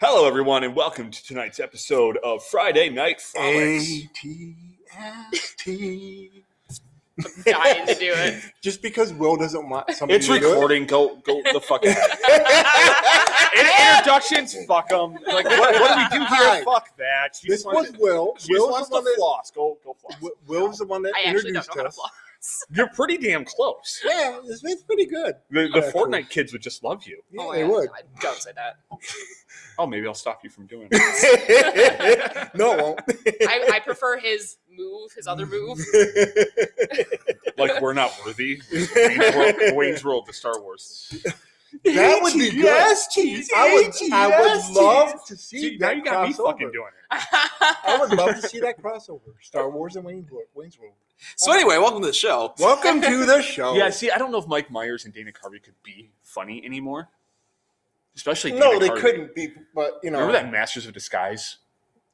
Hello, everyone, and welcome to tonight's episode of Friday Night Frolics. ATST. dying to do it. Just because Will doesn't want somebody It's to do it. recording. Go, go the fuck out. of here. And introductions, fuck them. Like, what, what do we do here? Hi. Fuck that. She This just wants, was Will. she just Will's wants the one to that, floss. Go, go floss. Wi- Will's the one that I actually introduced don't know how to us. fly. You're pretty damn close. Yeah, it's, it's pretty good. The, the Yeah, cool. Fortnite kids would just love you. Yeah, Oh my they God, would. God, Don't say that. Oh, maybe I'll stop you from doing it. no, it won't. I, I prefer his move, his other move. like we're not worthy. Wayne's World, Wayne's World to Star Wars. that would be good. cheese. I would, I would love to see See, now that you got me crossover. fucking doing it. I would love to see that crossover. Star Wars and Wayne's World. Wayne's World. So anyway, welcome to the show. Welcome to the show. Yeah, see, I don't know if Mike Myers and Dana Carvey could be funny anymore. Especially Dana No, they Carvey. couldn't be, but you know. Remember that Masters of Disguise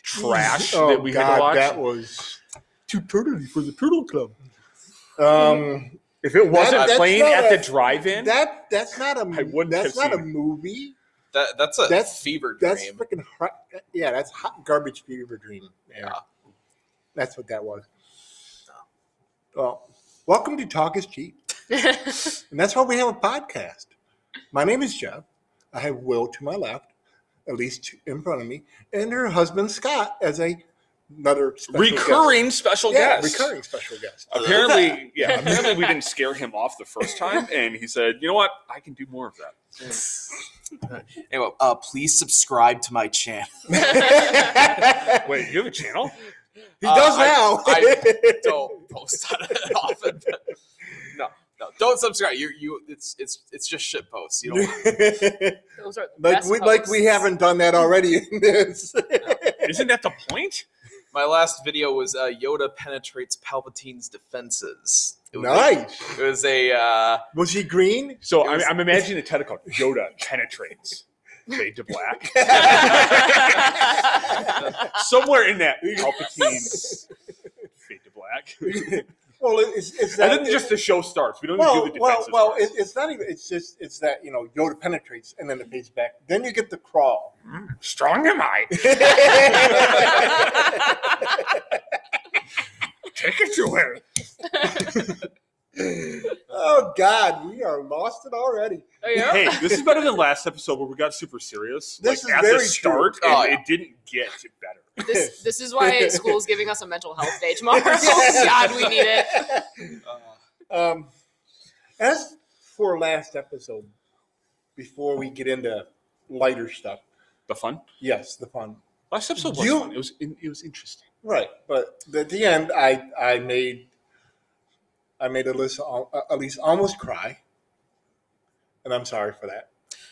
trash Oh, that we God, had to watch? That was too turtly for the Turtle Club. Um, if it wasn't That- that's playing not at a- the drive-in, that that's not a I wouldn't that's have not a seen movie. That, that's a That's- fever That's dream. freaking hot. Yeah, that's hot garbage fever dream. Yeah. Yeah. that's what that was. Well, welcome to Talk Is Cheap, and that's why we have a podcast. My name is Jeff. I have Will to my left, at least in front of me, and her husband Scott as a another special guest. recurring special yeah, guest. recurring special guest. Apparently, yeah. Apparently, we didn't scare him off the first time, and he said, "You know what? I can do more of that." Anyway, uh, please subscribe to my channel. Wait, you have a channel? He Uh, does I- now. I Don't post on it often. No, no, don't subscribe. You, you, it's, it's, it's just shit posts. You don't. Those are the like best we like we posts. haven't done that already in this. Isn't that the point? My last video was uh, Yoda penetrates Palpatine's defenses. It was nice. A, it was a. Uh, Was he green? So It was- I'm, I'm imagining the title called Yoda penetrates. Fade to black. Somewhere in that Palpatine's fade to black. Well, it- it's, it's that. And then just the show starts. We don't well, even do the well, defenses. well, first. it, it's not even. It's just it's that you know Yoda penetrates and then it fades back. Then you get the crawl. Strong am I? Take it to her. oh God, we are lost it already. There you go. Hey, this is better than last episode where we got super serious. This like, is at very the start, true. and Oh, yeah. it didn't get better. This, this is why school's giving us a mental health day tomorrow. Yes. Oh, God, we need it. uh, Um, as for last episode, before we get into lighter stuff, The fun yes, the fun. last episode was You- fun. It was in, it was interesting. Right, but at the end, I I made I made Alyssa al- uh, Elise almost cry, and I'm sorry for that.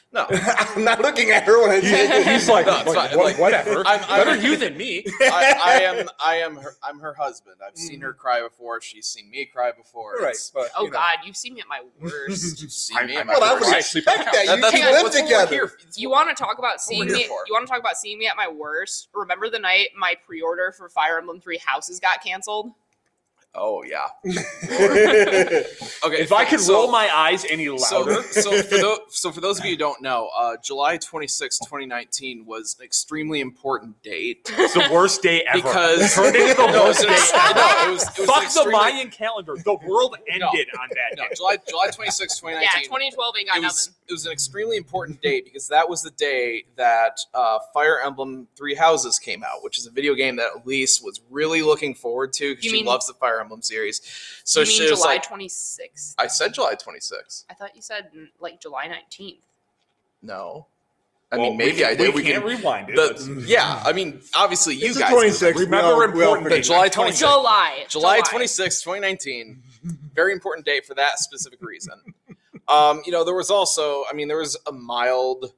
no, I'm not looking at her when I say this. He's like, No, it's like, fine. what- Like, whatever. I'm- I'm- better you than me. I, I am. I am. Her, I'm her husband. I've seen her cry before. She's seen me cry before. Mm. Right, It's- but Oh you know. God, you've seen me at my worst. You've seen I'm- me. I'm I'm, i Well, I would Right. expect that. That- You that's two what- live that's what we're together. here You want to talk about seeing here me? for. You want to talk about seeing me at my worst? Remember the night my pre-order for Fire Emblem Three Houses got canceled? Oh yeah. Okay. If I could so- roll my eyes any So, louder, so, for those, so for those of you who don't know, uh, July twenty sixth, 2019 was an extremely important date it's the worst day ever. because Turned into the no, it worst was, an ex- day ever. no, it was, it was an Fuck the extremely- Mayan calendar. The world ended on that No, day. July July twenty sixth, Yeah, 2019. 2012 ain't got it was it was an extremely important date because that was the day that uh, Fire Emblem Three Houses came out, which is a video game that Elise was really looking forward to because You she mean- loves the Fire Emblem series. So nothing. she you mean was July like, 26th? "I said July 26th. I thought you said mm, like July 19th. No, I Well, mean maybe we, I did. We, can't rewind it. the- yeah, I mean obviously you It's the guys 26th. Remember We all- we all important forget. dates. July 26th. July. July twenty sixth, 2019. Very important date for that specific reason. Um, you know, there was also, I mean, there was a mild,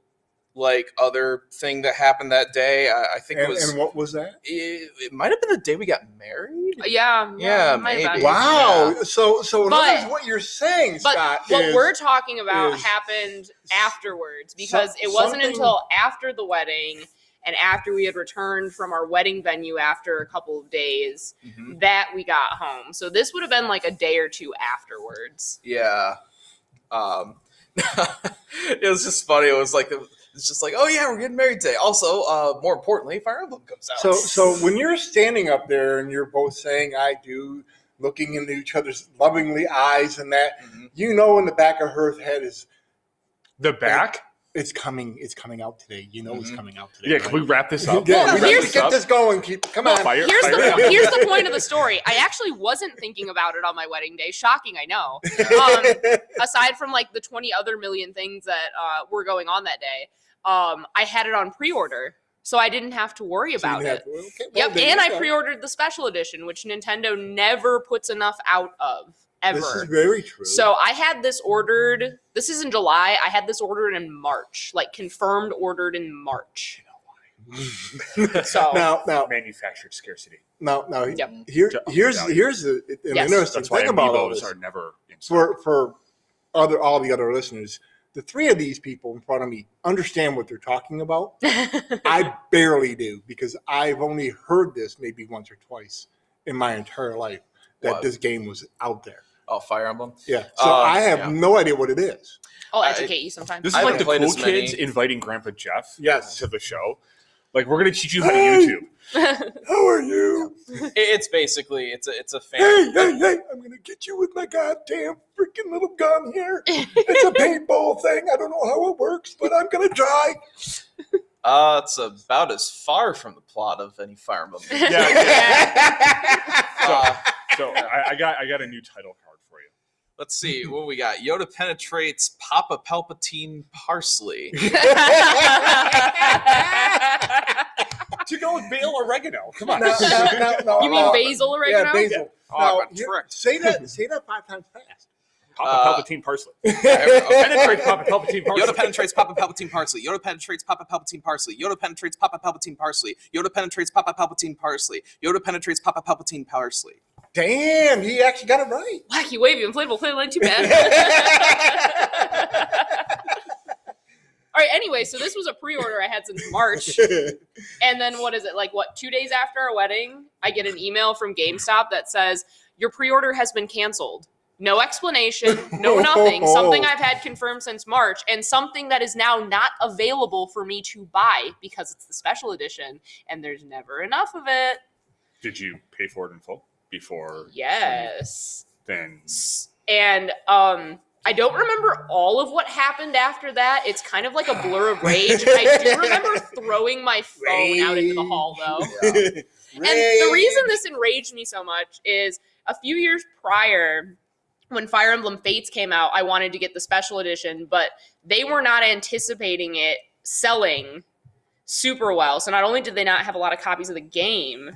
like, other thing that happened that day. I, I think And, it was. and what was that? it, it might have been the day we got married. Uh, Yeah. Yeah, it might have maybe. been. Wow. So, so in other But- words, what you're saying, But Scott, what is we're talking about is- happened afterwards because it wasn't something- until after the wedding and after we had returned from our wedding venue after a couple of days Mm-hmm. that we got home. So this would have been like a day or two afterwards. Yeah. Um, it was just funny. It was like It's just like, oh yeah, we're getting married today. Also, uh, more importantly, Fire Emblem comes out. So, so when you're standing up there and you're both saying "I do," looking into each other's lovingly eyes, and that Mhm. you know in the back of her head is The back? it's coming, it's coming out today. You know it's Mhm. coming out today. Mm-hmm. Yeah, can we wrap this up? Yeah, Well, we need here's- to get this going. Keep come on. Fire- Here's fire- the, here's the point of the story. I actually wasn't thinking about it on my wedding day. Shocking, I know. Um, aside from like the 20 other million things that uh, were going on that day, um, I had it on pre order. So I didn't have to worry So you about have- it. well, okay, well, Yep. there And you I go. pre ordered the special edition, which Nintendo never puts enough out of, ever. This is very true. So I had this ordered. This is in July. I had this ordered in March, like confirmed ordered in March. So now, now, Manufactured scarcity. now, now, Yep. here, To here's undervalue. here's the an Yes. interesting That's why thing about all amiibos this. are never in stock. for for other all the other listeners. The three of these people in front of me understand what they're talking about. I barely do because I've only heard this maybe once or twice in my entire life that What? this game was out there. oh, Fire Emblem. Yeah. So Uh, I have yeah. no idea what it is. I'll I- educate you sometime. This I is like haven't the played cool as many. kids inviting Grandpa Jeff Yes. to the show. Like, we're going to teach you how to Hey! YouTube. How are you? It- It's basically it's a it's a fan. Hey, hey, hey, I'm gonna get you with my goddamn freaking little gun here. It's a paintball thing. I don't know how it works, but I'm gonna try. Uh, it's about as far from the plot of any Fire Emblem. game. Uh, So I, I got I got a new title card for you. let's see what we got. Yoda penetrates Papa Palpatine parsley. To go with Bale Oregano. Come on. No, no, no, no, you no. mean basil right Yeah, now? basil. Oh, I Now, got you- tricked. say that. Say that five times fast. Uh, Papa Palpatine Parsley. Penetrate Penetrate Papa Palpatine Parsley. Yoda penetrates Papa Palpatine parsley. Yoda penetrates Papa Palpatine parsley. Yoda penetrates Papa Palpatine parsley. Yoda penetrates Papa Palpatine parsley. Yoda penetrates Papa Palpatine parsley. Damn, he actually got it right. Wacky wavy inflatable play line too bad. All right. Anyway, so this was a pre-order I had since March, and then what is it like? What two days after our wedding, I get an email from GameStop that says your pre-order has been canceled. No explanation, no nothing. Something I've had confirmed since March, and something that is now not available for me to buy because it's the special edition, and there's never enough of it. Did you pay for it in full before? Yes. Then and um I don't remember all of what happened after that. It's kind of like a blur of rage. I do remember throwing my phone out into the hall though. And the reason this enraged me so much is a few years prior, when Fire Emblem Fates came out, I wanted to get the special edition, but they were not anticipating it selling super well. So not only did they not have a lot of copies of the game,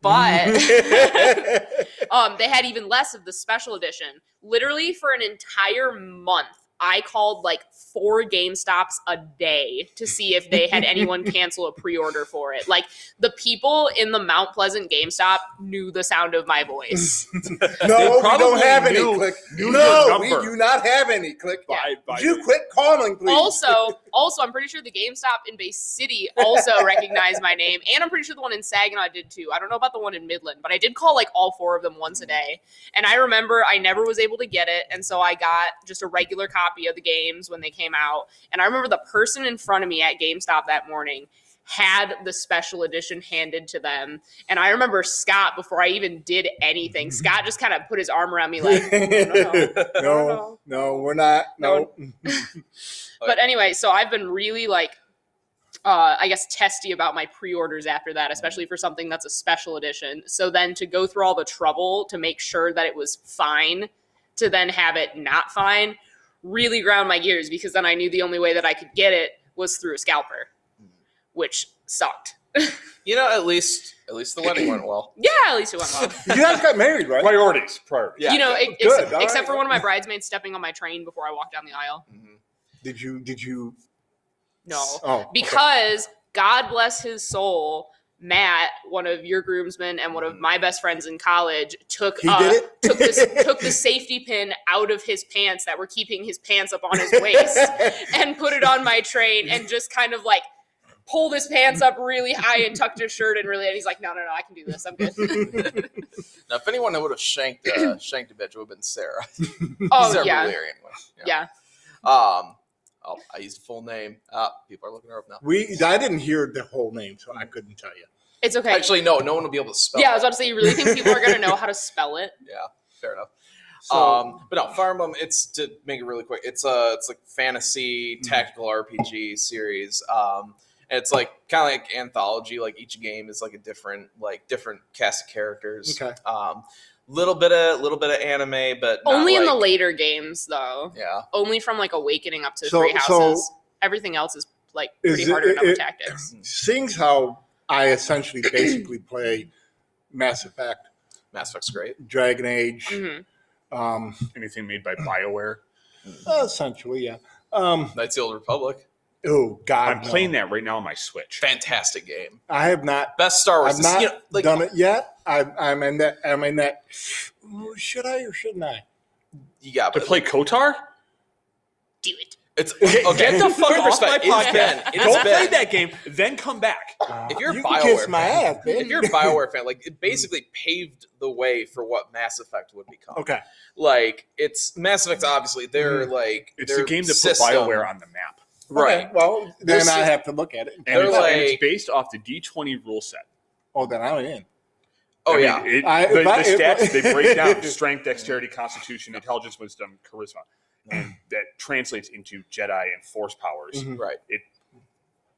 but um, they had even less of the special edition. Literally for an entire month, I called like four GameStops a day to see if they had anyone cancel a pre-order for it. Like the people in the Mount Pleasant GameStop knew the sound of my voice. no, we don't probably have knew- any. Click. knew no, your we number. do not have any. Click. Yeah. by, by Would you quit calling, please? also, also, I'm pretty sure the GameStop in Bay City also recognized my name, and I'm pretty sure the one in Saginaw did too. I don't know about the one in Midland, but I did call like all four of them once a Mm. day. And I remember I never was able to get it, and so I got just a regular copy of the games when they came out. And I remember the person in front of me at GameStop that morning had the special edition handed to them and i remember scott before i even did anything scott just kind of put his arm around me like no, no, we're not. No. but anyway, so I've been really like, uh, I guess testy about my pre-orders after that, especially for something that's a special edition. So then to go through all the trouble to make sure that it was fine, to then have it not fine, really ground my gears because then I knew the only way that I could get it was through a scalper, Hmm. which sucked. You know, at least at least the wedding went well. Yeah, at least it went well. You guys got married, right? priorities, priorities. Yeah. you know, ex- good, ex- all right. except for one of my bridesmaids stepping on my train before I walked down the aisle. Did you? Did you? No. Oh, okay. because God bless his soul, Matt, one of your groomsmen and one of my best friends in college, took he uh, did it. took this took the safety pin out of his pants that were keeping his pants up on his waist and put it on my train and just kind of like pulled his pants up really high and tucked his shirt in really and he's like, No, no, no, I can do this. I'm good. Now, if anyone would have shanked uh, shanked a bitch, it would have been Sarah. Oh Sarah yeah. Bollea, anyway. Yeah. Um, Oh, I used a full name. Uh, people are looking her up now. We I didn't hear the whole name, so I couldn't tell you. It's okay. Actually, no, no one will be able to spell. yeah, I it. was about to say you really think people are gonna know how to spell it. yeah, fair enough. So, um, but no, Fire Emblem. It's to make it really quick. It's a it's like fantasy tactical RPG series. Um, and it's like kind of like anthology. Like each game is like a different like different cast of characters. okay. Um, little bit of little bit of anime, but not Only in the like- later games though. Yeah, Only from like Awakening up to So- Three so- Houses. Everything else is like Is pretty it- harder enough it- with tactics. Seeing how I essentially basically play Mass Effect, Mass Effect's great. Dragon Age, Mhm. um, Anything made by BioWare. essentially, yeah. Um, Knights of the Old Republic, oh God, I'm no. playing that right now on my Switch. fantastic game. I have not. Best Star Wars. I've This- not you know, like, done it yet. I, I'm in that. I'm in that. "Oh, Should I or shouldn't I? You got To but play Kotar? Do it. It's okay. Get the fuck off my podcast. It's been. Go It's play been. that game, then come back. If you're Uh, you BioWare can kiss my fan- ass, bitch. If you're a Bioware fan, like it basically paved the way for what Mass Effect would become. okay, Like it's Mass Effect. Obviously, they're like Mm. It's their the game that system- put BioWare on the map. Right. Okay, well, then This I is- have to look at it. And They're it's, and it's like- based off the D20 rule set. oh, then I'm in. Oh I mean, yeah. it- I- the, if I- the if I- stats they break down strength, dexterity, constitution, intelligence, wisdom, charisma, and that translates into Jedi and Force powers. Mhm. right.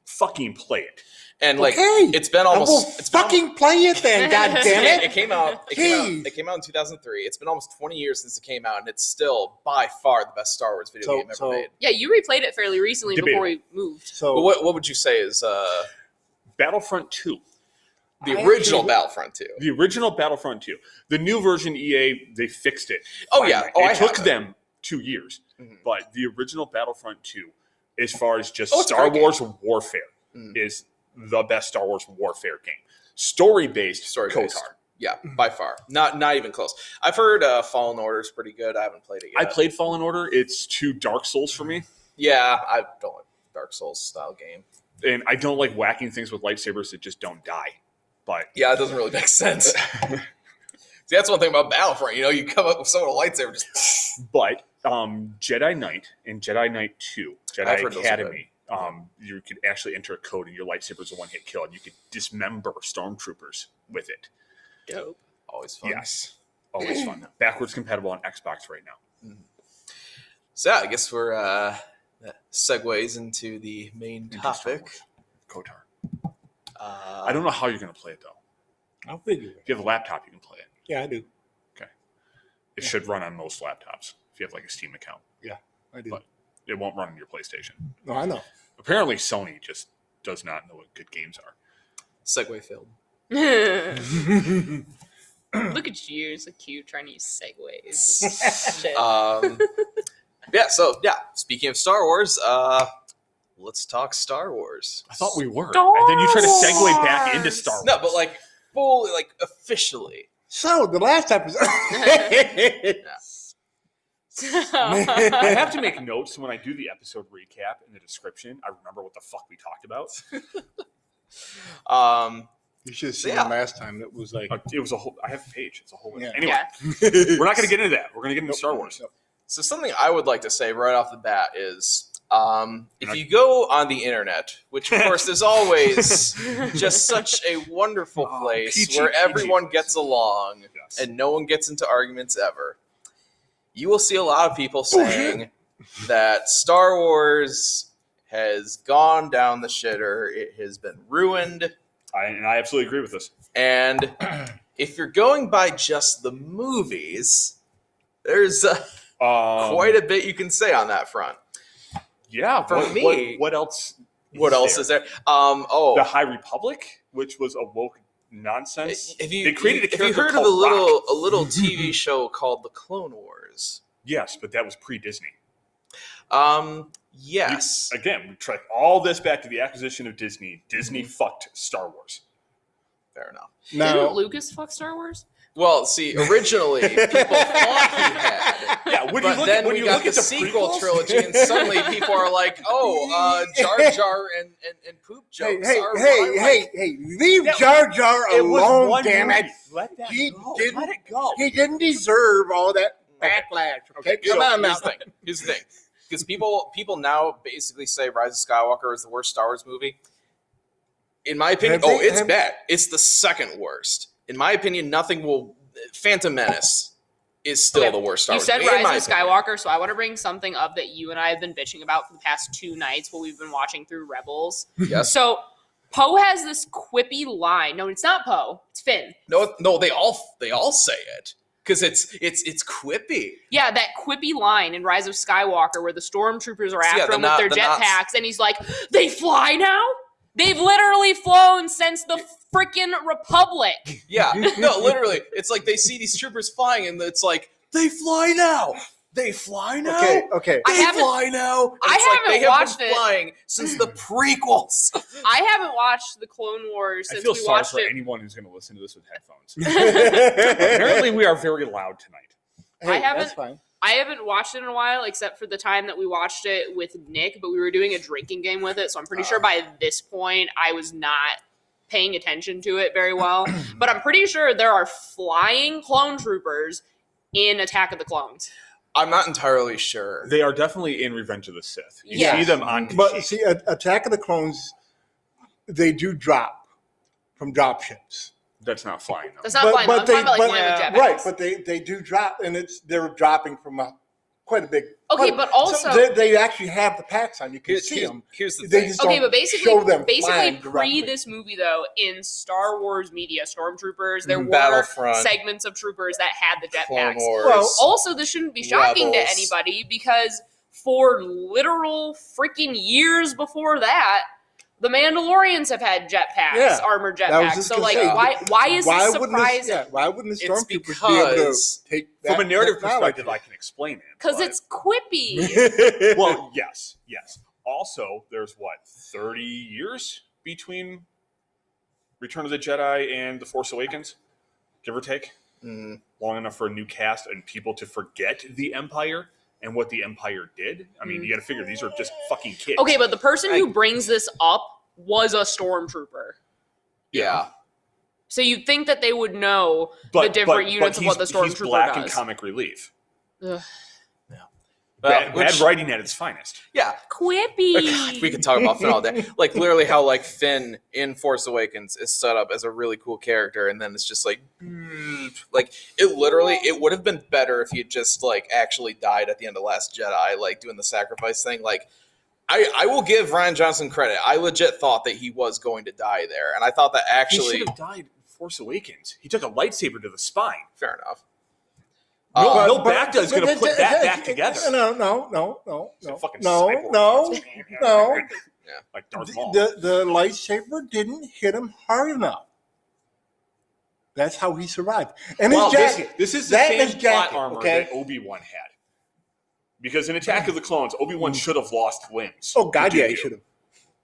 Fucking play it. And like Okay. it's been I will almost. It's been fucking play it then. God damn it. It, it came out. It came Jeez. out. It came out in 2003. It's been almost 20 years since it came out, and it's still by far the best Star Wars video So- game ever so- made. Yeah, you replayed it fairly recently before we moved. But So what what would you say is uh, Battlefront 2. the I original actually- Battlefront 2? The original Battlefront 2. The new version EA, they fixed it. Oh yeah. Finally. Oh, it I took have them two years. Mhm. But the original Battlefront 2, as far as just Oh, it's a Star great game. Wars warfare, Mm. is the best Star Wars warfare game. Story based, story Story-based. Kotar. Yeah, by far. Not not even close. I've heard uh, Fallen Order's pretty good. I haven't played it yet. I played Fallen Order. It's too Dark Souls for Mm-hmm. me. Yeah, I don't like Dark Souls style game. and I don't like whacking things with lightsabers that just don't die. But Yeah, it doesn't really make sense. See, that's one thing about Battlefront. You know, you come up with someone with a lightsaber, just but um, Jedi Knight and Jedi Knight Two, I've Jedi heard those are Academy, um, you could actually enter a code and your lightsaber's a one hit kill, and you could dismember stormtroopers with it. Dope. always fun. Yes, always fun. Backwards compatible on Xbox right now. So yeah, I guess we're uh, that segues into the main Into Star topic. Kotar. Uh, I don't know how you're going to play it though. I'll figure it. If you have a laptop, you can play it. Yeah, I do. It should run on most laptops if you have like a Steam account. I do. But- It won't run on your PlayStation. no, I know. Apparently, Sony just does not know what good games are. segue failed. Look at you, so cute, trying to use segues. Shit. Um, yeah. So yeah, speaking of Star Wars, uh, let's talk Star Wars. I thought we were. Star and then you try to segue back into Wars. Star Wars. No, but like fully, like officially. So the last episode. I I have to make notes when I do the episode recap in the description. I remember what the fuck we talked about. Um, you should have seen Yeah. it last time. It was like Uh, It was a whole. I have a page. It's a whole. Yeah. Anyway, we're not going to get into that. We're going to get into Star Wars. So something I would like to say right off the bat is um, if Okay. you go on the internet, which of course is always just such a wonderful Oh, place peachy, where peachy everyone place. gets along Yes. and no one gets into arguments ever, you will see a lot of people Oh, saying that Star Wars has gone down the shitter. It has been ruined. I, and I absolutely agree with this. And if you're going by just the movies, there's uh, Um, quite a bit you can say on that front. Yeah. for what, me- What, what else? What else is there? Um, oh, The High Republic, which was a woke nonsense. have you, They created a have you character heard of a called little Rock. a little TV show called The Clone Wars? Yes, but that was pre Disney. Um, yes, Again, we track all this back to the acquisition of Disney. Disney Mm-hmm. fucked Star Wars. fair enough. Didn't now, Lucas fuck Star Wars? Well, see, originally people thought he had. Yeah, when But you look then at, when we you got look the, at the sequel prequels- trilogy, and suddenly people are like, "Oh, uh, Jar Jar and, and, and poop hey, jokes." hey, are hey, like- hey, hey, leave That- Jar Jar It was alone, one damn it. movie. Let that He go. didn't- Let it go. He didn't deserve all that Okay. backlash. Okay, So come on now. here's the thing. Here's the thing. because people people now basically say Rise of Skywalker is the worst Star Wars movie. In my opinion, Have oh, they- it's have- bad. It's the second worst. In my opinion, nothing will. Phantom Menace is still Okay, the worst Star You Wars. said movie, in my Rise of opinion. Skywalker, so I want to bring something up that you and I have been bitching about for the past two nights while we've been watching through Rebels. Yes. So Poe has this quippy line. No, it's not Poe. It's Finn. No. No. They all they all say it because it's it's it's quippy. Yeah, that quippy line in Rise of Skywalker where the stormtroopers are Yeah, after the him not- with the their knots. jetpacks, and he's like, "They fly now. They've literally flown since the freaking Republic." Yeah, no, literally. It's like they see these troopers flying, and it's like they fly now. They fly now. Okay, okay. I They haven't- fly now. And I it's like they haven't watched been it. flying since the prequels. I haven't watched the Clone Wars I since feel we sorry watched for it. anyone who's going to listen to this with headphones. Apparently, Apparently, we are very loud tonight. I haven't- That's fine. I haven't watched it in a while, except for the time that we watched it with Nick, but we were doing a drinking game with it. So I'm Uh. pretty sure by this point, I was not paying attention to it very well. but I'm pretty sure there are flying clone troopers in Attack of the Clones. I'm not entirely sure. They are definitely in Revenge of the Sith. You Yeah. see them on. But you see, A- Attack of the Clones, they do drop from drop ships. That's not flying though. That's not But- flying, but but I'm talking they- about like but- flying with jetpacks. Right, but they, they do drop, and it's they're dropping from a, quite a big. Okay, quite a- but also- so they, they actually have the packs on. You can Here's, see here's, them. here's the They thing. just okay, don't but basically, show them basically flying pre directly. this movie though, in Star Wars media, stormtroopers Mm, there were Battlefront. segments of troopers that had the Clone jetpacks. Wars. Well, Also, this shouldn't be shocking to Rebels. anybody because for literal freaking years before that, the Mandalorians have had jetpacks, Yeah, armored that was jetpacks. just So, gonna like, say, why why is why this wouldn't this, surprising? yeah, why wouldn't the It's stormtroopers be able to because- take From a that narrative technology? perspective, I can explain it. Because but- it's quippy. well, yes, yes. Also, there's what thirty years between Return of the Jedi and The Force Awakens, give or take. Mm, Long enough for a new cast and people to forget the Empire and what the Empire did. I mean, you got to figure these are just fucking kids. okay, but the person I- who brings this up was a stormtrooper. yeah. So you'd think that they would know the different units of what he's- the he's stormtrooper black and does. comic relief. Well, bad, which- bad writing at its finest. yeah. Oh Quippy. we could talk about Finn all day. Like literally, how like Finn in Force Awakens is set up as a really cool character, and then it's just like, mm, like it literally, it would have been better if he had just like actually died at the end of Last Jedi, like doing the sacrifice thing. Like, I I will give Ryan Johnson credit. I legit thought that he was going to die there, and I thought that he actually, should have died in Force Awakens. He took a lightsaber to the spine. fair enough. No, Uh, no Bacta is going to but- put that back it- together. No, no, no, no, He's a no, fucking no, cyborg. no. no. Like Darth Maul. The, the the lightsaber didn't hit him hard enough. That's how he survived. And Well, his this- jacket. This, is the That same is jacket, plot armor okay? that Obi Wan had. Because in Attack of the Clones, Obi Wan should have lost limbs. Mm. oh God, Dooku. yeah, he should have.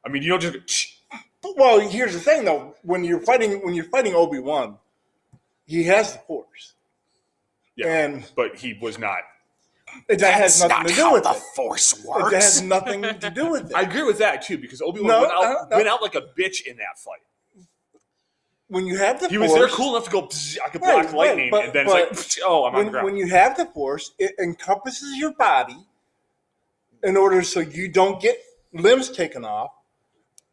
I mean, you don't just go, "Shh." Well, here's the thing though: when you're fighting, when you're fighting Obi Wan, he has the Force, yeah, and but he was not. that has nothing to do with it. Force It has nothing to do with it. I agree with that too, because Obi Wan No, went out uh-huh, no. went out like a bitch in that fight. when you have the He Force, was there cool enough to go. "Psst, I could Right, block right, lightning, but- and then but it's like, oh, I'm on the when, ground. when you have the force, it encompasses your body in order so you don't get limbs taken off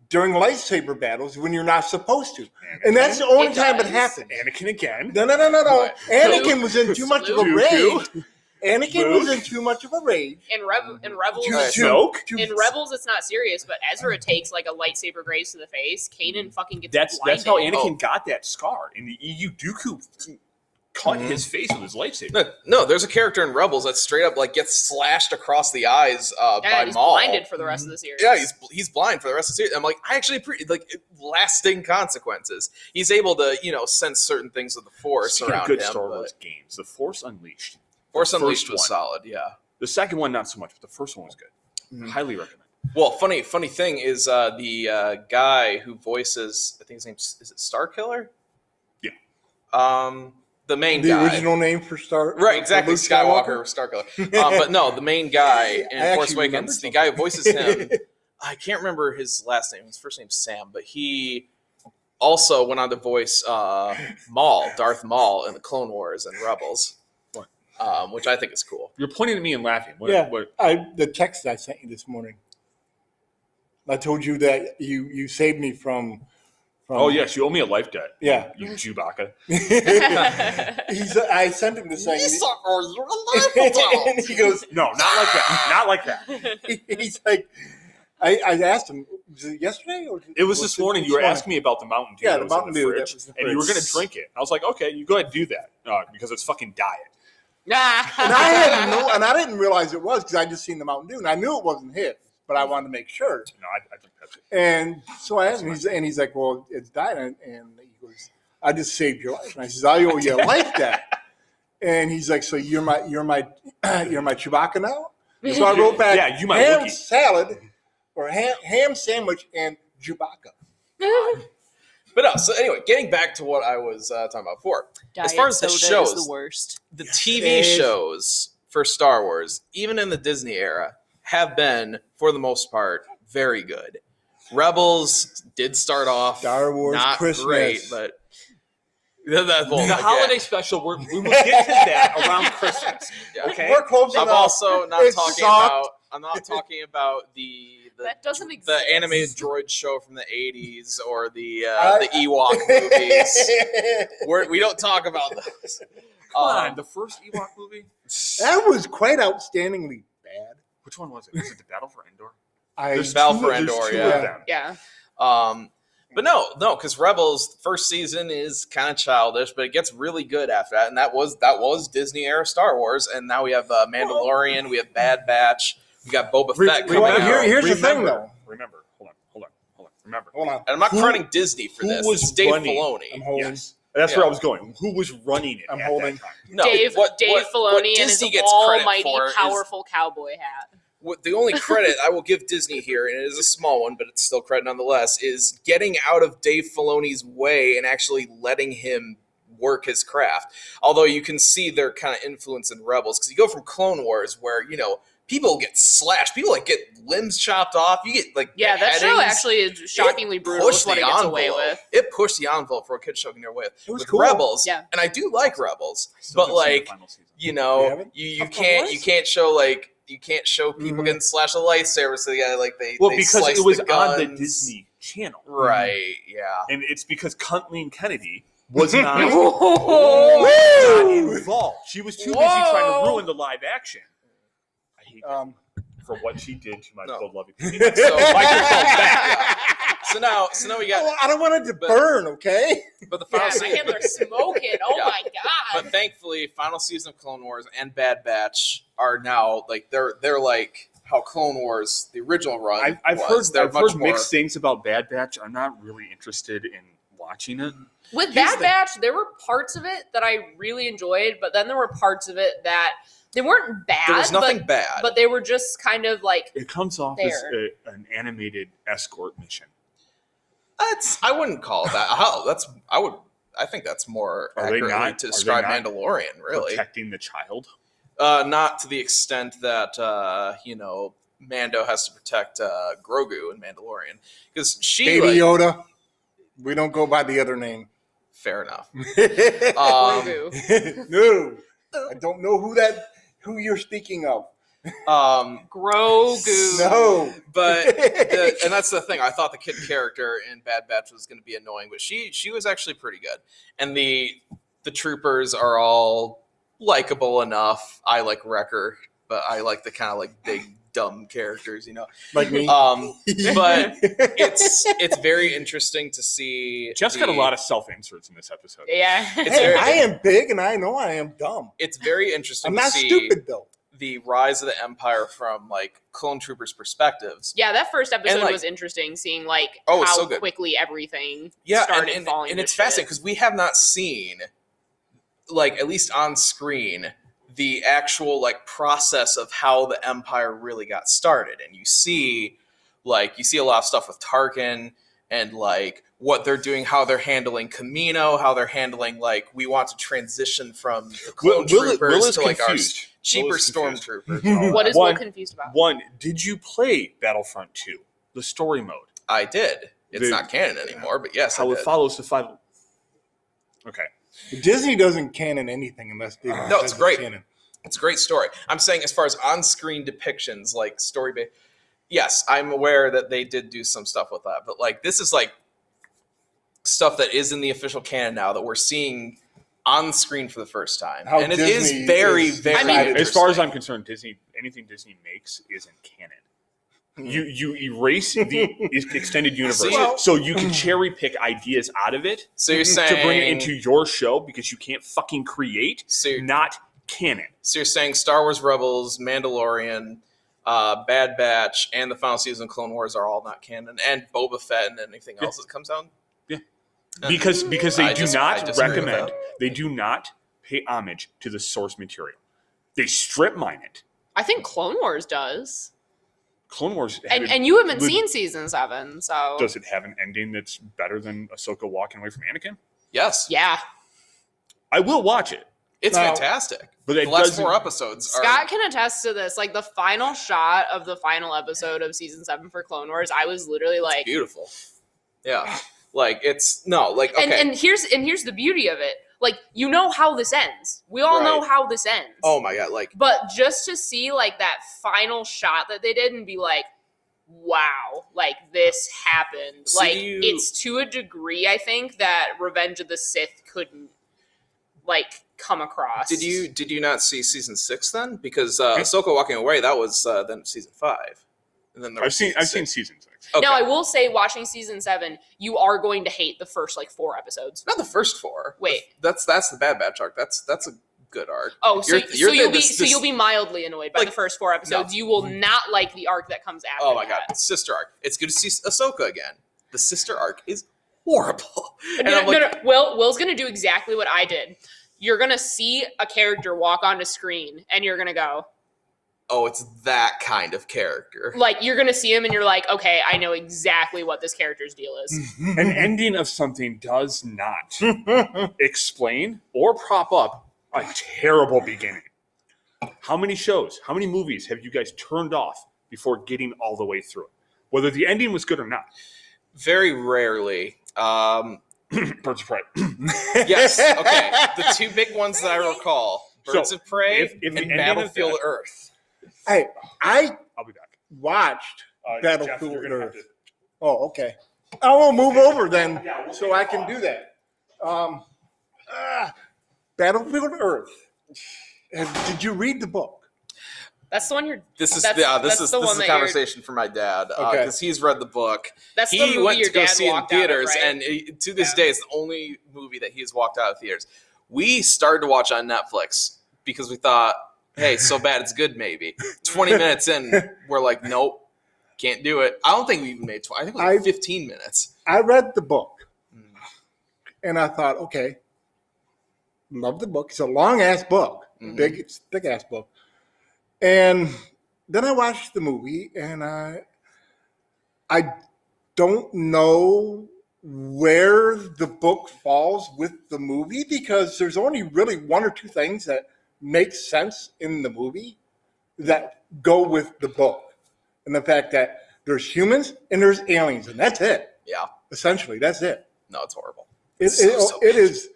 during lightsaber battles when you're not supposed to. And that's the only It time it does. happens. Anakin again. No, no, no, no, no. What? Anakin was in too much of a rage. Dooku. Anakin was Luke? in too much of a rage. in, Rev- in Rebels, To, Alright, to- Snoke? to- in Rebels, it's not serious, but Ezra takes like a lightsaber graze to the face. Mm. Kanan fucking gets That's blinded. that's how Anakin Oh. got that scar in the EU. Dooku cut Mm-hmm. his face with his lightsaber. No, no, there's a character in Rebels that straight up like gets slashed across the eyes uh, Yeah, by he's Maul. blinded for the rest of the Mm-hmm. series. Yeah, he's he's blind for the rest of the series. I'm like, I actually pre- like lasting consequences. He's able to you know sense certain things of the Force Speaking of around good him. Star but Wars games, The Force Unleashed. Force the first Unleashed was one. solid. Yeah. The second one, not so much, but the first one was good. Mm-hmm. Highly recommend. Well, funny funny thing is uh, the uh, guy who voices I think his name is it Star Killer. Yeah. Um, the main the guy. original name for Star. Right, exactly. Luke Skywalker, Skywalker Starkiller. Um, but no, the main guy I in Force actually remembered Awakens, the guy who voices him, I can't remember his last name. His first name's Sam, but he also went on to voice uh, Maul, Darth Maul in the Clone Wars and Rebels. What? um, which I think is cool. You're pointing at me and laughing. What, Yeah. what- I the text I sent you this morning. I told you that you you saved me from. from oh, yes, you owe me a life debt. Yeah. You Chewbacca. He's. I sent him this thing. and he goes. No, not like that. Not like that. He's like. I, I asked him was it yesterday or It was this morning. You were asking me about the Mountain Dew. that Yeah, the was in Mountain Dew that fridge, was in the and you were fridge. going to drink it. I was like, okay, you go ahead and do that uh, because it's fucking diet. And I had no, and I didn't realize it was because I just seen the Mountain Dew and I knew it wasn't his, but I wanted to make sure. No, I, I think that's it. And so I asked him, he's, and he's like, "Well, it's died." And, and he goes, "I just saved your life." And I says, "I owe you a life debt." And he's like, "So you're my, you're my, you're my Chewbacca now." So I wrote back, Yeah, you my ham Wookiee." salad or ham, ham sandwich and Chewbacca." But no, so anyway, getting back to what I was uh, talking about before, As far as the soda is shows- the worst. the it TV is. shows for Star Wars, even in the Disney era, have been for the most part very good. Rebels did start off Star Wars not Christmas. great, but that, that- well, the yeah, holiday special, we're, we will get to that around Christmas. yeah. Okay. We're closing I'm up. also not It talking sucked. about. I'm not talking about the the, That doesn't exist. the animated droid show from the '80s or the uh, I- the Ewok movies. We're, we don't talk about those. Come on, Um, the first Ewok movie. that was quite outstandingly bad. Which one was it? Was it the Battle for Endor? I There's Battle for there's Endor, two yeah. of With them. them. Yeah. Um, but no, no, because Rebels the first season is kind of childish, but it gets really good after that. And that was that was Disney era Star Wars, and now we have uh, Mandalorian, we have Bad Batch, we got Boba Re- Fett re- coming out. here- here's the thing, remember- though. Remember, hold on, hold on, hold on. Remember, Hold on, and I'm not Who- credit Disney for who this. was It's Dave running? I'm Filoni. holding. Yes. that's Yeah. where I was going. Who was running it? I'm at that holding. time? No, Dave, what- Dave what- Filoni what and his Disney gets credit almighty for is- powerful cowboy hat. what- the only credit I will give Disney here, and it is a small one, but it's still credit nonetheless, is getting out of Dave Filoni's way and actually letting him work his craft. Although you can see their kind of influence in Rebels, because you go from Clone Wars where you know people get slashed, people like get limbs chopped off, you get like Yeah, that show beheadings. actually is It shockingly brutal with pushed what the it gets envelope. away with. It pushed the envelope for what kids showing their way It was with cool. Rebels, Yeah. and I do like Rebels, I still but haven't seen the like final season. you You know, haven't? you, you Of can't course. you can't show like you can't show people Mm-hmm. Mhm. getting slashed a lightsaber. So yeah, like they well, they because slice it was the on the guns. Disney Channel, right? Yeah, and it's because Cuntleen Kennedy was not not Woo! involved. She was too busy Whoa! trying to ruin the live action. I hate that Um, for what she did to my No. beloved. So back. so now so now we got Well, I don't want it to but- burn, okay? but the final Yeah, my season, handler's smoking. Oh Yeah. my god. but thankfully, final season of Clone Wars and Bad Batch are now like they're they're like how Clone Wars the original run. I've, I've heard, was. They're I've much heard more, mixed things about Bad Batch. I'm not really interested in watching it. With Here's Bad the- Batch, there were parts of it that I really enjoyed, but then there were parts of it that they weren't bad. There was nothing but, bad. but they were just kind of like It comes off as There. a, an animated escort mission. That's I wouldn't call that. How that's I would I think that's more Are they accurately not- to are they describe not Mandalorian. Really, Protecting the child. uh, not to the extent that uh, you know Mando has to protect uh, Grogu in Mandalorian because she Baby like- Yoda. We don't go by the other name. fair enough. Um, Grogu. no, I don't know who that who you're speaking of. um, Grogu. No, but the, and that's the thing. I thought the kid character in Bad Batch was going to be annoying, but she she was actually pretty good. And the the troopers are all likable enough. I like Wrecker, but I like the kind of like big dumb characters, you know. like me. Um, but it's it's very interesting to see. Jeff's got a the- lot of self inserts in this episode. Yeah. It's hey, very- I am big, and I know I am dumb. It's very interesting I'm to not see stupid though. the rise of the empire from like clone troopers' perspectives. yeah, that first episode like- was interesting, seeing like Oh, it's how so good. quickly everything yeah, started and, and, falling. and to it's shit. fascinating because we have not seen, like at least on screen, the actual like process of how the empire really got started, and you see, like you see a lot of stuff with Tarkin and like what they're doing, how they're handling Camino, how they're handling like we want to transition from the Will, clone Will, troopers Will is to like confused. our cheaper Will is confused. stormtroopers. and all What that. is Will One- confused about? One, did you play Battlefront 2, the story mode? I did. It's Dude. not canon anymore, but yes, I How it did. follows the five. Okay. Disney doesn't canon anything unless Disney No, it's says great. Canon. It's a great story. I'm saying as far as on-screen depictions, like story ba- Yes, I'm aware that they did do some stuff with that, but like this is like stuff that is in the official canon now that we're seeing on screen for the first time, How and it is Disney very, is very. I mean- As far as interesting. I'm concerned, Disney anything Disney makes isn't canon. You you erase the extended universe, Hmm. So you- so you can cherry pick ideas out of it so you're saying to bring it into your show because you can't fucking create so you're, not canon. so you're saying Star Wars Rebels, Mandalorian, uh, Bad Batch, and the final season of Clone Wars are all not canon, and Boba Fett and anything else that comes out. because because they Uh, I do dis- I not disagree with recommend that. they do not pay homage to the source material they strip mine it I think Clone Wars does, clone wars had and a- and you haven't would- seen season seven, so does it have an ending that's better than ahsoka walking away from anakin Yes, yeah. i will watch it it's No. fantastic. but The it last doesn't four episodes are Scott can attest to this. Like the final shot of the final episode of season seven for Clone Wars, I was literally like, beautiful. Yeah, like it's no, like okay. and and here's and here's the beauty of it. Like you know how this ends. We all know Right. how this ends. oh my god, like But just to see like that final shot that they did and be like, wow, like this happened. So like you- it's to a degree, I think, that Revenge of the Sith couldn't like come across. Did you did you not see season six then? Because uh, Ahsoka walking away that was uh, then season five, and then there i've was seen season i've seen six. season six Okay. Now I will say watching season seven, you are going to hate the first like four episodes. not the first four. Wait. that's that's the Bad Batch arc. That's that's a good arc. Oh, so, You're- you're so you'll thinking be this- so this- you'll be mildly annoyed by Like, the first four episodes. You will not like the arc that comes after. Oh my god, that. sister arc. It's good to see Ahsoka again. The sister arc is horrible. And No, I'm no, like, no, Will Will's gonna do exactly what I did. You're gonna see a character walk onto screen, and you're gonna go oh, it's that kind of character. like you're gonna see him, and you're like, okay, I know exactly what this character's deal Hmm. is. an ending of something does not explain or prop up a terrible beginning how many shows how many movies have you guys turned off before getting all the way through it whether the ending was good or not Very rarely. Um, birds of prey yes. Okay. The two big ones that I recall: Birds So, of Prey if- if the ending and of Battlefield that- Earth. Hey, I i'll be back watched. Uh, Battlefield you're gonna have Earth. Oh, okay. I will move over then, Yeah, we'll so take I a can pause. do that. Um, ah, Battlefield Earth. Uh, Did you read the book? That's the one you're. This is That's- yeah. This that's is the this one is a that you're- conversation for my dad Okay. because he's read the book. That's the he movie went your to go dad see it in walked out of, theaters, right? and it, to this Yeah. day, it's the only movie that he's walked out of theaters. We started to watch on Netflix because we thought, "Hey, so bad it's good." Maybe twenty minutes in, we're like, "Nope, can't do it." I don't think we even made twenty. I think it was like I- fifteen minutes. I read the book, Mm. and I thought, okay, love the book. It's a long ass book, Mhm. big, it's thick ass book. And then I watched the movie, and I, I don't know where the book falls with the movie because there's only really one or two things that make sense in the movie that go with the book, and the fact that there's humans and there's aliens, and that's it Yeah, essentially that's it. no, it's horrible. It, So, it- so it is,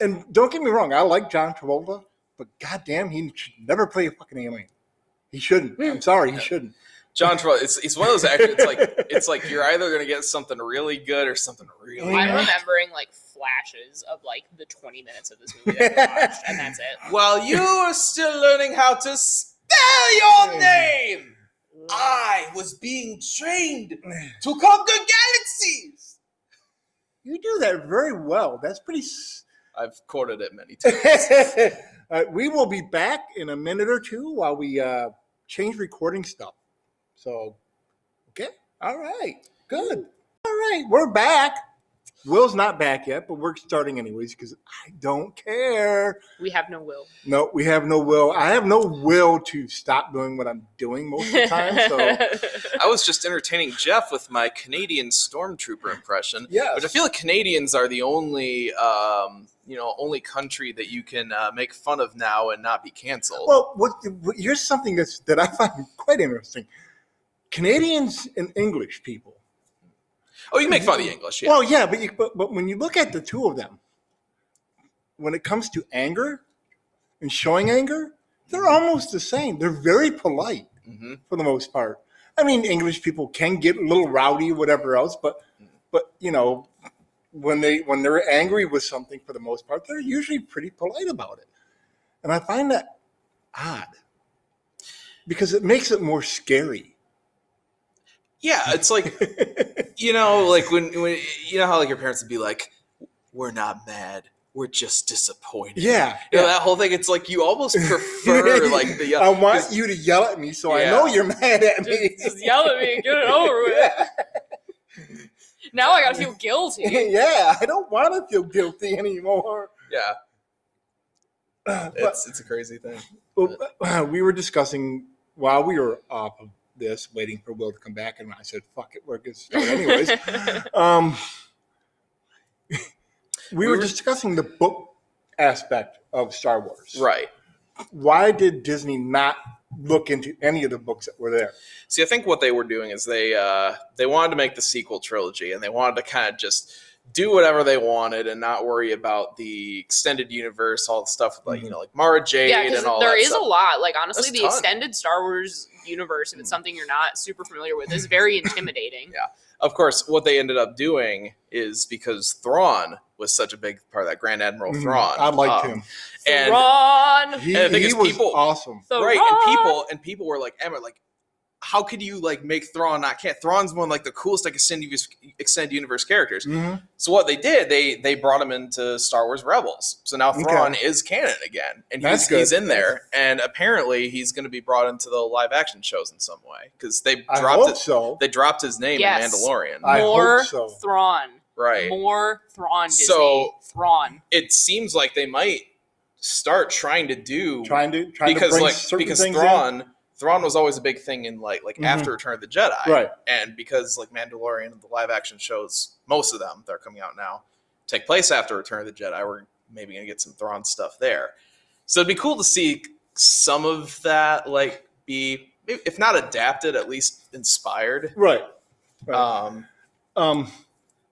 and don't get me wrong, I like John Travolta, but goddamn, he should never play a fucking alien. He shouldn't. Hmm. I'm sorry, he shouldn't. John Travolta. It's, it's one of those actors. It's like it's like you're either gonna get something really good or something really. I'm bad. remembering like flashes of like the 20 minutes of this movie that I watched, and that's it. While you are still learning how to spell your name, I was being trained to conquer galaxies. You do that very well. That's pretty. S- I've quoted it many times. Uh, we will be back in a minute or two while we uh, change recording stuff. So, okay, all right, good. All right, we're back. Will's not back yet, but we're starting anyways because I don't care. We have no will. No, we have no will. I have no will to stop doing what I'm doing most of the time. So I was just entertaining Jeff with my Canadian stormtrooper impression, yeah, but I feel like Canadians are the only, um, you know, only country that you can uh, make fun of now and not be canceled. well, what, what, here's something that's that I find quite interesting: Canadians and English people. oh, you can make fun of the English, yeah. Well, yeah, but, you, but but when you look at the two of them, when it comes to anger and showing anger, They're almost the same. They're very polite hmm for the most part. I mean, English people can get a little rowdy, whatever else, but but you know, when they when they're angry with something, for the most part, they're usually pretty polite about it, and I find that odd because it makes it more scary. Yeah, it's like you know, like when when you know how like your parents would be like, "We're not mad, we're just disappointed." yeah, You know, that whole thing. It's like you almost prefer like the I want you to yell at me so I Yeah. know you're mad at me. Just, just yell at me and get it over with. yeah. Now I gotta feel guilty. yeah, I don't want to feel guilty anymore. yeah. Uh, but- It's it's a crazy thing. Well, uh, we were discussing while we were off of this, waiting for Will to come back, and I said, "Fuck it, we're gonna start anyways." um, we were discussing the book aspect of Star Wars. Right. Why did Disney not look into any of the books that were there? See, I think what they were doing is they uh, they wanted to make the sequel trilogy, and they wanted to kind of just do whatever they wanted and not worry about the extended universe, all the stuff with, like you know, like Mara Jade Yeah, and because all there that is stuff. a lot. Like honestly, That's the ton. extended Star Wars universe, if it's something you're not super familiar with, is very intimidating. of course, what they ended up doing is because Thrawn was such a big part of that Grand Admiral Thrawn. Mm-hmm. I liked um, him. And Thrawn, He, and the thing he is, was people- awesome. Thrawn. right, and people and people were like, Emma, like, how could you like make Thrawn not care? Thrawn's one of, like the coolest like extended universe, extended universe characters. Mhm. So what they did, they they brought him into Star Wars Rebels. So now Okay. Thrawn is canon again, and he's, That's good. he's in there. And apparently, he's going to be brought into the live action shows in some way because they I dropped hope it, so. they dropped his name Yes. in Mandalorian. I hope more so. Thrawn, right. more Thrawn. Disney. So- Thrawn. It seems like they might start trying to do trying to trying to because bring like certain because things Thrawn Thrawn was always a big thing in like like Mhm. after Return of the Jedi, in. right. and because like Mandalorian, the live action shows, most of them that are coming out now take place after Return of the Jedi. We're maybe gonna get some Thrawn stuff there, so it'd be cool to see some of that like be if not adapted, at least inspired. Right. Right. Um, Um,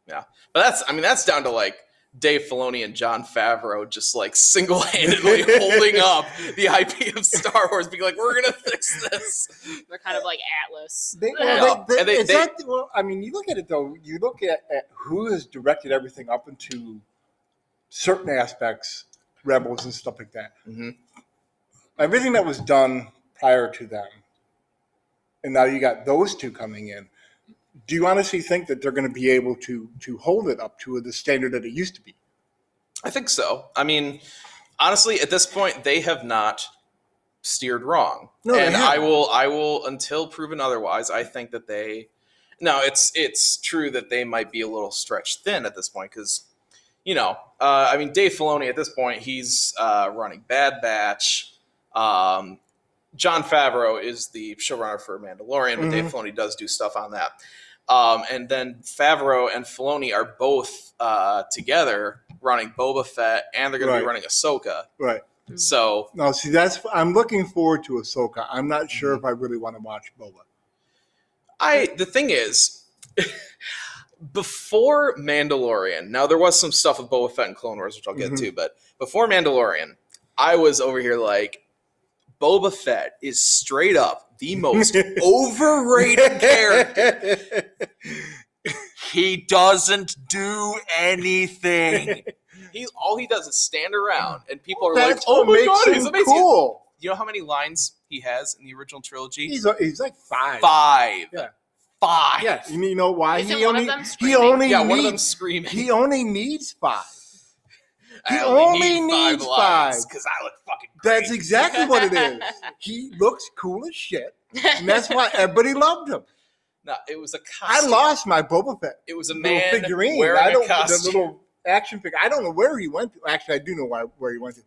but that's I mean that's down to like. Dave Filoni and John Favreau just like single handedly holding up the IP of Star Wars, being like, "We're gonna fix this." They're kind of like Atlas. They, Yeah. well, they, they, And they- is they- that- well, I mean, you look at it though. You look at, at who has directed everything up into certain aspects, rebels and stuff like that. Mhm. Everything that was done prior to them, and now you got those two coming in. Do you honestly think that they're going to be able to to hold it up to the standard that it used to be? I think so. I mean, honestly, at this point, they have not steered wrong. No, they and I haven't. will, I will, until proven otherwise, I think that they. No, it's it's true that they might be a little stretched thin at this point because, you know, uh, I mean, Dave Filoni at this point he's uh, running Bad Batch. Um, John Favreau is the showrunner for Mandalorian, but Mm-hmm. Dave Filoni does do stuff on that. Um, and then Favreau and Filoni are both uh, together running Boba Fett, and they're going to be Right. running Ahsoka. Right. Mhm. So No, see, that's I'm looking forward to Ahsoka. I'm not sure if I really want to watch Boba. I the thing is, before Mandalorian, now there was some stuff with Boba Fett and Clone Wars, which I'll get Mhm. to, but before Mandalorian, I was over here like, Boba Fett is straight up the most overrated character. He doesn't do anything. He's all he does is stand around, and people are like, That's "Oh what my makes god, him he's amazing!" cool. You know how many lines he has in the original trilogy? He's, he's like five. Five. Yeah. Five. Yeah, and you know why? Isn't he one of only them he screaming? only Yeah, needs, one of them screaming. he only needs five. I he only needs five. because I look fucking. Great. That's exactly what it is. He looks cool as shit, and that's why everybody loved him. no, it was a I costume. lost my Boba Fett It was a little man figurine. wearing I don't a the costume. little action figure. I don't know where he went to. Actually, I do know why, where he went to.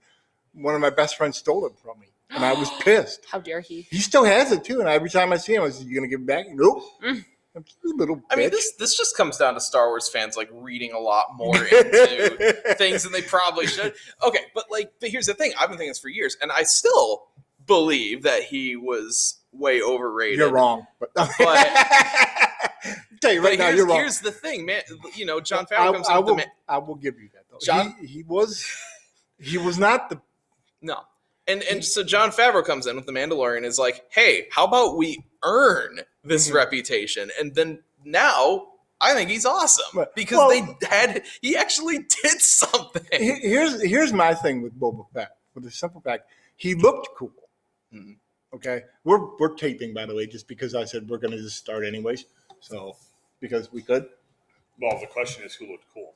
One of my best friends stole it from me, and I was pissed. How dare he? He still has it too, and every time I see him, I say, "You gonna give it back?" Nope. Mm. I'm just a little. Bitch. I mean, this this just comes down to Star Wars fans like reading a lot more into things than they probably should. Okay, but like, but here's the thing: I've been thinking this for years, and I still believe that he was way overrated. You're wrong. But, tell you But right now, here's, you're wrong. here's the thing, man. You know, John I, Favreau comes I up with the will, ma- I will give you that though. John- he, he was he was not the no, And and so John Favreau comes in with the Mandalorian and is like, hey, how about we earn this Mhm. reputation? And then now I think he's awesome Right. because Well- they had he actually did something. Here- Here's here's my thing with Boba Fett. With the simple fact, he looked cool. Mhm. Okay, we're we're taping by the way, just because I said we're gonna just start anyways. So because we could. Well, the question is who looked cool.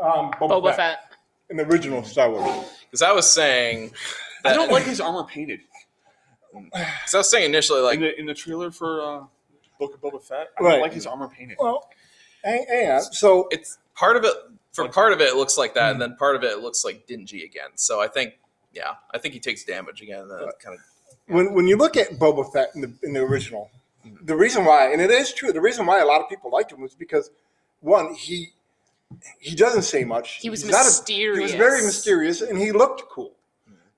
Um, Boba, Boba Fett, Fett. in the original Star Wars. Because I was saying I that, don't like his armor painted. 'cause I was saying initially like in the in the trailer for uh, Book of Boba Fett, I Right. don't like his armor painted. Well, and, and so it's part of it for part of it, it looks like that, and then part of it, it looks like dingy again. So I think, yeah, I think he takes damage again. and That kind of when when you look at Boba Fett in the in the original, the reason why, and it is true, the reason why a lot of people liked him was because one he he doesn't say much. He was He's not a- mysterious. He was very mysterious, and he looked cool,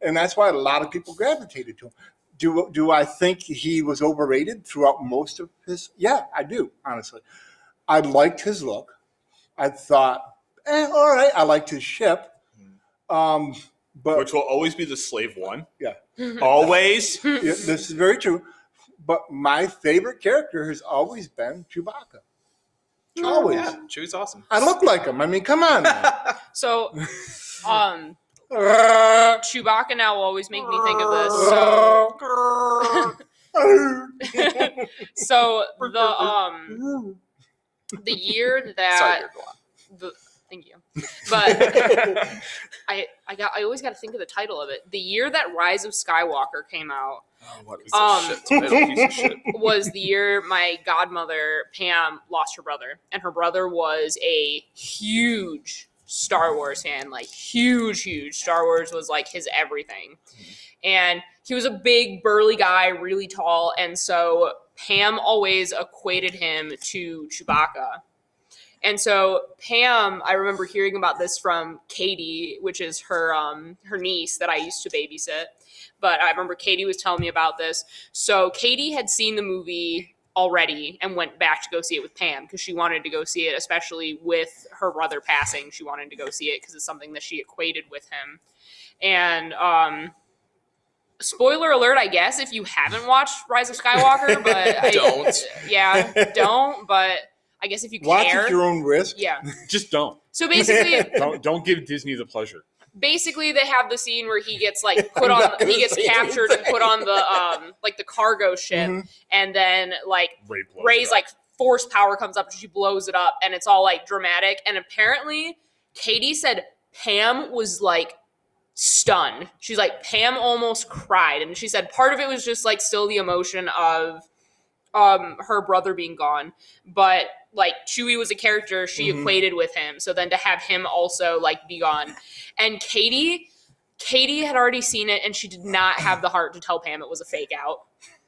and that's why a lot of people gravitated to him. Do do I think he was overrated throughout most of his? Yeah, I do honestly. I liked his look. I thought, eh, all right. I liked his ship, um, but Which will always be the slave one. Yeah. Always. yeah, this is very true. But my favorite character has always been Chewbacca. Always. Oh, yeah, Chewie's awesome. I look like him. I mean, come on. now. So, um, Uh, Chewbacca now will always make me think of this. So, so the um the year Sorry, that here, go on. the thank you, but I I got I always got to think of the title of it. The year that Rise of Skywalker came out Piece of Um, shit, tomato piece of shit. was the year my godmother Pam lost her brother, and her brother was a huge Star Wars fan, like huge, huge. Star Wars was like his everything, and he was a big, burly guy, really tall, and so Pam always equated him to Chewbacca. And so Pam, I remember hearing about this from Katie, which is her um, her niece that I used to babysit. But I remember Katie was telling me about this. So Katie had seen the movie already and went back to go see it with Pam because she wanted to go see it, especially with her brother passing. She wanted to go see it because it's something that she equated with him. And um, spoiler alert, I guess, if you haven't watched Rise of Skywalker, but I, Don't. yeah, don't. But I guess if you Watch care, at your own risk. yeah. Just don't. So basically, Don't don't give Disney the pleasure. basically they have the scene where he gets like put I'm on, not gonna he gets say captured and put on the um like the cargo ship, Mhm. and then like Ray blows Ray's it up. like force power comes up, and she blows it up, and it's all like dramatic. And apparently, Katie said Pam was like stunned. She's like Pam almost cried, and she said part of it was just like still the emotion of um her brother being gone, but like Chewie was a character she Mm-hmm. Mhm. equated with him, so then to have him also like be gone, and Katie. Katie had already seen it and she did not have the heart to tell Pam it was a fake out.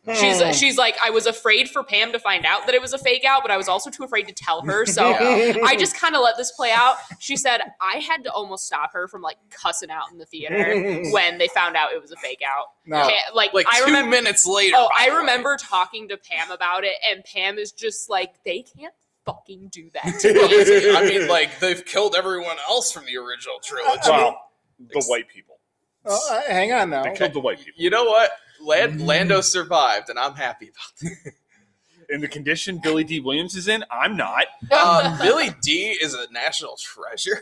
Oh. She's she's like, I was afraid for Pam to find out that it was a fake out, but I was also too afraid to tell her. So I just kind of let this play out. She said I had to almost stop her from like cussing out in the theater when they found out it was a fake out. No. Pa- like, Like I two remember. minutes later. Oh, by I the way. remember talking to Pam about it, and Pam is just like, they can't fucking do that to me. I mean, like they've killed everyone else from the original trilogy. Wow. The white people. Uh, uh, hang on now. They killed the white people. You know what? Land- Lando survived, and I'm happy about that. In the condition Billy D. Williams is in, I'm not. Um, Uh, Billy D is a national treasure.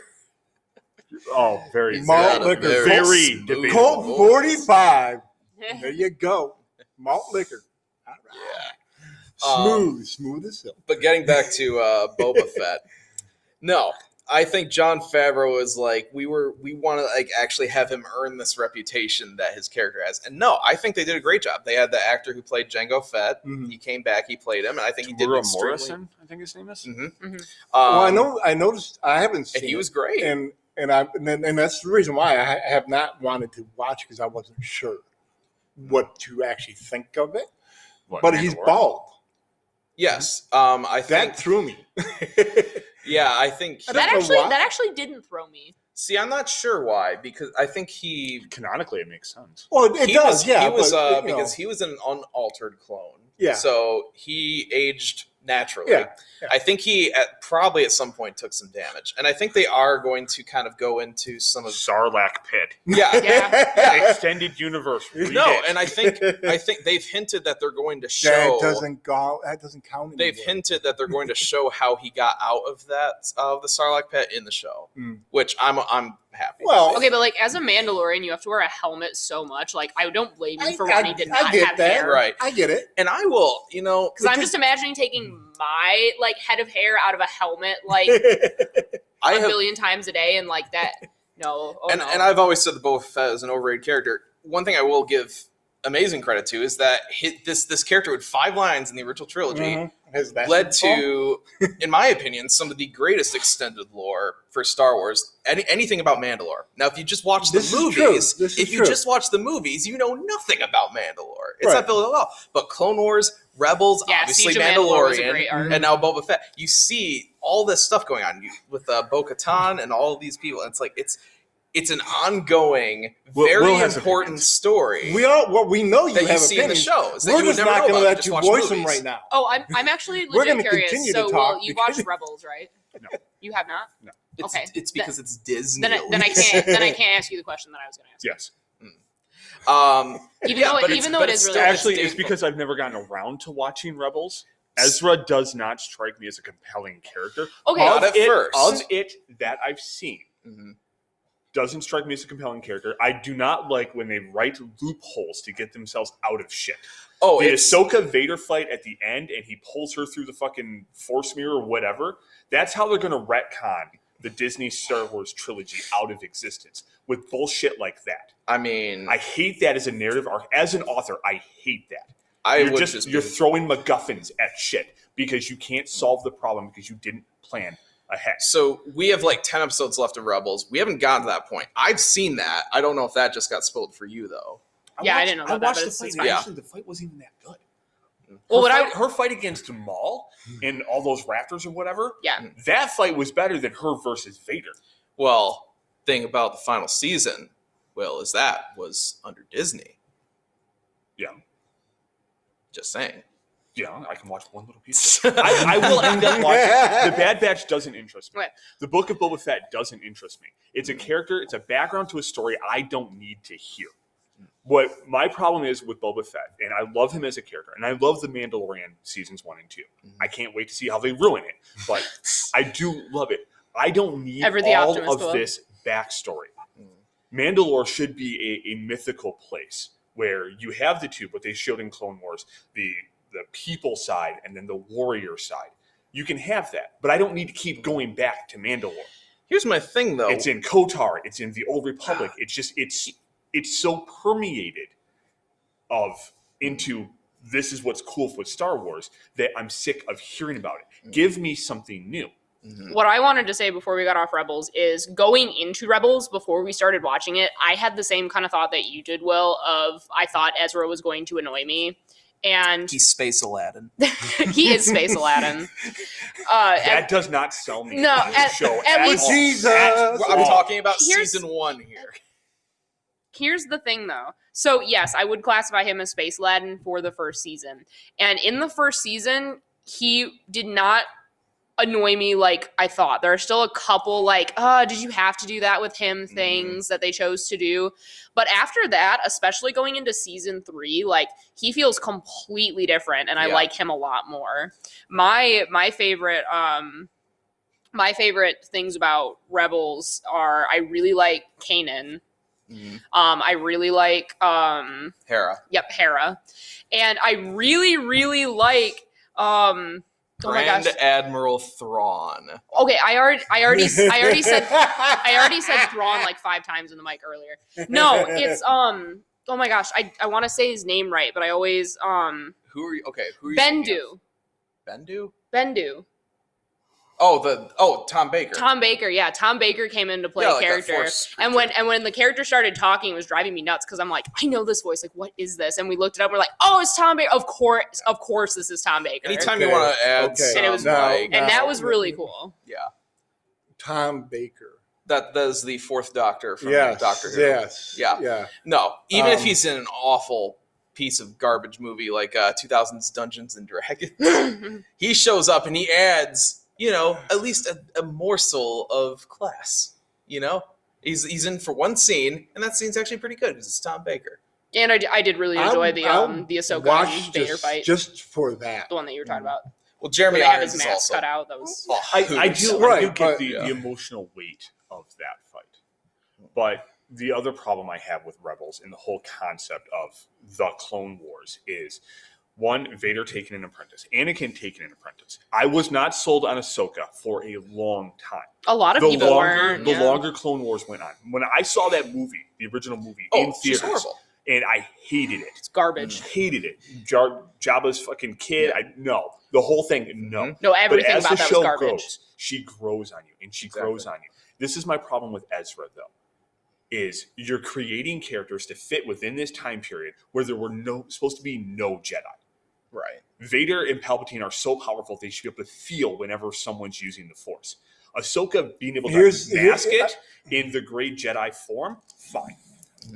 Oh, very He's Malt got a liquor. Very smooth debatable. Colt voice. 45. There you go. Malt liquor. All right. Yeah. Um, Smooth, smooth as silk. But getting back to uh, Boba Fett, no, I think John Favreau is like we were. We want to like actually have him earn this reputation that his character has, and no, I think they did a great job. They had the actor who played Django Fett. Mhm. He came back, he played him, and I think he did Teruah extremely. Morrison, I think his name is. Mhm. Mhm. Um, well, I know. I noticed. I haven't seen. and he it. was great. and and I and, then- and that's the reason why I ha- have not wanted to watch because I wasn't sure what to actually think of it. What, But he's Mandalorian? bald. yes, um, I think. That threw me. yeah, I think. I don't that know actually why. that actually didn't throw me. See, I'm not sure why because I think he. Canonically, it makes sense. Well, it he does. was, yeah, he was but, uh, you know, because he was an unaltered clone. Yeah. So he aged naturally. Yeah, yeah. I think he at, probably at some point took some damage, and I think they are going to kind of go into some of Sarlacc pit. yeah. Yeah. Extended universe. Read No, it. and I think I think they've hinted that they're going to show That doesn't go. That doesn't count. they've anymore. hinted that they're going to show how he got out of that of the Sarlacc pit in the show, Mm. which I'm I'm happy. Well, Okay, but like as a Mandalorian, you have to wear a helmet so much. Like I don't blame you I- for I- wanting to I not get have that. hair. right, I get it. and I will, you know, Because I'm just imagining taking my like head of hair out of a helmet like a I have billion times a day and like that. No, oh and, no. and I've always said that Boba Fett is an overrated character. One thing I will give amazing credit to is that hit this this character with five lines in the original trilogy Mhm. Has that led been fun? to, in my opinion, some of the greatest extended lore for Star Wars. Any, anything about Mandalore. Now, if you just watch the This is true. movies, This is if you true. just watch the movies, you know nothing about Mandalore. It's Right. not built at all. But Clone Wars, Rebels, yeah, obviously Siege of Mandalore was a Mandalorian, Mm-hmm. great arc. and now Boba Fett. You see all this stuff going on you, with uh, Bo Katan and all these people. And it's like it's it's an ongoing, Will- very Will has important opinions. story We all well, we know you that you have see in the opinions. shows. that We're you would just never not know going to about, you let just you watch voice them movies. right now. Oh, I'm I'm actually We're legit gonna curious. continue to So, talk well, you because- watched Rebels, right? No. You have not. It's, Okay. it's because it's Disney. Then I, then I can't then I can't ask you the question that I was going to ask. yes. Um, Even Yeah, though it, but it's- even though but it is it's really still- actually Actually, it's Disney. because I've never gotten around to watching Rebels. Ezra does not strike me as a compelling character. okay. Not of at it, first. Of it that I've seen, mhm. doesn't strike me as a compelling character. I do not like when they write loopholes to get themselves out of shit. Oh, the it's, Ahsoka Vader fight at the end, and he pulls her through the fucking force mirror or whatever. That's how they're going to retcon the Disney Star Wars trilogy out of existence with bullshit like that. I mean, I I, hate that as a narrative arc. As an author, I hate that. you're would just, just, you're be- throwing MacGuffins at shit because you can't solve the problem because you didn't plan ahead. so we have like ten episodes left of Rebels. We haven't gotten to that point. I've seen that. I don't know if that just got spoiled for you though. Yeah, I didn't know about that, watched the but it's- fight. it's and fine. Actually, the fight wasn't even that good. Well, her, what I fight, her fight against Maul and all those raptors or whatever, yeah. that fight was better than her versus Vader. Well, thing about the final season, well, is that was under Disney. Yeah. Just saying. Yeah, I can watch one little piece. I, I will end up watching. The Bad Batch doesn't interest me. Right. The Book of Boba Fett doesn't interest me. It's a character, it's a background to a story I don't need to hear. What my problem is with Boba Fett, and I love him as a character, and I love the Mandalorian seasons one and 2 I can't wait to see how they ruin it, but I do love it. I don't need Ever the all optimist, of Will. this backstory. Mm. Mandalore should be a, a mythical place where you have the two, what they showed in Clone Wars, the the people side and then the warrior side. You can have that, but I don't need to keep going back to Mandalore. Here's my thing though. It's in Kotar. It's in the Old Republic. It's just it's it's so permeated of into this is what's cool with Star Wars that I'm sick of hearing about it. Give me something new. Mhm. What I wanted to say before we got off Rebels is going into Rebels before we started watching it, I had the same kind of thought that you did, Will. Of I thought Ezra was going to annoy me, and He's Space Aladdin. he is Space Aladdin. Uh, That does not sell me. No, on the at- show at all. least- Jesus. At I'm all. talking about Here's- season one here. Here's the thing though. So yes, I would classify him as Space Aladdin for the first season. And in the first season, he did not annoy me like I thought. There are still a couple like, "Oh, did you have to do that with him?" things that they chose to do. But after that, especially going into season 3, like he feels completely different and I Yeah. like him a lot more. My my favorite um my favorite things about Rebels are I really like Kanan. Um, I really like um, Mm-hmm. Hera. yep, Hera, and I really really like um. Oh my Grand gosh. Admiral Thrawn. Okay, I already I already I already said I already said Thrawn like five times in the mic earlier. No, it's um. Oh my gosh, I, I want to say his name right, but I always um Who are you? Okay, who are you? thinking of? Bendu Bendu. Bendu Oh, the oh Tom Baker. Tom Baker. Yeah, Tom Baker came in to play Yeah, a like that character. Force And when and when the character started talking, it was driving me nuts because I'm like, I know this voice. Like, what is this? And we looked it up. We're like, oh, it's Tom Baker. Of course, of course, this is Tom Baker. Anytime you Okay, want to add, okay. some, And it was- No, like, no. and that was really cool. yeah, Tom Baker. that that is the fourth Doctor from Yes. Doctor Who. Yes. Yeah. Yeah. No, even if Um, he's in an awful piece of garbage movie like uh, 2000s Dungeons and Dragons. he shows up and he adds, you know, at least a, a morsel of class. You know, he's he's in for one scene, and that scene's actually pretty good because it's Tom Baker. And I, d- I did really enjoy the I'll- um the I'll Ahsoka watch and Vader just, fight, just for that. the one that you were talking about. Well, Where Jeremy they have his Irons is mask also. cut out. That was a I, I hoot. do, I Right, do get but- the, yeah. the emotional weight of that fight. But the other problem I have with Rebels and the whole concept of the Clone Wars is one, Vader taking an apprentice, Anakin taking an apprentice. I was not sold on Ahsoka for a long time. a lot of The people longer, weren't. the yeah. longer Clone Wars went on. When I saw that movie, the original movie, Oh, in she's theaters, horrible. and I hated it. it's garbage. Hated it. Jar- Jabba's fucking kid. I no. The whole thing, no. Mhm. No, everything but as about the that show was garbage. grows, she grows on you, and she Exactly. grows on you. This is my problem with Ezra, though, is you're creating characters to fit within this time period where there were no supposed to be no Jedi. Right. Vader and Palpatine are so powerful they should be able to feel whenever someone's using the Force. Ahsoka being able to Here's- here- mask it in the Gray Jedi form, fine,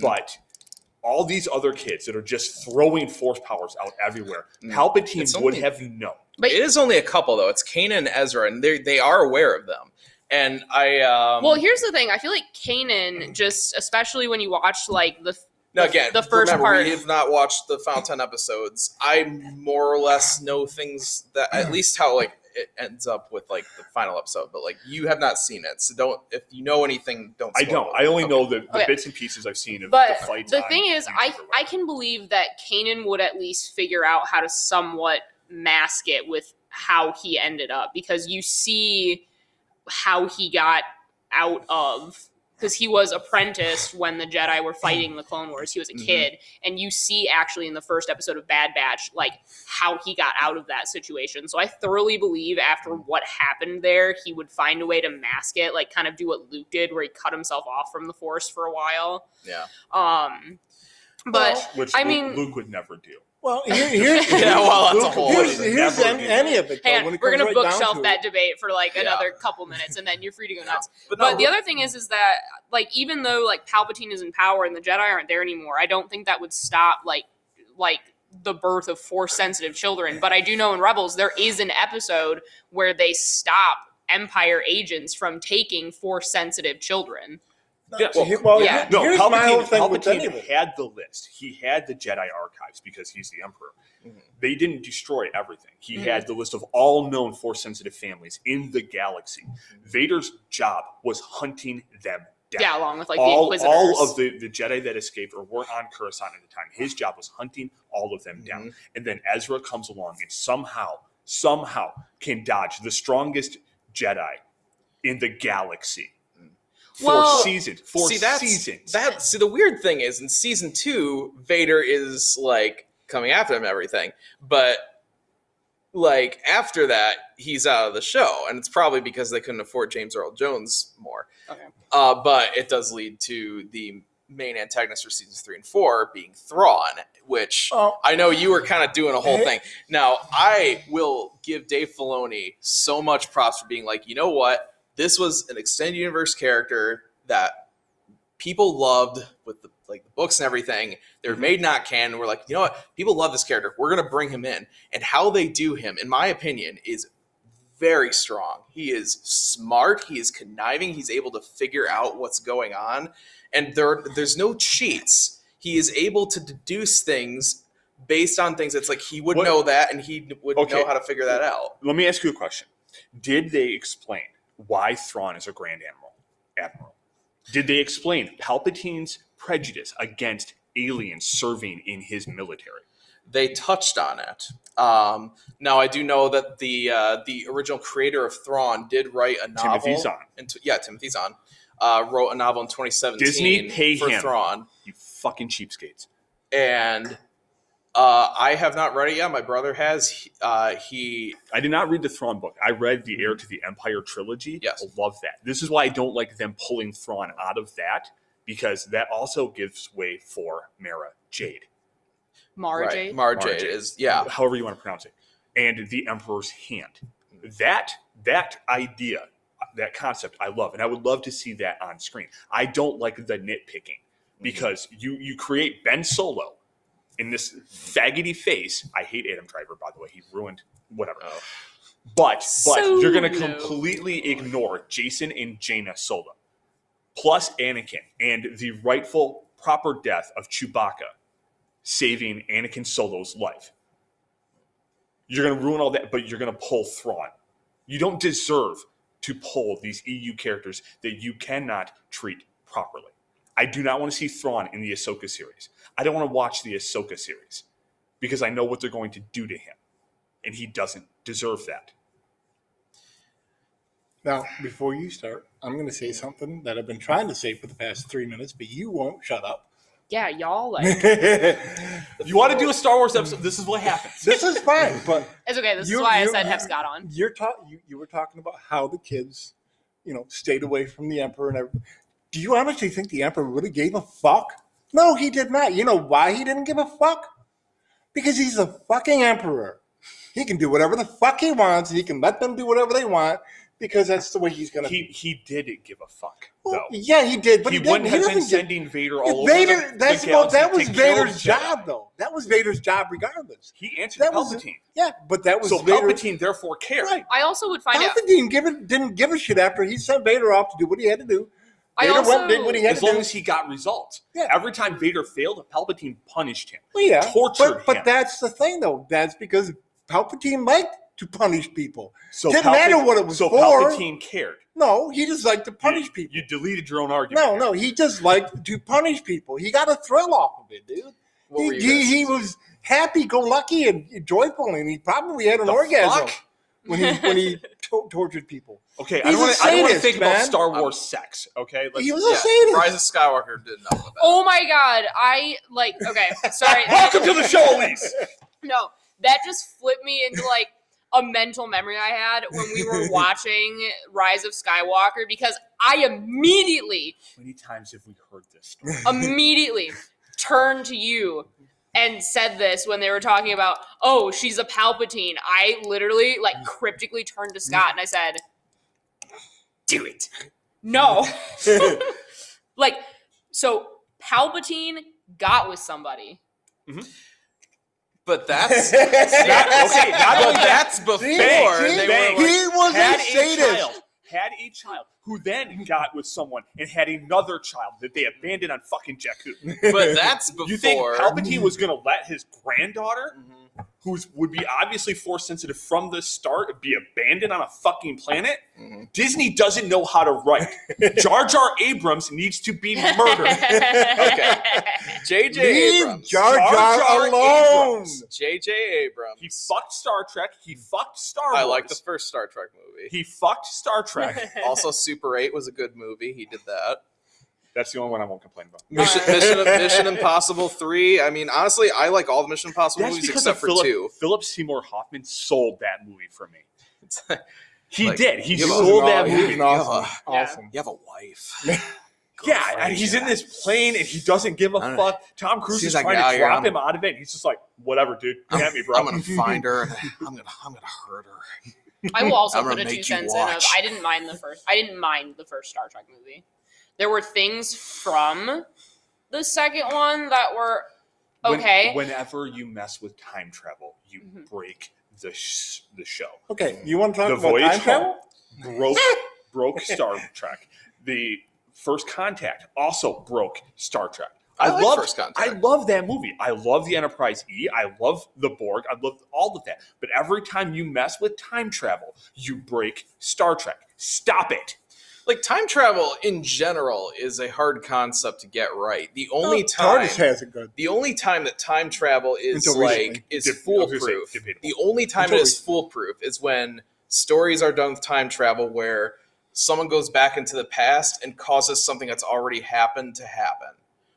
but. All these other kids that are just throwing force powers out everywhere, Mm. Palpatine It's would only- have known. But- it is only a couple though. It's Kana and Ezra, and they they are aware of them. And I um, well, here's the thing. I feel like Kanan, just especially when you watch like the now again the first remember, part- We have not watched the final ten episodes. I more or less know things that at least how like it ends up with like the final episode, but like you have not seen it, so don't if you know anything, don't. I spoil don't. it. I only Okay. know the, the Okay. bits and pieces I've seen of But the fights. the on thing is, YouTube I or I whatever. can believe that Kanan would at least figure out how to somewhat mask it with how he ended up because you see how he got out of because he was apprenticed when the Jedi were fighting the Clone Wars. He was a Mm-hmm. Mhm. kid, and you see actually in the first episode of Bad Batch, like how he got out of that situation. So I thoroughly believe after what happened there, he would find a way to mask it, like kind of do what Luke did, where he cut himself off from the Force for a while. Yeah. Um, but which I Luke, mean- Luke would never do. Well, here, here's Yeah, well, that's a whole Here's, other- here's never an- do any that. of it. Though, hang when on, it we're comes gonna right down bookshelf to that it. debate for like Yeah. another couple minutes, and then you're free to go nuts. But, But no, the other thing is, is that like even though like Palpatine is in power and the Jedi aren't there anymore, I don't think that would stop like like the birth of force sensitive children. But I do know in Rebels there is an episode where they stop Empire agents from taking force sensitive children. Yeah. So here- well, Yeah. here- No, here's my whole Palpatine, thing with any Palpatine of it. had the list. He had the Jedi archives because he's the Emperor. Mm-hmm. Mhm. They didn't destroy everything. He Mhm. had the list of all known force sensitive families in the galaxy. Mm-hmm. Vader's job was hunting them down. Yeah, along with like all, the Inquisitors. all of the, the Jedi that escaped or were on Coruscant at the time, his job was hunting all of them down. And then Ezra comes along and somehow, somehow can dodge the strongest Jedi in the galaxy. Four Mm. Well- seasons. Four see that's seasons. that. See the weird thing is in season two, Vader is like coming after him and everything, but like after that, he's out of the show, and it's probably because they couldn't afford James Earl Jones more. Okay. Uh, but it does lead to the main antagonist for seasons three and four being Thrawn, which Oh, I know you were kind of doing a whole Hey. thing. Now, I will give Dave Filoni so much props for being like, you know what? This was an extended universe character that people loved with the like the books and everything. They were made not canon. We're like, you know what? People love this character. We're gonna bring him in. And how they do him, in my opinion, is very strong. He is smart. He is conniving. He's able to figure out what's going on, and there there's no cheats. He is able to deduce things based on things. It's like he would What- know that, and he would Okay. know how to figure that out. Let me ask you a question. Did they explain why Thrawn is a Grand Admiral? Admiral. Did they explain Palpatine's prejudice against aliens serving in his military? They touched on it. Um, now I do know that the uh, the original creator of Thrawn did write a novel. Timothy Zahn. And t- yeah, Timothy Zahn uh, wrote a novel in 2017. Disney, pay for him. Thrawn. You fucking cheapskates. and uh, I have not read it yet. My brother has. He- Uh, he I did not read the Thrawn book. I read the Heir to the Empire trilogy. Mm-hmm. Yes. I love that. This is why I don't like them pulling Thrawn out of that because that also gives way for Mara Jade, Mara Jade. right, Mara Mara Jade Jade. is yeah. however you want to pronounce it, and the Emperor's Hand. That that idea, that concept, I love, and I would love to see that on screen. I don't like the nitpicking because you you create Ben Solo in this faggoty face. I hate Adam Driver, by the way. He ruined whatever. But but So you're gonna low. completely ignore Jason and Jaina Sola, plus Anakin and the rightful proper death of Chewbacca, saving Anakin Solo's life. You're gonna ruin all that, but you're gonna pull Thrawn. You don't deserve to pull these EU characters that you cannot treat properly. I do not want to see Thrawn in the Ahsoka series. I don't want to watch the Ahsoka series because I know what they're going to do to him, and he doesn't deserve that. Now, before you start, I'm going to say something that I've been trying to say for the past three minutes, but you won't shut up. Yeah, y'all like this You want to do a Star Wars episode? This is what happens. is fine, but it's okay. This You- is why you- I said have Scott on. you're talk you, you were talking about how the kids, you know, stayed away from the emperor and everything. Do you honestly think the emperor really gave a fuck? No, he did not. You know why he didn't give a fuck? Because he's the fucking emperor. He can do whatever the fuck he wants. He can let them do whatever they want because that's the way he's gonna. He he did give a fuck Well, though. yeah, he did, but he he, wouldn't didn't. He have been doesn't get- sending Vader all over Vader. the- the that's well, that galaxy was to kill Vader's Jedi. job, though. That was Vader's job, regardless. He answered That was- Palpatine, Yeah, but that was so Vader. Palpatine therefore cared. Right. I also would find out. Palpatine give it, didn't give a shit after he sent Vader off to do what he had to do. I Vader also went did what he had As to long do. as he got results. Yeah. Every time Vader failed, Palpatine punished him. Well, yeah, tortured but, but him. that's the thing, though. That's because Palpatine liked to punish people. So Didn't matter what it was so for. Palpatine cared. No, he just liked to punish you, people. You deleted your own argument. no, no, he just liked to punish people. He got a thrill off of it, dude. What were He, you he, guys- he was happy-go-lucky and joyful, and he probably had an The orgasm fuck? when he when he to- tortured people. Okay, I He's don't, wanna, a I don't wanna sadist, think about man. Star Wars sex. Okay, He was a yeah, sadist. Rise of Skywalker did not with that. Oh my god, I like okay, sorry. welcome to the show, Elise. No, that just flipped me into like a mental memory I had when we were watching Rise of Skywalker because I immediately, Many times have we heard this? immediately turned to you and said this when they were talking about, oh, she's a Palpatine. I literally like cryptically turned to Scott and I said, do it. No. like, so Palpatine got with somebody. But that's Not- okay, not but only that, that's before See? Bang, they bang. were like, he was had a a sadist. child, had a child, who then got with someone and had another child that they abandoned on fucking Jakku. but that's before. You think Palpatine was going to let his granddaughter, Mhm. who would be obviously force sensitive from the start, be abandoned on a fucking planet? Mhm. Disney doesn't know how to write. Jar Jar Abrams needs to be murdered. JJ Leave Abrams. Jar Jar Jar Jar alone. Abrams. JJ Abrams. He fucked Star Trek. He fucked Star Wars. I like the first Star Trek movie. He fucked Star Trek. also, Super 8 was a good movie. He did that. That's the only one I won't complain about. Mission, Mission, Mission Impossible 3. I mean, honestly, I like all the Mission Impossible That's movies because except of for Philip, two. Philip Seymour Hoffman sold that movie for me. It's like, He Like, did. He you have was sold an aw- that he was movie. an awesome, Yeah. awesome. you have a wife. Yeah, and he's in this plane and he doesn't give a I don't know. fuck. Tom Cruise Seems is like trying now to you're- drop I'm- him out of it. And he's just like, whatever, dude. Get me, bro. I'm gonna find her. And I'm gonna I'm gonna hurt her. I will also I'm gonna put a make two you cents in of watch. I didn't mind the first I didn't mind the first Star Trek movie. There were things from the second one that were When- okay. whenever you mess with time travel, you Mhm. break the sh- the show. Okay, you want to talk the about voyage time travel? home broke broke Star Trek. The first contact also broke Star Trek. I like love First Contact. I love that movie. I love the Enterprise E. I love the Borg. I love all of that. But every time you mess with time travel, you break Star Trek. Stop it. Like time travel in general is a hard concept to get right. The only time TARDIS has it good. the only time that time travel is Until recently. like is Deb- I was gonna say foolproof. debatable. The only time Until it is foolproof is when stories are done with time travel where someone goes back into the past and causes something that's already happened to happen.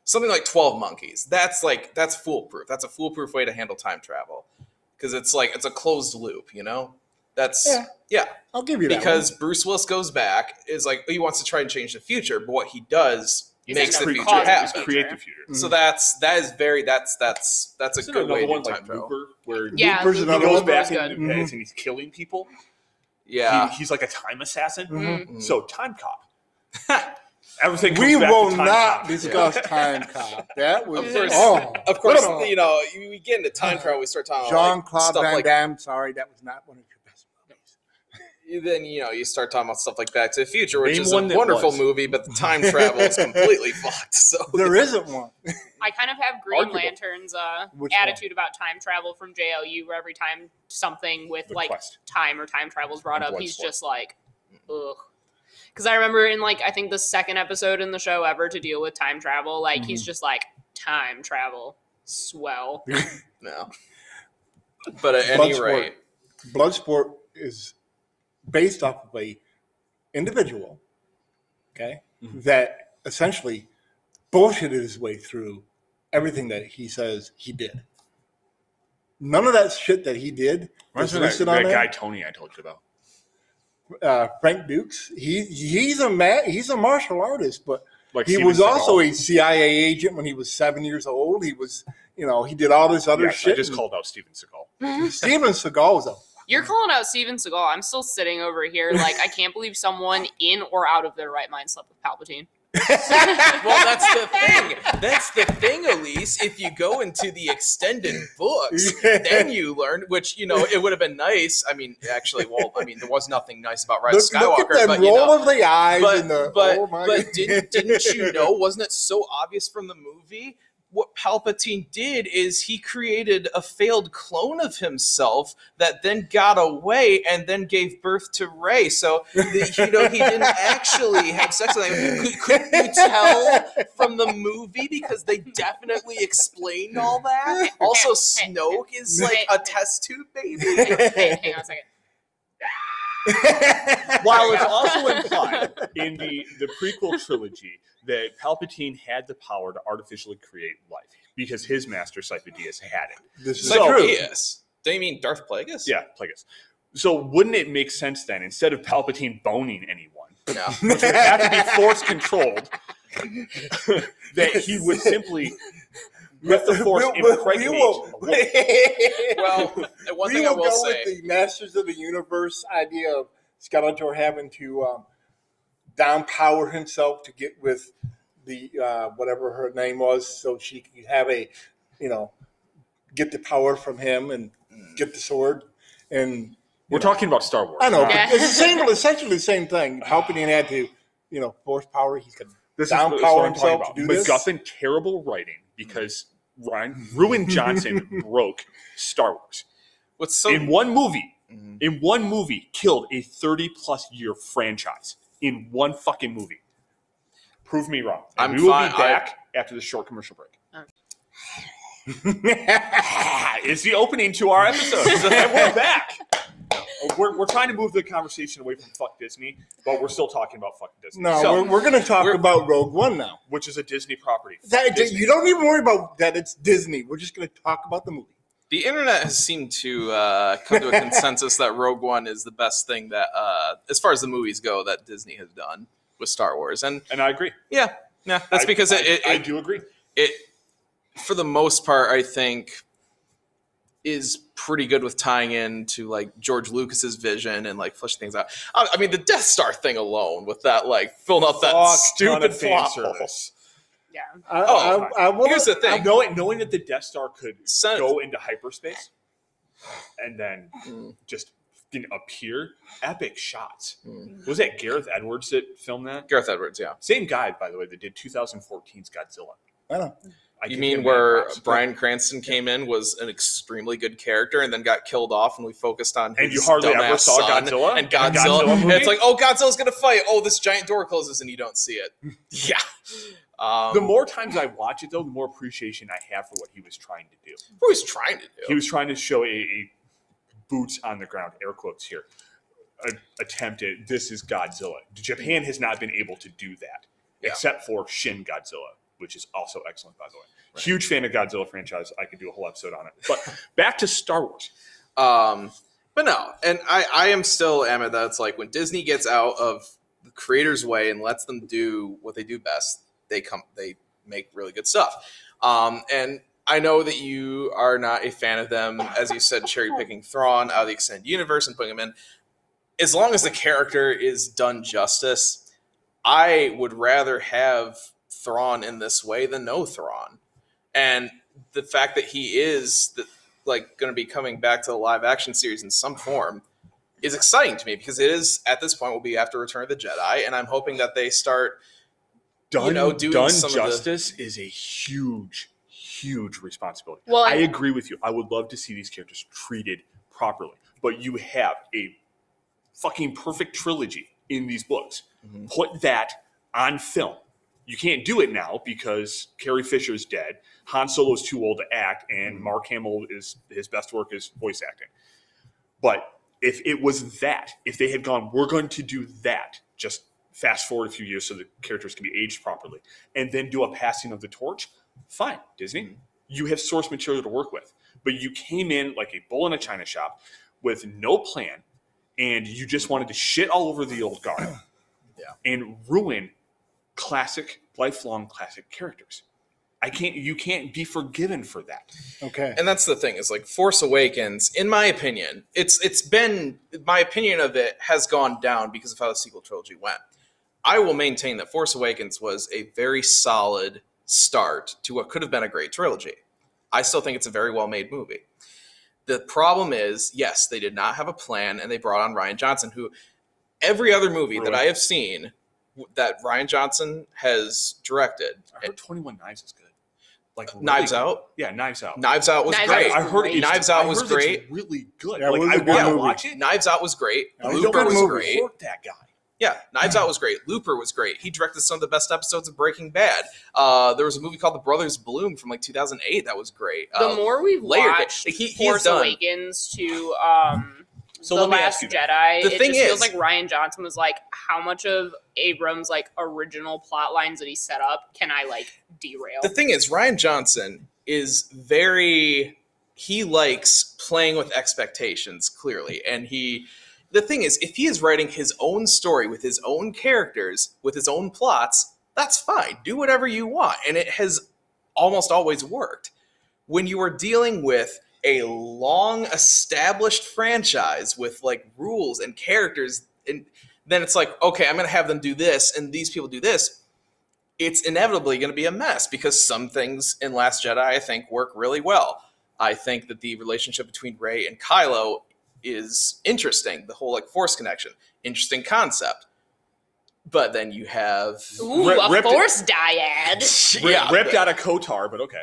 Something like 12 monkeys. That's like that's foolproof. That's a foolproof way to handle time travel because it's like it's a closed loop, you know? That's Yeah. yeah I'll give you that. because Bruce Willis goes back is like he wants to try and change the future, but what he does He's makes the like, future no, cause it happen. was Just create the future. So Mm-hmm. that's that is very that's that's that's a Isn't good way another to one do time like travel. Looper where yeah, Looper's he Looper another goes was one back good. into the past Mhm. and he's killing people? Yeah, He, he's like a time assassin. Mhm. Mm. Mm. So time cop. Everything comes We back to will time not travel. discuss time cop. That was Of course. oh, Of course, Oh. you know, you- we get into time travel, we start talking about Jean like, Claude stuff Van like Damme. Sorry, that was not one of your best movies. you- then you know you start talking about stuff like Back to the Future, which Name is a one that wonderful was. movie, but the time travel is completely fucked. So There isn't one. I kind of have Green Arguable. Lantern's uh, Which one? attitude about time travel from JLU, where every time something with The like quest. time or time travel is brought And up, he's Bloodsport. just like, ugh. Because I remember in like I think the second episode in the show ever to deal with time travel, like he's just like time travel, swell. no. But at any Bloodsport. rate, Bloodsport is based off of a individual, okay, Mhm. that essentially bullshitted his way through everything that he says he did. None of that shit that he did Reminds was me of that, listed on that guy there. Tony I told you about. Uh, Frank Dukes. He he's a ma- he's a martial artist, but Like he Steven was also Seagal. a CIA agent when he was seven years old. He was, you know, he did all this other Yes, shit. I just called out Steven Seagal. Steven Seagal was a You're calling out Steven Seagal. I'm still sitting over here like I can't believe someone in or out of their right mind slept with Palpatine. well, that's the thing. That's the thing, Elise. If you go into the extended books, then you learn. Which you know, it would have been nice. I mean, actually, well, I mean, there was nothing nice about Rise look, of look Skywalker, at that but you roll know, of the eyes but, and the but, oh my but didn't, didn't you know wasn't it so obvious from the movie what palpatine did is he created a failed clone of himself that then got away and then gave birth to ray so the, you know he didn't actually have sex with him could, couldn't you tell from the movie because they definitely explained all that also snoke is like a test tube baby Hang on- hang- hang on a second. While it's also implied in the, the prequel trilogy that Palpatine had the power to artificially create life because his master Cypher-Dyas had it. this is So- true. yes do you mean darth plagueis Yeah, Plagueis. So wouldn't it make sense then, instead of Palpatine boning anyone, no which would have to be force controlled, that he would simply with the force We- we- we impregnate will- a woman. well one we thing will i will go say with the Masters of the Universe idea of Skeletor having to um, downpower himself to get with the uh, whatever her name was, so she could have a, you know, get the power from him and hmm. get the sword. And We're talking about Star Wars. I know but Yeah. it's the same, essentially the same thing. Palpatine had to, you know, force power. He could This downpower is what I'm talking himself about. to do this? MacGuffin, terrible writing because Ryan, Ruin Johnson broke Star Wars What's so Mm-hmm. in one movie. In one movie, killed a 30 plus year franchise in one fucking movie. Prove me wrong. And I'm we will fine- be I- back after the short commercial break. it's the opening to our episode. So we're back. We're, we're trying to move the conversation away from fuck Disney, but we're still talking about fuck Disney. no. So- we're we're going to talk we're- about Rogue One now. which is a Disney property. That, Disney. You don't even worry about that. It's Disney. We're just going to talk about the movie. the internet has seemed to uh, come to a consensus that Rogue One is the best thing that, uh, as far as the movies go, that Disney has done with Star Wars, and And I agree. yeah, yeah, that's I- because I, it, it, I it, do agree. it, for the most part, I think, is pretty good with tying in to like George Lucas's vision and like fleshing things out. I, I mean, the Death Star thing alone, with that like filling out Fuck that ton stupid of fan plot hole. service. Yeah. I, Oh, I, I will- Here's the thing. Knowing, knowing that the Death Star could Son- go into hyperspace and then Mm. just fucking appear, epic shots. Mm. Was that Gareth Edwards that filmed that? Gareth Edwards, yeah. Same guy, by the way, that did 2014's Godzilla. I know. I You give mean him where props. Brian Cranston came in was an extremely good character and then got killed off, and we focused on his And you hardly ever dumbass saw son Godzilla? and The Godzilla Godzilla. and movie? it's like, oh, Godzilla's gonna fight. Oh, this giant door closes and you don't see it. yeah. Um, The more times I watch it, though, the more appreciation I have for what he was trying to do. what he's trying to He do. was trying to show a, a boots on the ground, air quotes here, a, attempt at this is Godzilla. Japan has not been able to do that, Yeah. except for Shin Godzilla, which is also excellent, by the way. Huge fan of Godzilla franchise. I could do a whole episode on it. But back to Star Wars. Um, but no, and I, I am still am at that's like when Disney gets out of the creator's way and lets them do what they do best, they come they make really good stuff. Um, and I know that you are not a fan of them, as you said, cherry picking Thrawn out of the extended universe and putting him in. As long as the character is done justice, I would rather have Thrawn in this way than no Thrawn. And the fact that he is the, like going to be coming back to the live action series in some form is exciting to me because it is at this point will be after Return of the Jedi, and I'm hoping that they start Done, know, doing done some of the- justice is a huge, huge responsibility. Well, I and- agree with you. I would love to see these characters treated properly, but you have a fucking perfect trilogy in these books. Put that on film. You can't do it now because Carrie Fisher's dead. Han Solo's too old to act, and Mark Hamill is his best work is voice acting. But if it was that, if they had gone, we're going to do that, just fast forward a few years so the characters can be aged properly, and then do a passing of the torch, fine, Disney. Mm-hmm. You have source material to work with. But you came in like a bull in a china shop with no plan, and you just wanted to shit all over the old guard Yeah. and ruin classic, lifelong classic characters. I can't. You can't be forgiven for that. Okay. and that's the thing is like force awakens in my opinion it's it's been my opinion of it has gone down because of how the sequel trilogy went i will maintain that force awakens was a very solid start to what could have been a great trilogy i still think it's a very well made movie the problem is yes they did not have a plan and they brought on ryan johnson who every other movie that Ruined. i have seen w- that ryan johnson has directed I heard Twenty One Knives is good. Like really knives good. out Yeah, Knives Out. knives out was Knives Out great I, I heard great. it's- Knives Out I was heard it's great. really good. Yeah, it like was I a good want to movie. watch it. Knives Out was great. That was a Looper good was movie. great. Fork that guy. Yeah, Knives Out was great. Looper was great. He directed some of the best episodes of Breaking Bad. Uh, there was a movie called The Brothers Bloom from like 2008 that was great. the Uh, more we've layered it. Um, watched Like, he- he's Force done. Awakens to um, So the let me Last ask you this. Jedi, The it thing just feels is- like Ryan Johnson was like, how much of Abrams' like original plot lines that he set up can I like derail? the thing is, Ryan Johnson is very. He likes playing with expectations, clearly. And he. The thing is, if he is writing his own story with his own characters, with his own plots, that's fine. Do whatever you want. And it has almost always worked. When you are dealing with a long established franchise with like rules and characters, and then it's like, okay, I'm going to have them do this and these people do this it's inevitably going to be a mess because some things in Last Jedi I think work really well. I think that the relationship between Rey and Kylo is interesting. The whole like Force connection, interesting concept. But then you have Ooh, Rip- a ripped it. Force dyad. Ri- yeah, ripped out of Kotar, but okay.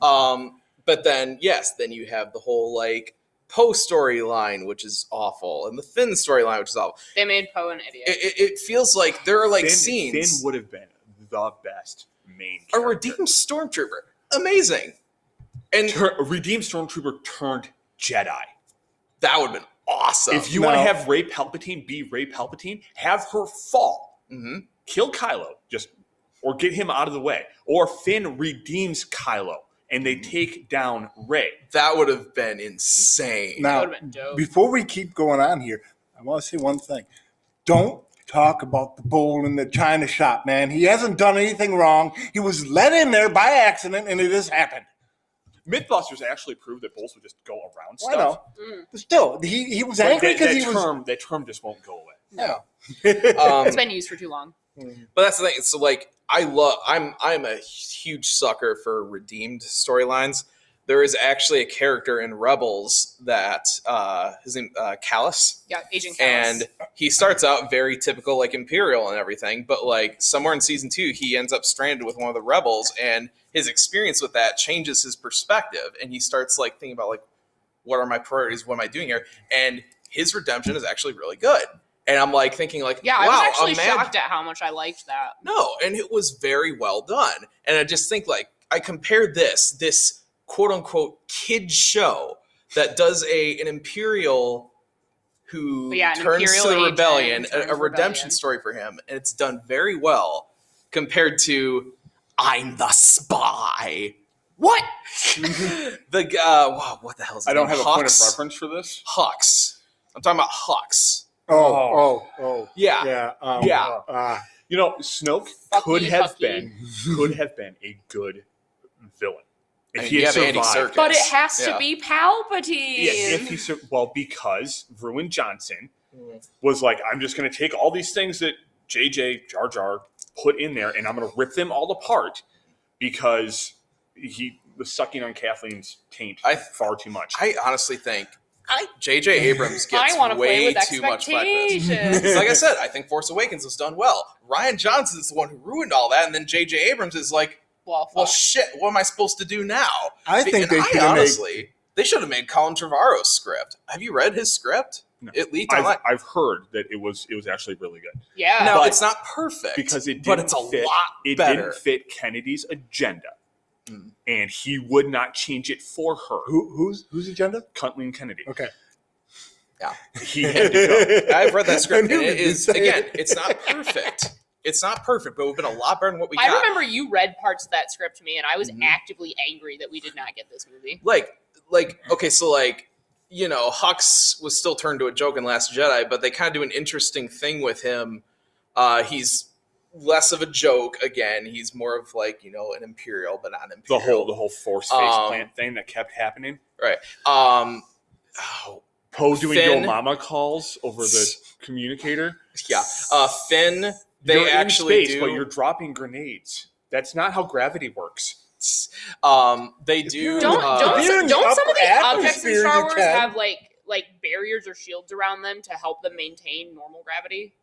Um, but then yes, then you have the whole like Poe storyline, which is awful, and the Finn storyline, which is awful. They made Poe an idiot. It, it, it feels like there are like Finn, scenes. Finn would have been the best main. a character. redeemed stormtrooper, amazing, and Tur- a redeemed stormtrooper turned Jedi. that would have been awesome. if you No. want to have Ray Palpatine be Ray Palpatine, have her fall, hmm kill Kylo, just or get him out of the way, or Finn redeems Kylo and they take down Ray. That would have been that insane. Now, would have been dope. before we keep going on here, I want to say one thing. Don't talk about the bull in the china shop, man. He hasn't done anything wrong. He was let in there by accident, and it just happened. MythBusters actually proved that bulls would just go around Well, stuff. I know. Mm. But still, he, he was But angry that, because that he was. term, that term just won't go away. No. Um, It's been used for too long. Hmm. but that's the thing. So like, I love. I'm I'm a huge sucker for redeemed storylines. There is actually a character in Rebels that uh, his name uh, Callus. Yeah, Agent Callus. and he starts out very typical like imperial and everything but like somewhere in season two he ends up stranded with one of the rebels and his experience with that changes his perspective and he starts like thinking about like what are my priorities what am i doing here and his redemption is actually really good and i'm like thinking like yeah, wow, I was actually imagine- shocked at how much I liked that. no, and it was very well done. And I just think like I compare this this quote unquote kid show that does a an imperial who Yeah, an turns imperial to the agent rebellion, a, turns a redemption rebellion. story for him, and it's done very well compared to I'm the spy. What? the g- uh, wow, what the hell is his I don't name? have a point of Hux? reference for this. Hux. I'm talking about Hux. Oh, oh, oh. Yeah. Yeah. um, Yeah. uh, You know, Snoke Fucky, could have fucky. been could have been a good villain if I mean, he you had have Andy survived. Serkis. But it has Yeah. to be Palpatine. Yeah, if he sur- well because Ruin Johnson Mm. was like, I'm just going to take all these things that JJ Jar Jar put in there, and I'm going to rip them all apart because he was sucking on Kathleen's taint I- far too much. I honestly think I- JJ Abrams gets I want to play way with too much black this. expectations. Because like I said, I think Force Awakens was done well. Ryan Johnson is the one who ruined all that, and then J.J. Abrams is like, well, "Well, fuck. shit, what am I supposed to do now?" I think And they I should have made. honestly, they should have made Colin Trevorrow's script. Have you read his script? No. It leaked I've, online. I've heard that it was it was actually really good yeah. No, But- it's not perfect because it didn't but it's a fit, lot it better. didn't fit Kennedy's agenda, Mm. and he would not change it for her. Hmm. Who, who's whose agenda? Kathleen Kennedy. Okay. He had to go. I've read that script. I knew and it you'd is say it. again, it's not perfect. It's not perfect, but it would have been a lot better than what we I got. remember you read parts of that script to me, and I was Mhm. actively angry that we did not get this movie. like like okay so like you know hux was still turned to a joke in last jedi but they kind of do an interesting thing with him uh he's less of a joke again he's more of like you know an imperial but not an the imperial whole the whole force face Um, plant thing that kept happening. um oh, Poe doing Finn- Yo Mama calls over the communicator. yeah uh finn they You're in actually space, do but you're dropping grenades. That's not how gravity works. um they If do you're- Don't uh, don't If you're in some, don't the some of the upper objects in atmosphere, Star you Wars can. have like like barriers or shields around them to help them maintain normal gravity?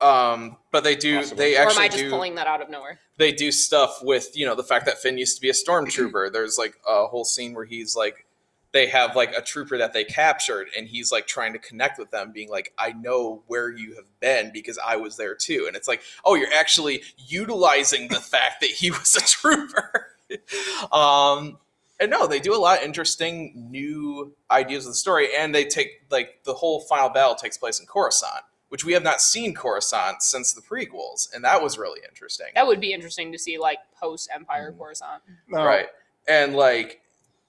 um but they do Possibly. they Or Or actually am I just do pulling that out of nowhere? they do stuff with you know the fact that Finn used to be a stormtrooper. There's like a whole scene where he's like, they have like a trooper that they captured, and he's like trying to connect with them, being like, "I know where you have been because I was there too." And it's like, oh, you're actually utilizing the fact that he was a trooper. um, and no, they do a lot of interesting new ideas of the story, and they take like the whole final battle takes place in Coruscant. Which we have not seen Coruscant since the prequels, and that was really interesting. That would be interesting to see, like post Empire Mhm. Coruscant, No. Right. And like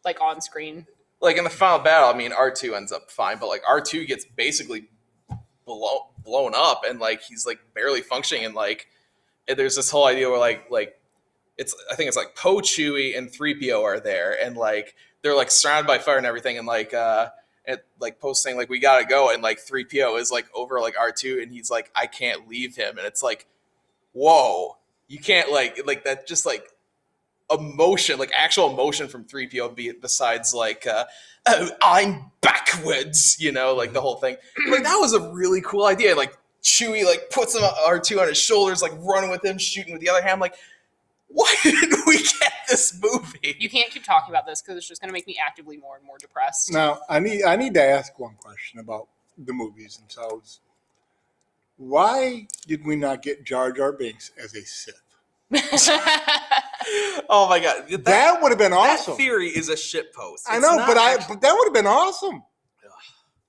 like on screen. like in the final battle, I mean R two ends up fine, but like R two gets basically blown blown up and like he's like barely functioning and like and there's this whole idea where like like it's I think it's like Poe Chewie and three PO are there and like they're like surrounded by fire and everything and like uh and like Poe's saying like we gotta go and like three PO is like over like R two and he's like I can't leave him and it's like whoa you can't like like that just like emotion, like actual emotion from 3PO be besides like uh, oh, I'm backwards, you know, like the whole thing. Like that was a really cool idea. Like Chewie like puts him R2 on his shoulders, like running with him, shooting with the other hand. Like, why did we get this movie? You can't keep talking about this because it's just going to make me actively more and more depressed. Now I need I need to ask one question about the movies themselves. Why did we not get Jar Jar Binks as a Sith? oh my god. That, That, would have been that awesome. theory is a shit post. I know, but I but that would have been awesome.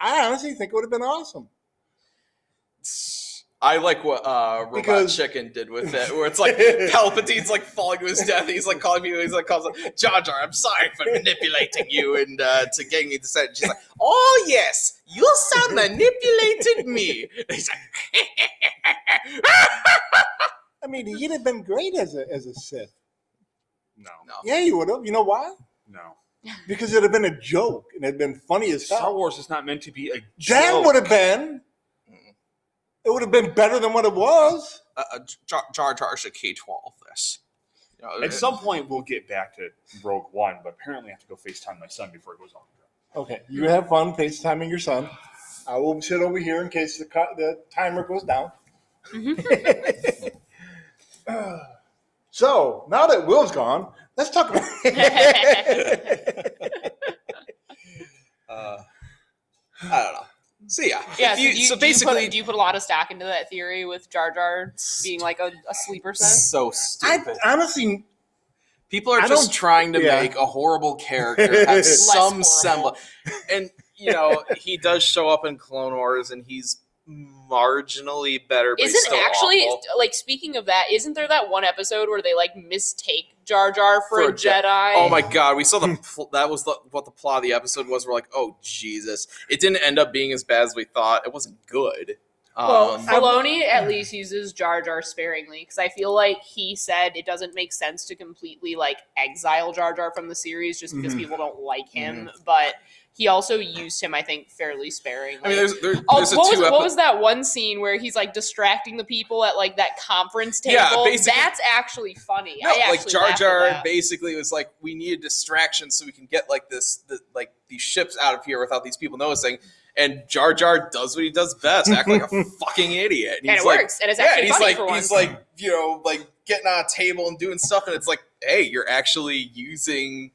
I honestly think it would have been awesome. I like what uh, Robot Because- Chicken did with it, where it's like Palpatine's like falling to his death. He's like calling people. He's like calls like, Jar Jar. I'm sorry for manipulating you and uh, to getting you to say. She's like, Oh yes, your son manipulated me. He's like, I mean, he'd have been great as a as a Sith. No, No. Yeah, you would have. You know why? no. Because it'd have been a joke and it'd been funny as Star hell. Wars is not meant to be a That joke. would have been. Mm. It would have been better than what it was. uh, uh, Jar Jar Jar should cage all of this. You know, uh, At some point, we'll get back to Rogue One, but apparently, I have to go FaceTime my son before he goes on. Okay, you have fun FaceTiming your son. I will sit over here in case the co- the timer goes down. Mm-hmm. so now that Will's gone, let's talk about. uh, I don't know. So yeah, yeah. If So, you- you, do so you put- do basically, you, put, a lot of stock into that theory with Jar Jar being like a, a sleeper Sith? so I stupid. honestly, People are I just don't- trying to yeah. make a horrible character have Less some horrible. semblance. And you know, he does show up in Clone Wars, and he's marginally better. But he's Isn't still actually awful. like speaking of that? Isn't there that one episode where they like mistake Jar Jar for, For a a Je- Jedi? Oh my god, we saw the pl- that was the, what the plot of the episode was. We're like, oh Jesus, it didn't end up being as bad as we thought. It wasn't good. Well, Um, Filoni at least uses Jar Jar sparingly because I feel like he said it doesn't make sense to completely like exile Jar Jar from the series just because Mhm. people don't like him. Mm-hmm. But he also used him, I think, fairly sparingly. I mean, there's there, Oh, there's a what, was, two epi- what was that one scene where he's like distracting the people at like that conference table? Yeah, basically- That's actually funny. No, I actually like Jar laughed at Jar that. basically was like, we need a distraction so we can get like this, the, like these ships out of here without these people noticing. And Jar Jar does what he does best, act like a fucking idiot. and he's it like, works, and it's Yeah, actually and he's funny like, for once. he's like, you know, like getting on a table and doing stuff, and it's like, hey, you're actually using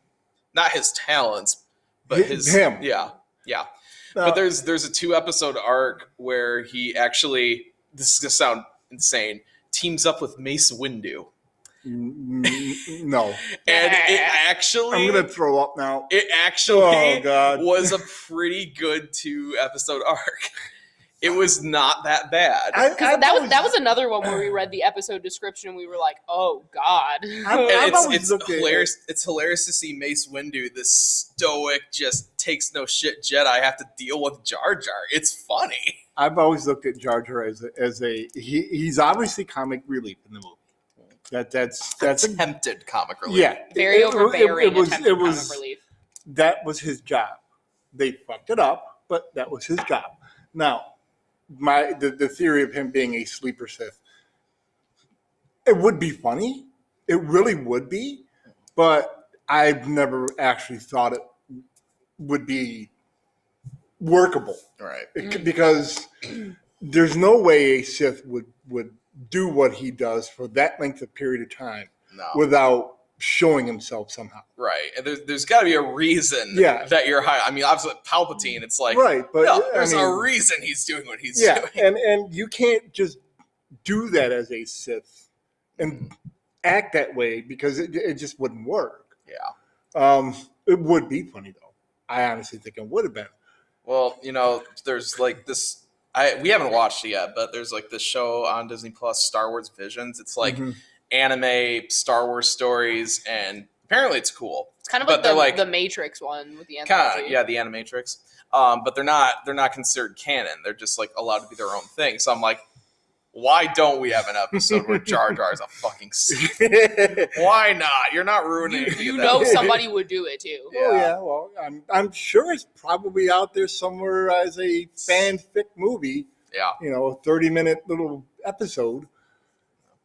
not his talents, but Hi- his him. Yeah, yeah. Uh, But there's there's a two episode arc where he actually this is gonna sound insane teams up with Mace Windu, n- n- no, and it Yeah. actually I'm gonna throw up now. it actually Oh God! was a pretty good two episode arc. It was not that bad. I- because I've that was always- that was another one where we read the episode description and we were like, oh god. I've And always it's, it's looked at it- hilarious. It's hilarious to see Mace Windu, this stoic, just takes no shit Jedi, have to deal with Jar Jar. It's funny. I've always looked at Jar Jar as a, as a he, he's obviously comic relief in the movie. That that's that's a, attempted comic relief. yeah. Very It- it- it- overbearing. It, was attempt it at comic was relief. that was his job. They fucked it up, but that was his job. Now, my the, the theory of him being a sleeper Sith, it would be funny. It really would be, but I've never actually thought it would be workable Right. It c- because there's no way a Sith would would do what he does for that length of period of time No. without showing himself somehow. right. And there's, there's got to be a reason Yeah. that you're high. I mean, obviously, Palpatine, it's like, right, but no, I there's a mean- reason he's doing what he's yeah, doing. and and you can't just do that as a Sith and Mm. act that way because it, it just wouldn't work. Yeah. Um, it would be funny though. I honestly think it would have been. Well, you know, there's like this. I, we haven't watched it yet, but there's like this show on Disney Plus, Star Wars Visions. It's like Mhm. Mm-hmm. anime Star Wars stories, and apparently it's cool. It's kind of but like the, they're like- the Matrix one with the Kind anthology. of, yeah, the Animatrix. Um, but they're not they're not considered canon. They're just like allowed to be their own thing. So I'm like, why don't we have an episode where Jar Jar is a fucking? Sith? Mm-hmm. Why not? You're not ruining. any You of know that. somebody would do it too. Yeah. Oh yeah, well, I'm I'm sure it's probably out there somewhere as a fanfic movie. Yeah, You know, a thirty minute little episode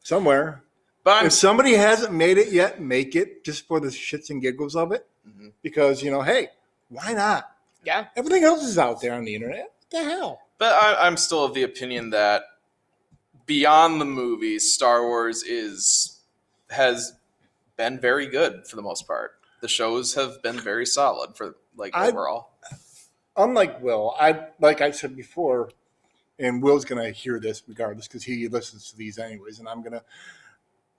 somewhere. but I'm if somebody hasn't made it yet, make it just for the shits and giggles of it. Mhm. Because you know, hey, why not? Yeah. Everything else is out there on the internet. What the hell? But I, I'm still of the opinion that beyond the movies, Star Wars is has been very good for the most part. The shows have been very solid for like I- overall. Unlike Will, I like I said before, and Will's gonna hear this regardless because he listens to these anyways, and I'm gonna.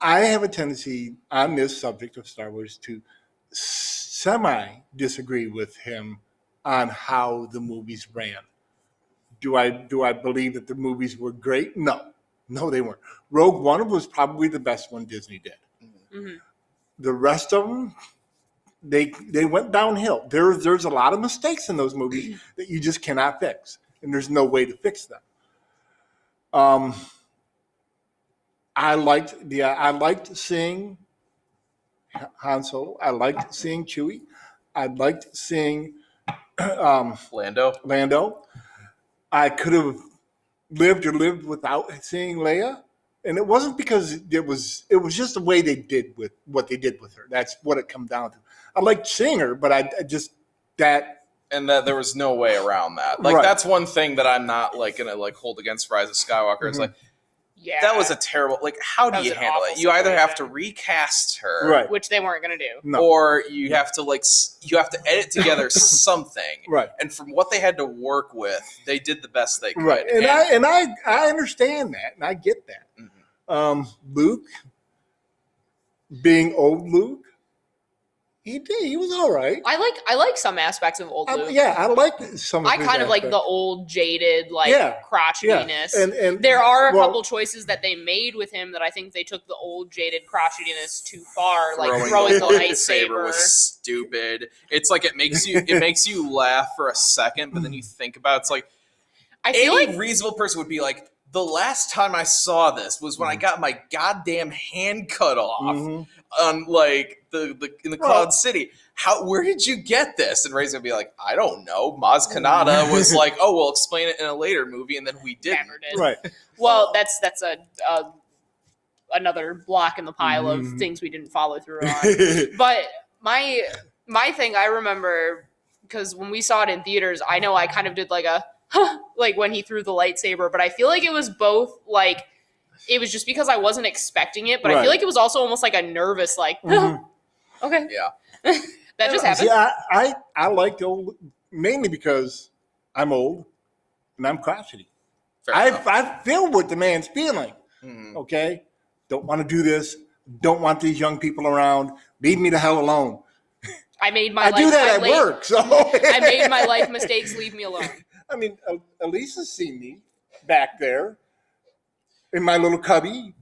I have a tendency on this subject of Star Wars to semi disagree with him on how the movies ran. Do I do I believe that the movies were great? No, no, they weren't. Rogue One was probably the best one Disney did. Mhm. The rest of them, they they went downhill. There, there's a lot of mistakes in those movies that you just cannot fix, and there's no way to fix them. Um, I liked the I liked seeing Han Solo. I liked seeing Chewie. I liked seeing um, Lando, Lando. I could have lived or lived without seeing Leia, and it wasn't because it was it was just the way they did with what they did with her. That's what it come down to. I liked seeing her, but I, I just that and that there was no way around that. Like Right. that's one thing that I'm not like gonna like hold against Rise of Skywalker. Is Mhm. like Yeah. that was a terrible. Like how That do was you an handle awful it? You either have to situation. recast her, right, which they weren't gonna do. No. or you have to like s- you have to edit together something. right, and from what they had to work with, they did the best they could. right. And And- I and I I understand that, and I get that. Mhm. Mm-hmm. Um, Luke, being old Luke, he did he was all right. I like I like some aspects of old I, Luke. Um, yeah, I like some. I his kind of like the aspects. old jaded like Yeah. yeah, crotchetiness. and and there are a well, couple choices that they made with him that I think they took the old jaded crotchetiness too far, like throwing, throwing, the the lightsaber was lightsaber. stupid. It's like it makes you it makes you laugh for a second, but then you think about it, it's like I Any feel like reasonable person would be like, the last time I saw this was when I got my goddamn hand cut off Mhm. on like the, the in the Well- Cloud City. How where did you get this? And Ray's gonna be like, I don't know. Maz Mm. Kanata was like, oh, we'll explain it in a later movie, and then we didn't. never did. Right. Well, that's that's a, a another block in the pile Mhm. Mm-hmm. of things we didn't follow through on. but my my thing I remember because when we saw it in theaters, I know I kind of did like a like when he threw the lightsaber, but I feel like it was both like it was just because I wasn't expecting it, but I Right. feel like it was also almost like a nervous like Mhm. okay Mm-hmm. Yeah. that just happened. See, I, I, I liked old mainly because I'm old and I'm crotchety. Fair I, enough. I feel what the man's feeling. Mhm. Okay, don't want to do this. Don't want these young people around. Leave me the hell alone. I made my I life, do that I at la- work. So I made my life mistakes. Leave me alone. I mean, Al- Elisa's seen me back there in my little cubby,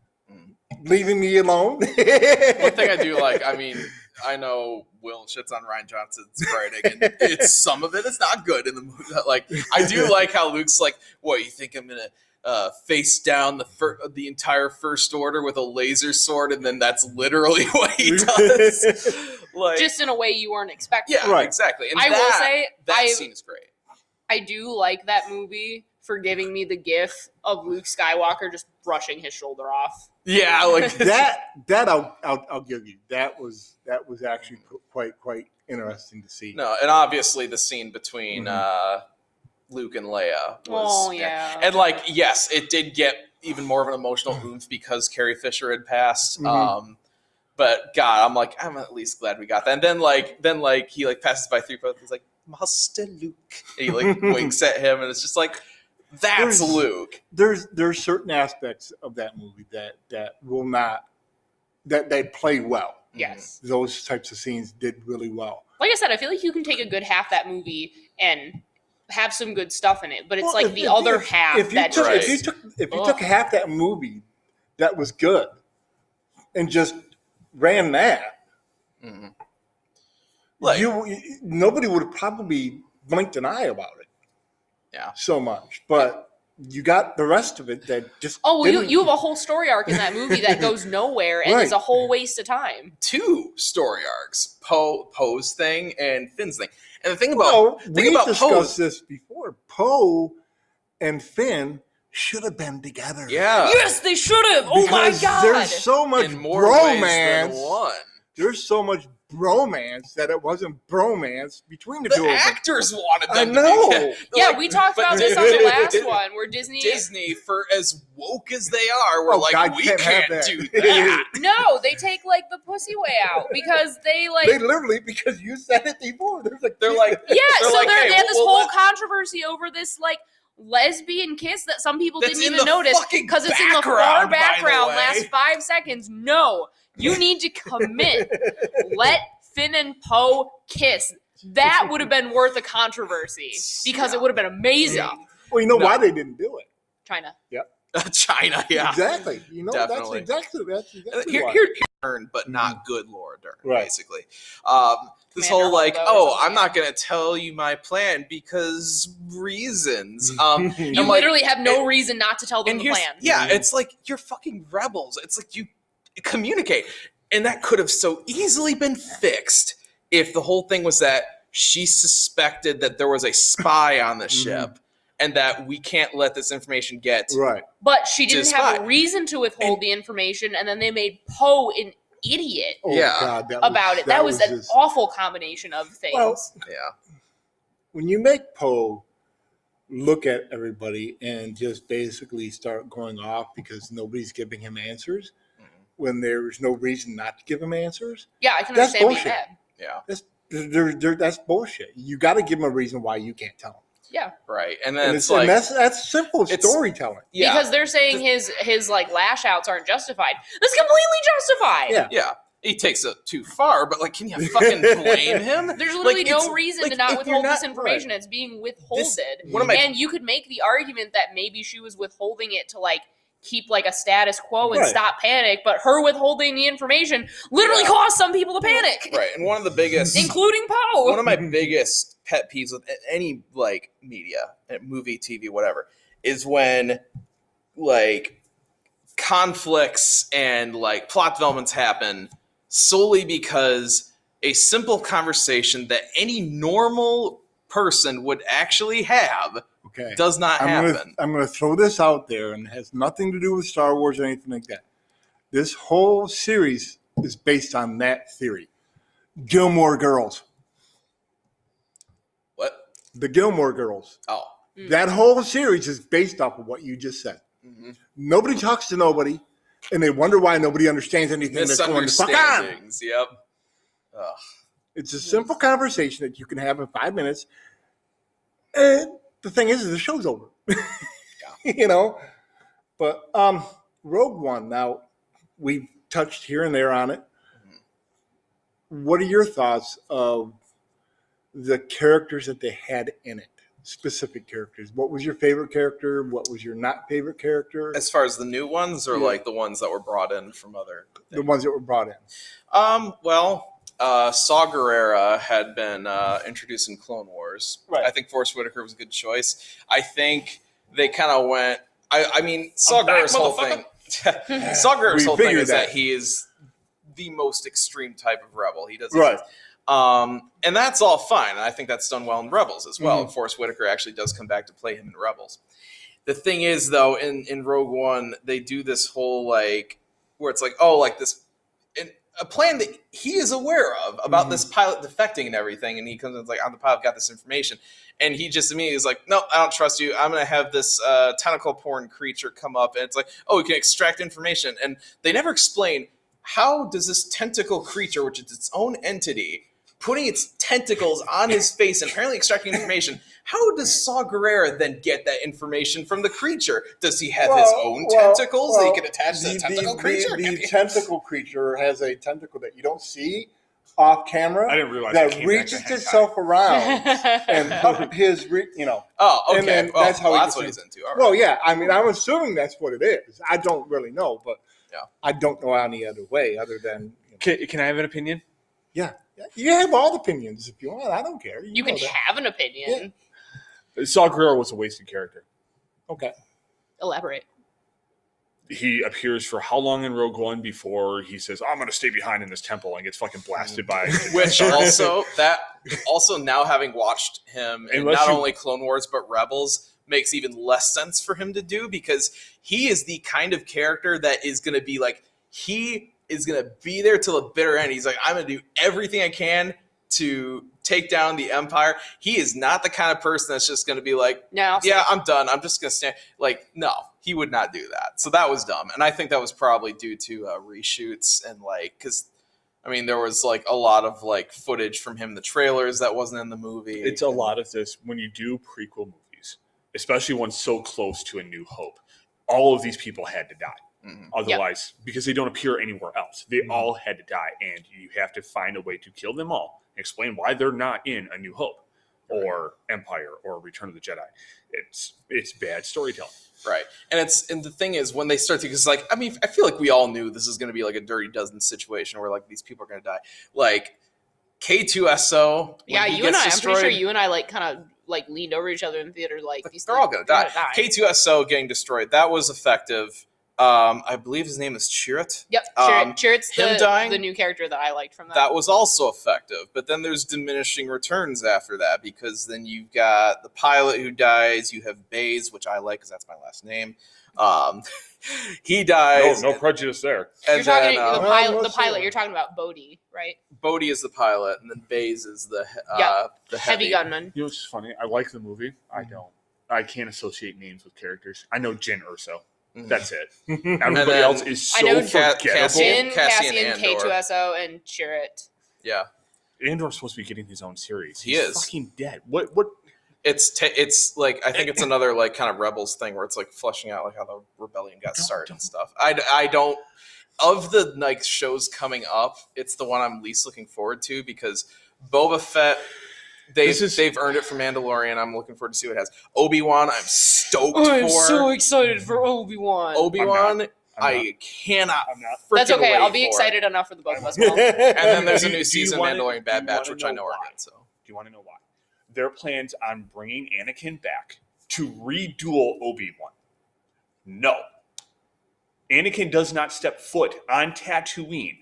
leaving me alone. One thing I do like, I mean, I know Will shits on Ryan Johnson's writing, and it's some of it is not good in the movie. Like, I do like how Luke's like, "What you think I'm gonna uh, face down the fir- the entire First Order with a laser sword?" And then that's literally what he does. like, Just in a way you weren't expecting. yeah, Right. exactly. And I that, will say that I scene is great. I do like that movie for giving me the gif of Luke Skywalker just brushing his shoulder off. Yeah, like that that I'll, I'll I'll give you. That was that was actually qu- quite quite interesting to see. No, and obviously the scene between Mhm. uh, Luke and Leia was oh yeah. And like, yes, it did get even more of an emotional Mm-hmm. oomph because Carrie Fisher had passed. Mhm. Um, but God, I'm like, I'm at least glad we got that. And then like, then like he like passes by three posts. He's like, Master Luke. And he like winks at him, and it's just like, that's There's- Luke. Mm-hmm. There's there's certain aspects of that movie that that will not that they play well. yes. Those types of scenes did really well. Like I said, I feel like you can take a good half that movie and have some good stuff in it, but it's Well, like if- the if- other if- half if you that took, just Right. if you took if you Ugh. took half that movie that was good and just ran that Mhm. Like, you nobody would probably blinked an eye about it Yeah. so much but you got the rest of it that just Oh, well, you, didn't- you have a whole story arc in that movie that goes nowhere and is Right. a whole waste of time. two story arcs: Poe, Poe's thing, and Finn's thing. And the thing about well, think we about discussed Poe. this before poe and finn should have been together yeah, yes, they should have. Oh Because there's so much in more ways than bromance one. there's so much bromance that it wasn't bromance between the, two The of them actors wanted them. I To be know. yeah, Like, we talked but about this on Disney- the last Disney- one where Disney. Disney, for as woke as they are, we're Oh, like, God, we can't have can't that." do that. No, they take like the pussy way out because they like they literally because you said it before. There's like They're like, Yeah, They're so like, there "Hey, they had this we'll- we'll whole let-" controversy over this like lesbian kiss that some people That's didn't in even the notice fucking because it's in the far background, by the background way. last five seconds. No, you need to commit. Let Finn and Poe kiss. That would have been worth a controversy because Yeah. it would have been amazing. Yeah. well, you know No. why they didn't do it? China. "Uh, China, yeah. exactly. You know Definitely. Uh, that's exactly that's exactly Here, why. here, Dern, but not good Laura Dern, Mm-hmm. Right. basically. Um, this Commander whole like, Holdo or oh, something, I'm not gonna tell you my plan because reasons. Um, You I'm like- literally have no and- reason not to tell them and the here's, plan. yeah, Mm-hmm. it's like you're fucking rebels. It's like you communicate, and that could have so easily been fixed if the whole thing was that she suspected that there was a spy on the ship, and that we can't let this information get Mm-hmm. right. But she didn't Just have fine. a reason to withhold And- the information, and then they made Poe an idiot. Oh, Yeah. God, that about was, it. That, was, an just- awful combination of things. Well, Yeah. when you make Poe look at everybody and just basically start going off because nobody's giving him answers Mm-hmm. when there's no reason not to give him answers. yeah, I can that's understand being bullshit. mad. Yeah, That's there, there, that's bullshit. You got to give him a reason why you can't tell him. right. And, And then it's, it's, like, and that's that's simple it's- storytelling. yeah, Because they're saying his his like lash outs aren't justified. That's completely justified. Yeah. yeah, he takes it too far. But like, can you fucking blame him? There's literally it's- no reason like, to not if you're withhold this not- information. It's being withholded. What am I? and you could make the argument that maybe she was withholding it to like keep like a status quo and Right. stop panic, but her withholding the information literally Yeah. caused some people to panic, Right, and one of the biggest including Poe. One of my biggest pet peeves with a- any like media, eh, movie, TV, whatever, is when like conflicts and like plot developments happen solely because a simple conversation that any normal person would actually have Okay. does not I'm happen. gonna, I'm gonna throw this out there and it has nothing to do with Star Wars or anything like that. This whole series is based on that theory. Gilmore Girls. What? The Gilmore Girls. Oh. Mm. That whole series is based off of what you just said. Mhm. Nobody talks to nobody, and they wonder why nobody understands anything that's going to fuck on. Misunderstandings. Yep. Ugh. It's a simple conversation that you can have in five minutes. And the thing is, is the show's over. you know? But um Rogue One, now we've touched here and there on it. What are your thoughts of the characters that they had in it? Specific characters. What was your favorite character? What was your not favorite character? As far as the new ones, or Yeah. like the ones that were brought in from other. the ones that were brought in. Um. Well, uh, Saw Gerrera had been uh, introduced in Clone Wars. Right. I think Forrest Whitaker was a good choice. I think they kind of went. I, I mean, Saw I'm back, Gerrera's whole thing. Saw Gerrera's We whole thing figured is that. that. he is the most extreme type of rebel. He does Right. Um, and that's all fine. And I think that's done well in Rebels as well. And Forrest Whitaker actually does come back to play him in Rebels. The thing is, though, in, in Rogue One, they do this whole like where it's like, oh, like this and a plan that he is aware of about this pilot defecting and everything. And he comes in and is like, I'm the pilot, got this information. And he just immediately is like, no, I don't trust you. I'm going to have this uh, tentacle porn creature come up. And it's like, oh, we can extract information. And they never explain how does this tentacle creature, which is its own entity, putting its tentacles on his face and apparently extracting information. How does Saw Gerrera then get that information from the creature? Does he have his Well, own well, tentacles that well, he can attach to the tentacle creature? The, Can he- tentacle creature has a tentacle that you don't see off camera I didn't realize it that came back to reaches hentai. itself around and up his, re- you know. oh, okay. and then well, that's how he well, that's what gets he's into. All right. Well, yeah. I mean, I'm assuming that's what it is. I don't really know, but Yeah. I don't know any other way other than you know. Can, can I have an opinion? you have all the opinions if you want. I don't care. you can know that. have an opinion. Saw Gerrera was a wasted character. okay. Elaborate. He appears for how long in Rogue One before he says, "I'm going to stay behind in this temple," and gets fucking blasted by. Which also that also now having watched him in Unless not you- only Clone Wars but Rebels makes even less sense for him to do because he is the kind of character that is going to be like he is going to be there till the bitter end. He's like I'm going to do everything I can to take down the empire. He is not the kind of person that's just going to be like No. yeah, I'm done. I'm just gonna stand. Like, no, he would not do that. So that was dumb, and I think that was probably due to uh, reshoots and like, because I mean, there was like a lot of like footage from him, in the trailers that wasn't in the movie. it's a lot of this when you do prequel movies, especially ones so close to A New Hope. All of these people had to die. Mhm. Otherwise, because they don't appear anywhere else, they all had to die, and you have to find a way to kill them all. Explain why they're not in A New Hope, or Empire, or Return of the Jedi. It's it's bad storytelling. right? And it's and the thing is when they start to because like I mean, I feel like we all knew this is gonna be like a dirty dozen situation where like these people are gonna die, like. K2SO. when Yeah, he you and I. gets I'm pretty destroyed- sure you and I like kind of like leaned over each other in theater. Like these They're all things- gonna die. they're gonna K2SO getting destroyed. That was effective. Um, I believe his name is Chirrut. Yep, Um, Chir- Chirrut's the, him dying- the new character that I liked from that. That was also effective. But then there's diminishing returns after that because then you've got the pilot who dies. You have Bays, which I like because that's my last name. Um, he No, dies. no prejudice there. you're And talking then to uh, the, Well, pilot, the let's see. pilot. You're talking about Bodhi, right? Bodhi is the pilot, and then Bays is the he- uh, Yeah. the Heavy, heavy, gunman. You know, it's funny. I like the movie. I don't. I can't associate names with characters. I know Jin Urso. Mhm. That's it. Mhm. Everybody then- else is so I know Ca- forgettable. Cassian- Jin, Cassian Cassian, Andor. K2SO, and Chirrut. Yeah, Andor's supposed to be getting his own series. He He's is. fucking dead. What? What? it's t- it's like I think it's another like kind of rebels thing where it's like fleshing out like how the rebellion got Don't- started don't. and stuff. I, d- I don't of the like shows coming up, it's the one I'm least looking forward to because Boba Fett. They've, This is- they've earned it for Mandalorian. I'm looking forward to see what it has. Obi Wan, I'm stoked Oh, for. excited for Obi Wan. Obi Wan, I'm not- I cannot. I'm not. That's freaking okay. wait I'll be for it. excited enough for the both of us. Paul. And then there's a Do- new do you season wanna- Mandalorian do Bad you Batch, wanna which I know know we're why? good. So Do you want to know why? their plans on bringing Anakin back to reduel Obi Wan. No. Anakin does not step foot on Tatooine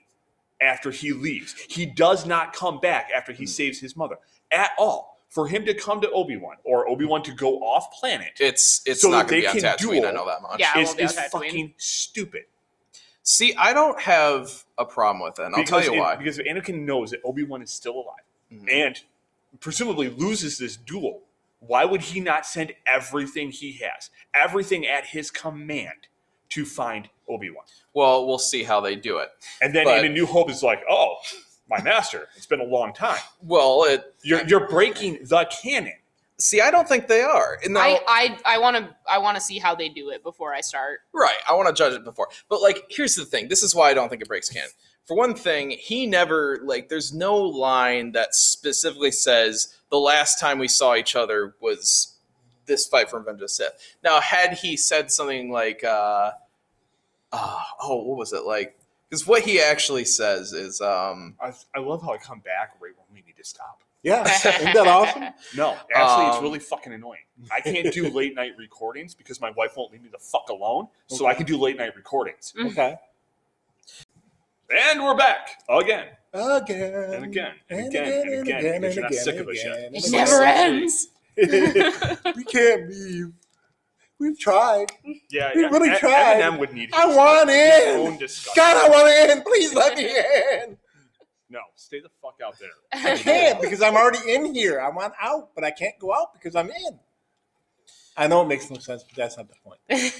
after he leaves. He does not come back after Hmm. he saves his mother at all. For him to come to Obi Wan or Obi Wan to go off planet It's it's So not going they to be on can Tatooine. I duel. know that much. Yeah. I is, won't be on is Tatooine. fucking stupid. See, I don't have a problem with it. And I'll tell you it- why. Because Anakin knows that Obi Wan is still alive Mhm. and presumably loses this duel. Why would he not send everything he has, everything at his command, to find Obi Wan? Well, we'll see how they do it. And then But- in A New Hope is like, oh, my master, it's been a long time. Well, it You're, you're breaking the canon. see, I don't think they are. And now, I I I want to I want to see how they do it before I start. right, I want to judge it before. But like, here's the thing. This is why I don't think it breaks canon. For one thing, he never like. There's no line that specifically says the last time we saw each other was this fight for Revenge of the Sith. Now, had he said something like, uh, uh, "Oh, what was it like?" Because what he actually says is, um, I, I love how I come back right when we need to stop. Yeah, isn't that awesome? No, actually, it's Um, really fucking annoying. I can't do late night recordings because my wife won't leave me the fuck alone. So I can do late night recordings. Mm. Okay. And we're back again Again and again and again and again because you're not sick of us yet. and It again. never ends. we can't leave. We've tried. Yeah, We yeah. really E- tried. Eminem would need I his want own in. discussion. God, I want in. Please let me in. No, stay the fuck out there. I can't because I'm already in here. I want out, but I can't go out because I'm in. I know it makes no sense, but that's not the point.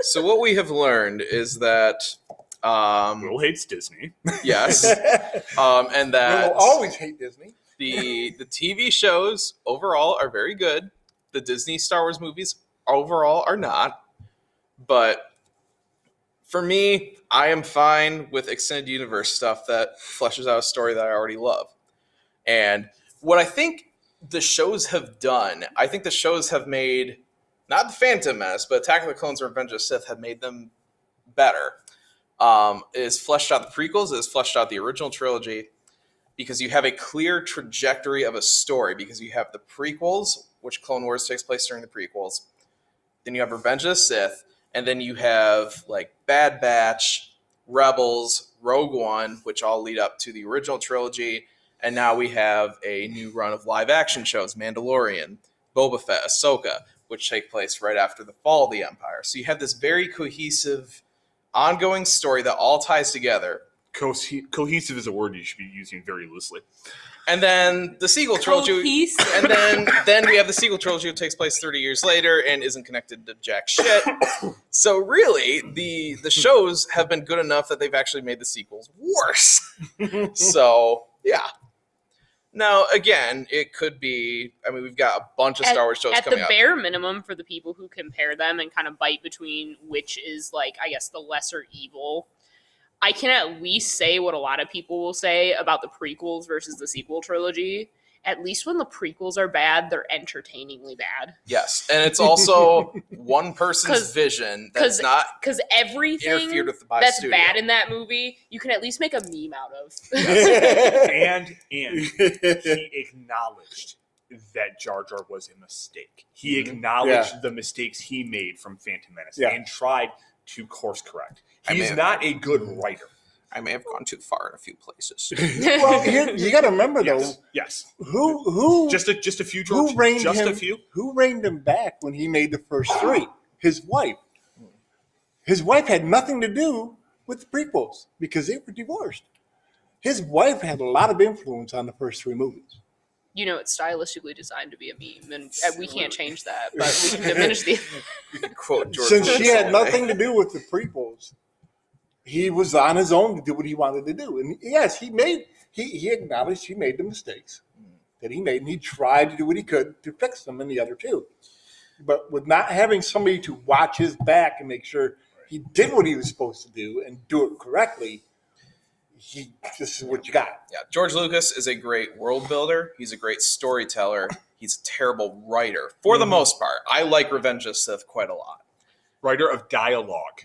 so what we have learned is that Will um hates Disney. yes um and that we'll always hate Disney. the the tv shows overall are very good the disney star wars movies overall are not but for me i am fine with extended universe stuff that fleshes out a story that i already love and what i think the shows have done i think the shows have made not the phantom menace but attack of the clones and revenge of the sith have made them better um, it has fleshed out the prequels it has fleshed out the original trilogy because you have a clear trajectory of a story because you have the prequels which clone wars takes place during the prequels then you have revenge of the sith and then you have like bad batch rebels rogue one which all lead up to the original trilogy and now we have a new run of live action shows mandalorian boba fett ahsoka which take place right after the fall of the empire so you have this very cohesive ongoing story that all ties together Cohe- cohesive is a word you should be using very loosely. and then the sequel Oh, trilogy Cohesive. and then then we have the sequel trilogy that takes place 30 years later and isn't connected to jack shit so really the the shows have been good enough that they've actually made the sequels worse so yeah now again it could be i mean we've got a bunch of At- star wars shows At coming the up bare minimum, for the people who compare them and kind of bite between which is like, I guess, the lesser evil, I can at least say what a lot of people will say about the prequels versus the sequel trilogy. At least when the prequels are bad, they're entertainingly bad. yes and it's also one person's 'Cause- vision Because that's not because everything interfered with by that's studio. bad in that movie, you can at least make a meme out of. And and he acknowledged that Jar Jar was a mistake. He Mhm. acknowledged the mistakes he made from Phantom Menace Mm-hmm. Yeah. and tried to course correct. I He's mean- not a good mm-hmm. writer. i may have gone too far in a few places well, here, you got to remember Yes, yes. though, who who Just a just a few. Who George. reined just a him- few. who reined him back when he made the first three? His wife. His wife had nothing to do with the prequels because they were divorced. His wife had a lot of influence on the first three movies. you know, it's stylistically designed to be a meme, and uh, we can't change that, but we can diminish the. quote George Since she Lucas had all day. nothing to do with the prequels, he was on his own to do what he wanted to do. And yes, he made he, he acknowledged he made the mistakes that he made, and he tried to do what he could to fix them in the other two. But with not having somebody to watch his back and make sure he did what he was supposed to do and do it correctly, he this is what you got. Yeah, George Lucas is a great world builder. He's a great storyteller. He's a terrible Mm-hmm. writer for the most part. I like Revenge of the Sith quite a lot. Writer of dialogue.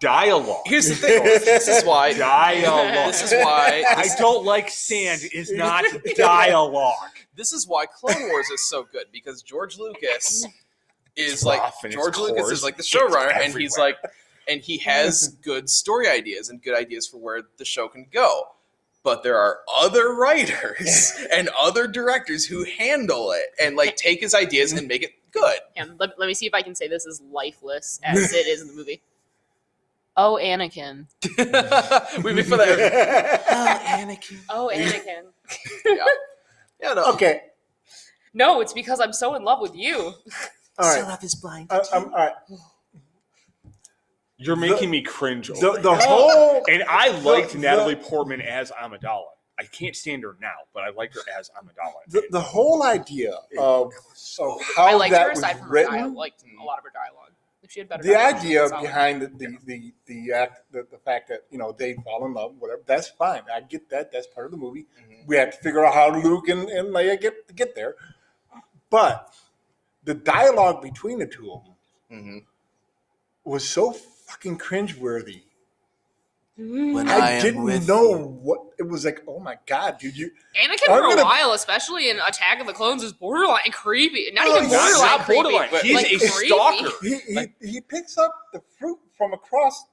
Dialogue. Here's the thing. This is why. dialogue. This is why. I don't like sand is not dialogue. This is why Clone Wars is so good because George Lucas is like rough and it's George Lucas coarse. is like the It's showrunner, and he's everywhere. like, and he has good story ideas and good ideas for where the show can go. But there are other writers and other directors who handle it and like take his ideas and make it good. Him. Let, let me see if I can say this as lifeless as it is in the movie. Oh, Anakin. we make fun of that. Oh, Anakin. Yeah, no. okay. no, it's because I'm so in love with you. All right. Love is blind. I, I'm, all right. You're making me cringe. Over The, the this. whole and I liked the- Natalie Portman as Amidala. I can't stand her now, but I liked her as Amidala. the, the whole idea of, of how I liked Oh, that her was aside from her written, dialogue. Liked a lot of her dialogue. If she had better. the dialogue, idea it's not like- behind the the, the the act the, the fact that you know they fall in love whatever that's fine i get that that's part of the movie Mhm. Mm-hmm. we have to figure out how luke and, and leia get get there but the dialogue between the two of them Mm-hmm. Mhm. was so fucking cringeworthy When i, didn't know what it was like oh my god dude you Anakin I'm for a gonna- while, especially in Attack of the Clones, is borderline creepy. Not Oh, even he's borderline, not creepy, borderline. but, He's like, a creepy. stalker. he, he, he picks up the fruit from across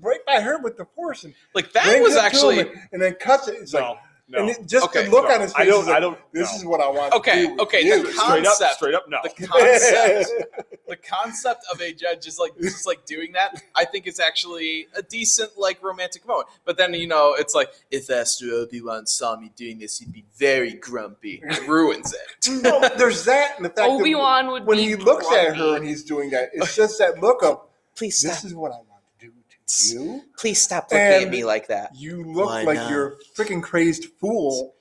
right by her with the force and Like that brings was it to him actually and, and then cuts it it's like No, no. And it, just Okay. the look No, on his face. I don't- is like, I don't- This no. is what I want. To Okay, do with okay, You. the straight up, concept. straight up, no. the concept. the concept of a judge is like just like doing that i think it's actually a decent like romantic moment but then you know it's like if Esther obi-wan saw me doing this he'd be very grumpy It ruins it no, there's that, and the fact Obi Wan that would when be he looks at her grumpy. and he's doing that, it's just that look of Please stop. this is what I want to do to you. Please stop looking And- at me like that. You look Why like not? you're a freaking crazed fool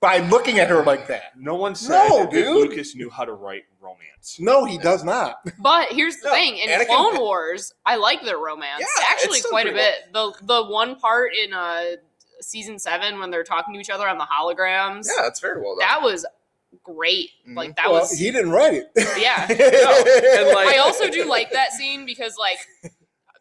by looking at her like that. No one said No, that dude. Lucas knew how to write romance. No, he does not. But here's the No, thing: in Anakin- Clone Wars, I like their romance Yeah, actually it's done quite a pretty bit. The the one part in uh season seven when they're talking to each other on the holograms, yeah it's very well done that was great. Mhm. Like that well, was he didn't write it. yeah. No, and, like- I also do like that scene because like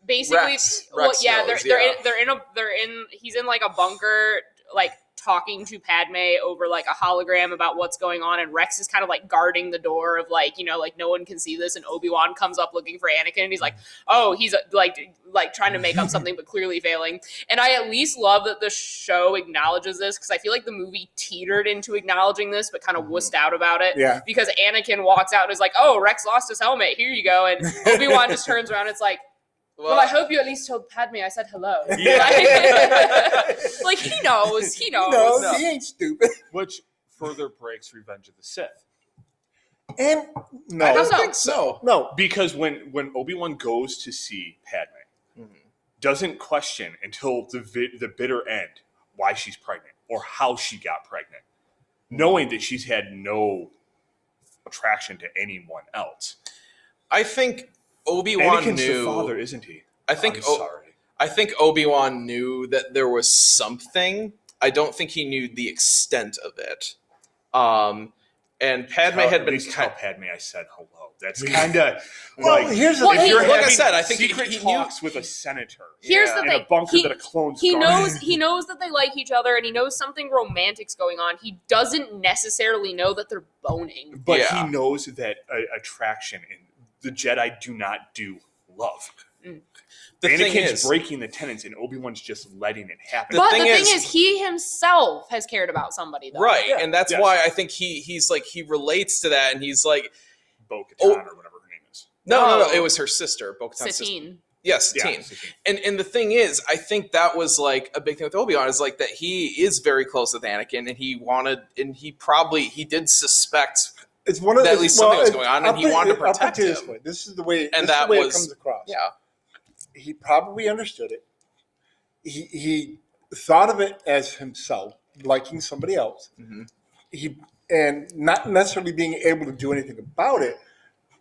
basically Rex- well Rex yeah, knows, they're yeah. they're in, they're in a they're in he's in like a bunker like talking to Padme over like a hologram about what's going on and Rex is kind of like guarding the door of like you know like no one can see this and Obi-Wan comes up looking for Anakin and he's like oh he's uh, like like trying to make up something but clearly failing and I at least love that the show acknowledges this cuz I feel like the movie teetered into acknowledging this but kind of wussed out about it yeah. because Anakin walks out and is like, "Oh, Rex lost his helmet. Here you go." And Obi Wan just turns around. And it's like, well, "Well, I hope you at least told Padme I said hello." Yeah. Like, like, he knows. He knows. No, no. he ain't stupid. Which further breaks Revenge of the Sith. And no, I don't No. think so no, Because when, when Obi-Wan goes to see Padme, Mm-hmm. Mhm. doesn't question until the, vi- the bitter end why she's pregnant or how she got pregnant, knowing that she's had no attraction to anyone else. i think obi-wan Anakin's knew the father, isn't he? i think I'm O- sorry. I think Obi Wan knew that there was something. I don't think he knew the extent of it. Um, and Padme Tell- had at been least tell kind- Padme I said hello. That's kind of Well, like here's the Well, if he- you're like I having said, I think he- secret he knew- talks with a senator Here's Yeah. the in thing. a bunker he, that a clone's he guarding. knows he knows that they like each other and he knows something romantic's going on. He doesn't necessarily know that they're boning. but Yeah. he knows that uh, attraction and the Jedi do not do love. the Anakin's thing is, breaking the tenets, and Obi Wan's just letting it happen. The but thing the thing is- is, he himself has cared about somebody, though. right, Yeah. and that's Yes. why I think he he's like he relates to that, and he's like, Bo Katan Oh. or whatever her name is. no, no, no, Oh. it was her sister, Bo Katan's sister. Satine. Yes, Yeah, Satine. Satine. And and the thing is, I think that was like a big thing with Obi Wan is like that he is very close with Anakin, and he wanted, and he probably he did suspect It's one of That at it's- least something was it's- going on, I'll and he put it- wanted to I'll put it protect this him. way. This is the way. this And is that the way was- it comes across. Yeah. He probably understood it. He he thought of it as himself liking somebody else. Mhm. He and not necessarily being able to do anything about it,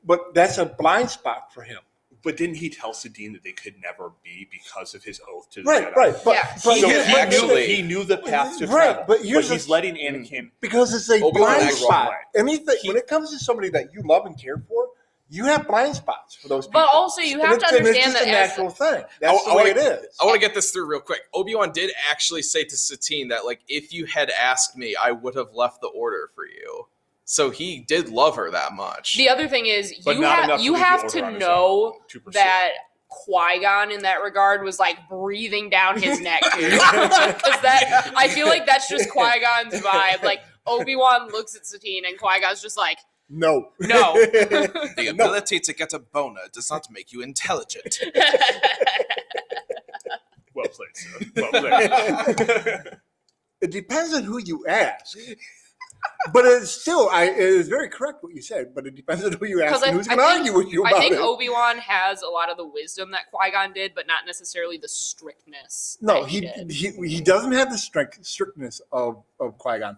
but that's a blind spot for him. But didn't he tell Satine that they could never be because of his oath to the Right, Jedi? right. But, Yeah. but He So had but- but- actually- he knew the path to Right, travel, but here's he's the- letting Anakin because it's a Obi-Wan blind acted the wrong spot. way. Anything He- when it comes to somebody that you love and care for, You have blind spots for those people. But also, you And have to it's- and understand that It's as just a natural thing. That's I- the I way it wanna- is. I want to get this through real quick. Obi Wan did actually say to Satine that, like, if you had asked me, I would have left the order for you. So he did love her that much. the other thing is But you not have enough to you leave the have order on to his know Mm. Two percent. that Qui Gon in that regard was like breathing down his neck, dude. Because that I feel like that's just Qui Gon's vibe. Like Obi Wan looks at Satine, and Qui Gon's just like, No. No. The ability to get a boner does not make you intelligent. Well played, sir. Well played. it depends on who you ask. But it's still, I, it is very correct what you said, but it depends on who you ask 'Cause I- and who's I going to think- argue with you about I think it. Obi Wan has a lot of the wisdom that Qui Gon did, but not necessarily the strictness. no, that he, did. he he doesn't have the strength, strictness of, of Qui-Gon.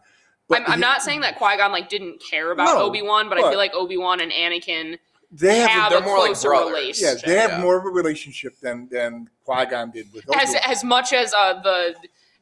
but I'm, I'm he- not saying that Qui Gon like didn't care about No, Obi Wan, but I but- feel like Obi Wan and Anakin They have, have they're a more like closer brothers. yeah, relationship. they have yeah. more of a relationship than, than Qui-Gon did with Obi-Wan. As as much as uh the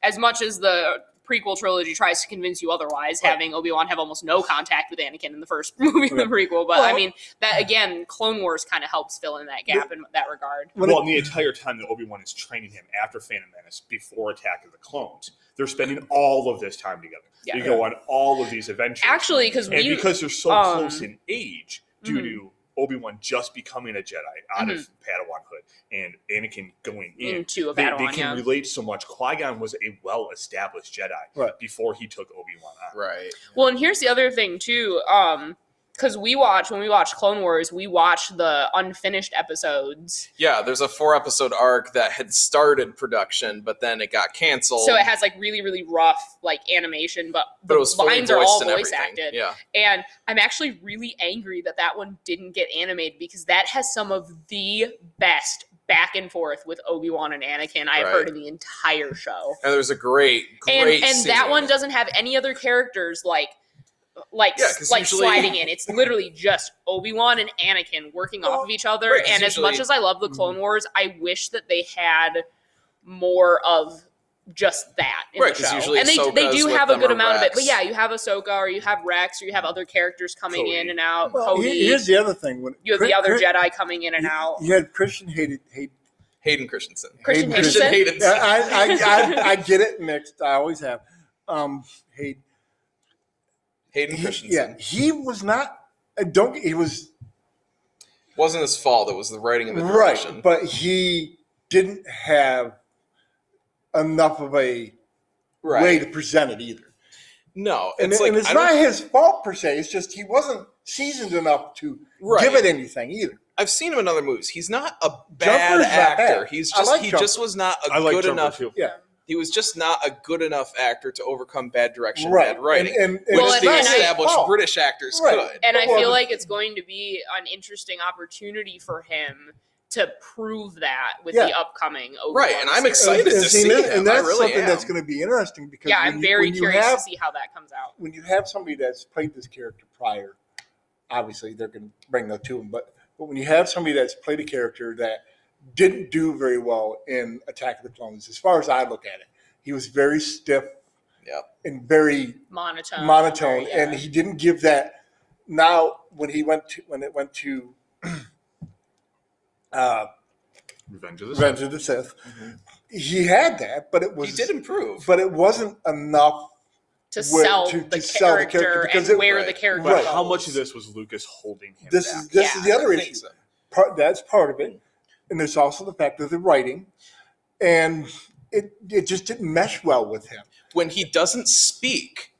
as much as the prequel trilogy tries to convince you otherwise, Right. having Obi Wan have almost no contact with Anakin in the first movie of the Yeah. prequel. But I Well- mean that again, Clone Wars kind of helps fill in that gap in that regard. When well, it- in the entire time that Obi Wan is training him after Phantom Menace, before Attack of the Clones, they're spending all of this time together. Yeah. You go on all of these adventures. Actually, because and we because they're so um, close in age due mhm. to Obi-Wan just becoming a Jedi out of Mm-hmm. Padawanhood and Anakin going in, into a they, battle they on can Mm, yeah. relate so much. Qui-Gon was a well-established Jedi Right. before he took Obi-Wan on. right. Well, and here's the other thing too. Um, because we watch when we watch Clone Wars, we watch the unfinished episodes, Yeah, there's a four episode arc that had started production, but then it got canceled. so it has like really really rough like animation, but but the it was fully lines are all voiced and voice everything. acted. Yeah. And I'm actually really angry that that one didn't get animated because that has some of the best back and forth with Obi Wan and Anakin I've Right. heard in the entire show. And there's a great, and great and that scene. one doesn't have any other characters like like Yeah, 'cause like usually- sliding in. It's literally just Obi Wan and Anakin working off of each other. right, 'cause and as much usually- mm-hmm. as I love the Clone Wars, I wish that they had more of just that. In Right, the 'cause show. usually and they they Ahsoka's do with have a them good or amount of it. But Rex. yeah, you have Ahsoka or you have Rex or you have other characters coming Cody. in and out. well, Cody, here- here's the other thing. When, oh, you have Chri- the other Chri- Jedi coming in and you- out. You had Christian hated hate. Hayden Christensen. Christian Hayden Christensen. Hayden. Yeah, I, I, I, I get it mixed. I always have. Um, hate. Hayden He, yeah, Christensen. he was not. uh, Don't he was Wasn't his fault. It was the writing of the right, direction. but he didn't have enough of a right. way to present it either. No, And, it's it's, like and it's I don't- not his fault per se. It's just he wasn't seasoned enough to Right. give it anything either. I've seen him in other movies. He's not a bad Jumper's not actor. bad. He's I just like he Jumper. just was not a I like good Jumper enough. too. Yeah, He was just not a good enough actor to overcome bad direction, right. bad writing, And, and, and Well, which it's the and not his established fault. British actors Right. could. And I Well, feel the- like it's going to be an interesting opportunity for him to prove that with the Yeah. upcoming Obi-Wan Right, and I'm series. excited to And- and see that- him. And I that's really something am. that's going to be interesting because Yeah, when I'm you- very when you curious have- to see how that comes out. when you have somebody that's played this character prior, obviously they're going to bring that to him. But but when you have somebody that's played a character that didn't do very well in Attack of the Clones, as far as I look at it, he was very stiff, Yep. and very Monotone. monotone, Oh, yeah. and he didn't give that. Now when he went to when it went to. Uh, Revenge of the Sith. Revenge of the Sith. Mm-hmm. He had that, but it was he did improve. but it wasn't enough to where- sell, to- the, to sell the character character because and it- where the right, character But Right. how goes. much of this was Lucas holding him this back? is this is the Yeah, other I think issue. so. Part that's part of it, and there's also the fact of the writing, and it it just didn't mesh well with him. When he doesn't speak,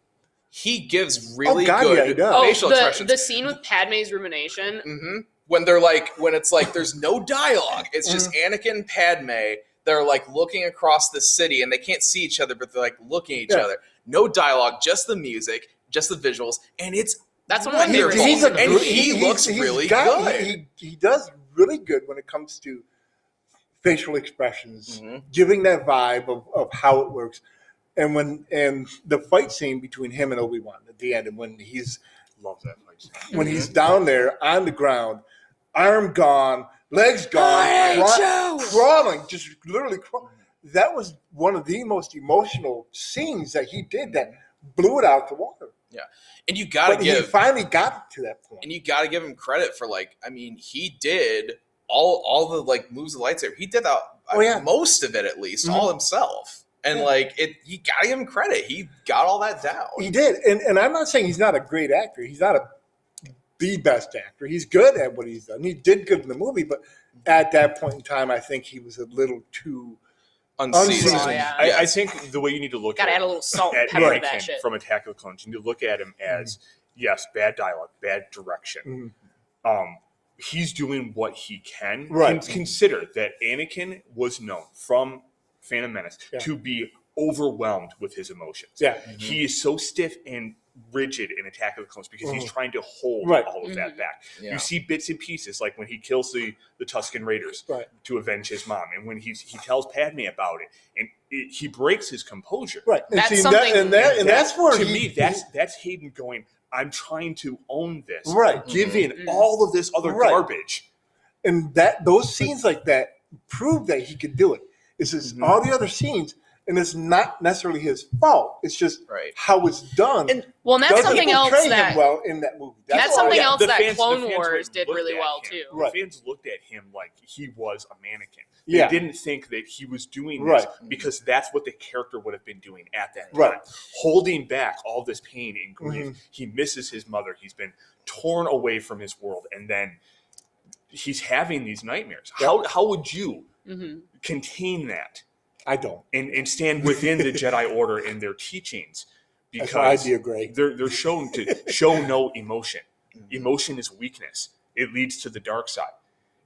he gives really Oh, God, yeah, he good does. Oh, facial the, expressions. the scene with Padme's rumination. Mm-hmm. hmm When they're like, when it's like, there's no dialogue. It's just Mm-hmm. Anakin and Padme. They're like looking across the city, and they can't see each other, but they're like looking at each Yeah. other. No dialogue, just the music, just the visuals, and it's That's one of my He- favorite he's scenes. a in the and gr- movie. he looks really good. He, he he does really good when it comes to facial expressions, Mm-hmm. giving that vibe of, of how it works. And when and the fight scene between him and Obi Wan at the end, and when he's Love that fight scene. when he's down there on the ground, arm gone, legs gone, craw- crawling, just literally crawling. That was one of the most emotional scenes that he did that blew it out the water. And you gotta But he give finally got to that point. and you gotta give him credit for like I mean he did all all the like moves of the lightsaber he did that uh, Oh, yeah. Mm-hmm. most of it at least all himself and Yeah. like it you gotta give him credit he got all that down He did, and and I'm not saying he's not a great actor. He's not a the best actor. He's good at what he's done. He did good in the movie, but at that point in time, I think he was a little too. unseasoned Unseasoned. Oh, Yeah. I, I Yes. think the way you need to look Gotta at add a little salt and at pepper to Anakin that shit. from Attack of the Clones. You need to look at him as yes, bad dialogue, bad direction. Um, he's doing what he can. Right. Con- consider that Anakin was known from Phantom Menace Yeah. to be overwhelmed with his emotions. Yeah, He is so stiff and rigid in Attack of the Clones because he's Mhm. trying to hold Right. all of Mm-hmm. that back. Yeah. You see bits and pieces, like when he kills the the Tusken Raiders Right. to avenge his mom, and when he's he tells Padme about it, and it, he breaks his composure. right. And That's see, something- that, and, that, and that's where to me he- that's that's Hayden going. I'm trying to own this. Mm-hmm. right. Give in all of this other Right. garbage. and that those scenes like that prove that he could do it. It's just Mhm. all the other scenes, and it's not necessarily his fault. It's just right how it's done. And Well, and that's Doesn't something portray else him that well in that movie. all That's I something got. else the that fans- the Clone fans Wars did looked really at well, him. too. The Right. fans looked at him like he was a mannequin. They Yeah. didn't think that he was doing this Right. because that's what the character would have been doing at that time. Right. Holding back all this pain and grief. Mhm. He misses his mother. He's been torn away from his world and then he's having these nightmares. Yep. How how would you hmm contain that? I don't. and, and stand within the Jedi Order and their teachings That's why I because do agree. they're they're shown to show no emotion. Mm-hmm. Emotion is weakness. It leads to the dark side.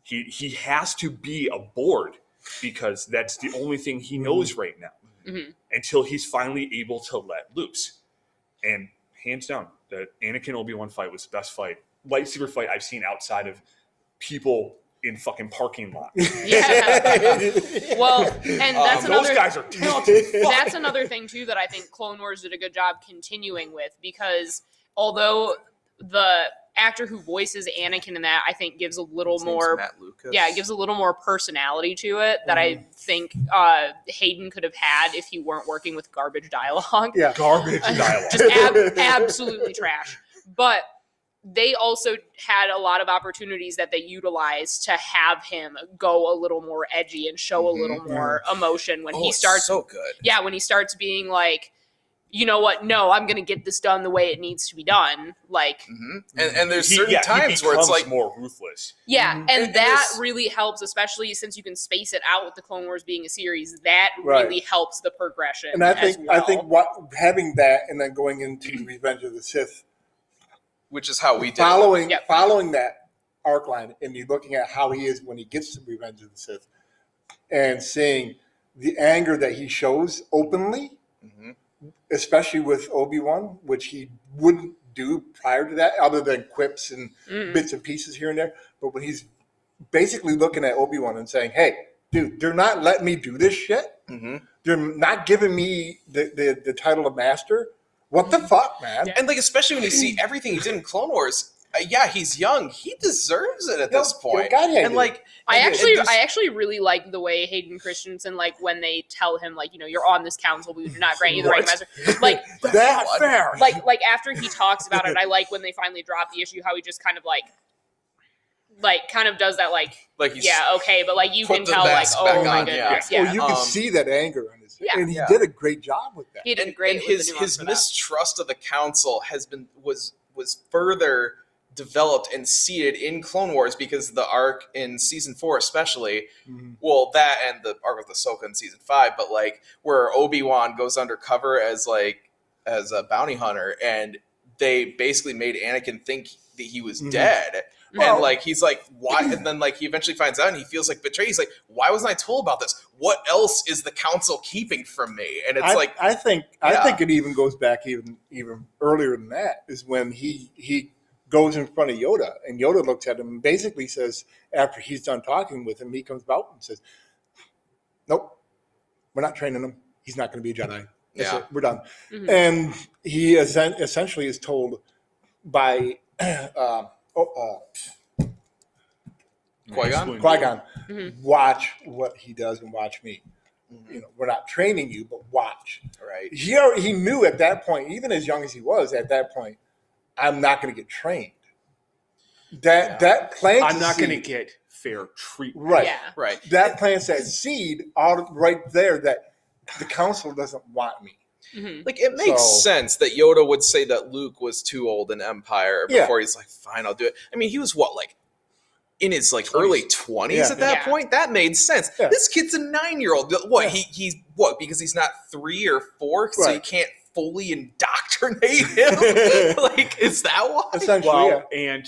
He he has to be a board because that's the only thing he Mm-hmm. knows right now. Mhm. Until he's finally able to let loose. And hands down, the Anakin Obi Wan fight was the best fight, lightsaber fight I've seen outside of people in fucking parking lots. Yeah. well, and that's Um, Those another guys are talented. that's another thing too that I think Clone Wars did a good job continuing with because although the actor who voices Anakin in that I think gives a little His name's more Matt Lucas. yeah, it gives a little more personality to it that I Mm-hmm. think uh, Hayden could have had if he weren't working with garbage dialogue. Yeah. Garbage dialogue. Just ab- absolutely trash. But they also had a lot of opportunities that they utilized to have him go a little more edgy and show a little Mhm. more emotion when oh, he it's starts so good yeah, when he starts being like, you know what? No, I'm going to get this done the way it needs to be done. Like, hmm and, and there's He- certain yeah, he times where it's becomes like more ruthless. Mhm. yeah, and, And- and that this- really helps, especially since you can space it out with the Clone Wars being a series. That Right. really helps the progression. And I as think well. I think what having that and then going into Revenge of the Sith, which is how we did it. following Yep. following that arc line, and you looking at how he is when he gets to Revenge of the Sith, and seeing the anger that he shows openly, Mhm. especially with Obi Wan, which he wouldn't do prior to that, other than quips and Mm. bits and pieces here and there. But when he's basically looking at Obi Wan and saying, "Hey, dude, they're not letting me do this shit." Mhm. they're not giving me the, the, the title of master. What the fuck, man? Yeah. and like especially when you see everything he did in Clone Wars uh, yeah he's young he deserves it at No, this point God, yeah, and dude. like I and actually, this- I actually really like the way Hayden Christensen, like when they tell him, like you know, you're on this council, we do not grant you the right What? master. Like, That's That not one. fair. like, like after he talks about it, I like when they finally drop the issue, how he just kind of like, like, kind of does that, like, like he's yeah, okay, but like you put can the tell, like, mask oh back my on, yeah. goodness, yeah, Oh, you can Um, see that anger on his Yeah. and he Yeah. did a great job with that. he did and, great. and with his the nuance his for that. mistrust of the council has been was was further developed and seated in Clone Wars because the arc in season four, especially, Mhm. well, that and the arc with Ahsoka in season five, but like where Obi Wan goes undercover as like as a bounty hunter, and they basically made Anakin think that he was Mhm. dead. Well- and like he's like, why? And then like he eventually finds out, and he feels like betrayed. He's like, why wasn't I told about this? What else is the council keeping from me? And it's I, like, I think I Yeah. think it even goes back even even earlier than that is when he he goes in front of Yoda and Yoda looks at him and basically says after he's done talking with him he comes out and says, "Nope, we're not training him. He's not going to be a Jedi. That's yeah. it. We're done. Mhm. And he essen- essentially is told by uh, oh, Qui-Gon? uh, Qui Gon, Mm-hmm. Mhm. watch what he does and watch me. you know, we're not training you, but watch. Right. He al- he knew at that point, even as young as he was at that point, I'm not going to get trained. That Yeah. that plants. I'm a not going to seed. get fair treatment. right. Yeah. Right. That plants that seed out right there that the council doesn't want me. Mhm. Like it makes So- sense that Yoda would say that Luke was too old in Empire Yeah. before he's like, fine, I'll do it. I mean, he was what, like in his like early twenties Yeah. at that Yeah. point? That made sense. Yeah. This kid's a nine year old. What Yeah. he he's what, because he's not three or four, so you Right. can't fully indoctrinate him. like, is that why? Essentially, yeah. Well, and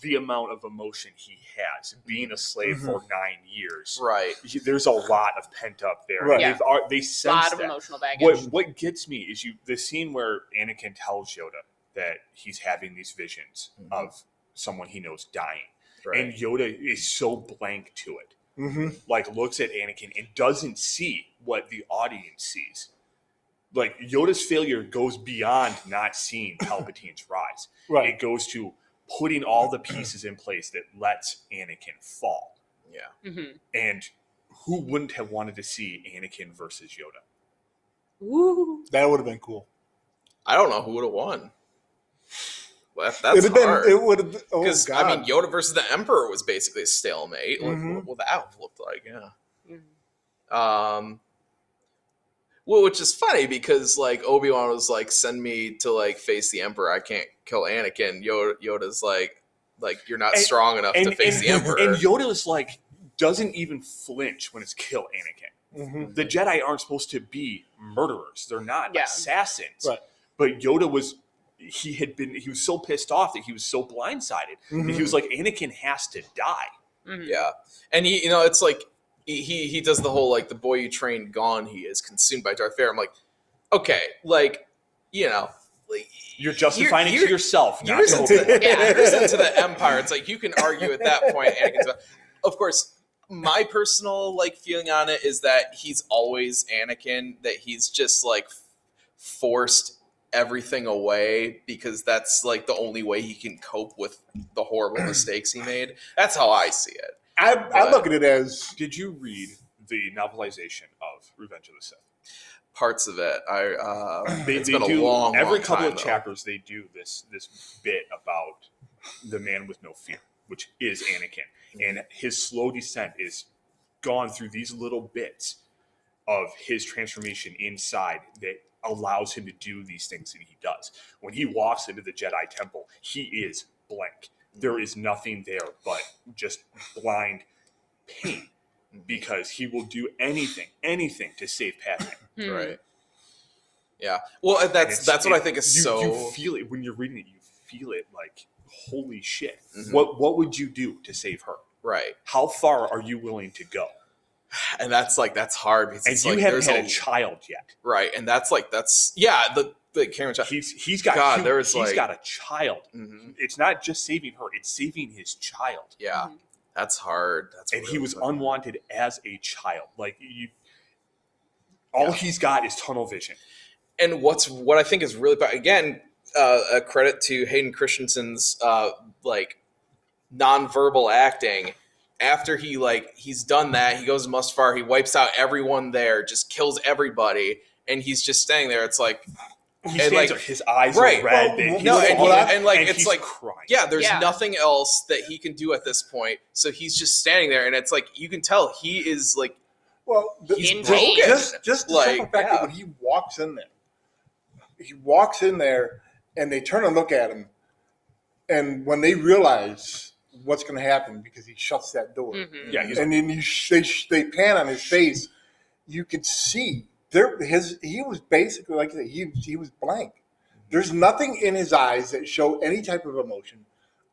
the amount of emotion he has being a slave Mm-hmm. for nine years. Right. He- There's a lot of pent up there. Right. Yeah. They've, ar- they A sense lot of that. emotional baggage. What what gets me is you the scene where Anakin tells Yoda that he's having these visions Mm-hmm. Mhm. of someone he knows dying, Right. and Yoda is so blank to it. hmm Like looks at Anakin and doesn't see what the audience sees. Like Yoda's failure goes beyond not seeing Palpatine's rise. Right. It goes to putting all the pieces in place that lets Anakin fall. yeah. Mhm. And who wouldn't have wanted to see Anakin versus Yoda? Woo. That would have been cool. I don't know who would have won. Well, that- that's It would have hard. been. It would have. Oh Because God. I mean, Yoda versus the Emperor was basically a stalemate. Like, Mhm. What, what that would looked like, yeah. Mhm. Um, well, which is funny because like Obi Wan was like, "Send me to like face the Emperor. I can't kill Anakin." Yoda, Yoda's like, "Like you're not And- strong enough to face the Emperor." and Yoda's like doesn't even flinch when it's kill Anakin. Mhm. The Jedi aren't supposed to be murderers; they're not Yeah. assassins. Right. But Yoda was. He had been. He was so pissed off that he was so blindsided. that Mhm. He was like, Anakin has to die. Mhm. yeah, and he, you know, it's like he- he he does the whole like the boy you trained gone. He is consumed by Darth Vader. I'm like, okay, like you know, like You're justifying it you're- to yourself. you not Mm-hmm. to listen to Obi-Wan. the, Yeah. you listen to the empire it's like you can argue at that point Anakin's of course my personal like feeling on it is that he's always anakin that he's just like forced everything away because that's like the only way he can cope with the horrible mistakes he made that's how i see it I, I but- look at it as Did you read the novelization of Revenge of the Sith? parts of it i uh They, it's they been a do long every long couple time, of though. chapters. They do this this bit about the man with no fear, which is Anakin, Mm-hmm. and his slow descent is gone through these little bits of his transformation inside that allows him to do these things that he does. When he walks into the Jedi Temple, he is blank. There is nothing there but just blind pain because he will do anything, anything to save Padme. Mhm. right yeah well and that's And it's- that's what it- i think is you- so You feel it when you're reading it. You feel it like holy shit. Mhm. What what would you do to save her? right How far are you willing to go? and that's like that's hard because And it's you like haven't there's had a, a child yet. right and that's like that's yeah the the camera shot He's he's got God, two- there is, he's like- got a child. Mhm. It's not just saving her; it's saving his child. yeah Mhm. that's hard that's And he really was hard. unwanted as a child. Like you, all Yeah. he's got is tunnel vision. and what's what i think is really bad again uh, a credit to hayden christensen's uh like nonverbal acting after he like he's done that he goes to mustafar he wipes out everyone there just kills everybody and he's just staying there it's like He And, stands like- there, his eyes right. are red. Well, that no he's and, Well, he- crying, I- and like and it's he's like crying. yeah there's Yeah. nothing else that he can do at this point so he's just standing there and it's like you can tell he is like well, the, He's just, broken. just just the simple Like, fact yeah. that when he walks in there, he walks in there, and they turn and look at him, and when they realize what's going to happen because he shuts that door, Mm-hmm. Mhm. yeah. He's and then you sh- they sh- they pan on his face, you could see there his he was basically like I said, he he was blank. There's nothing in his eyes that show any type of emotion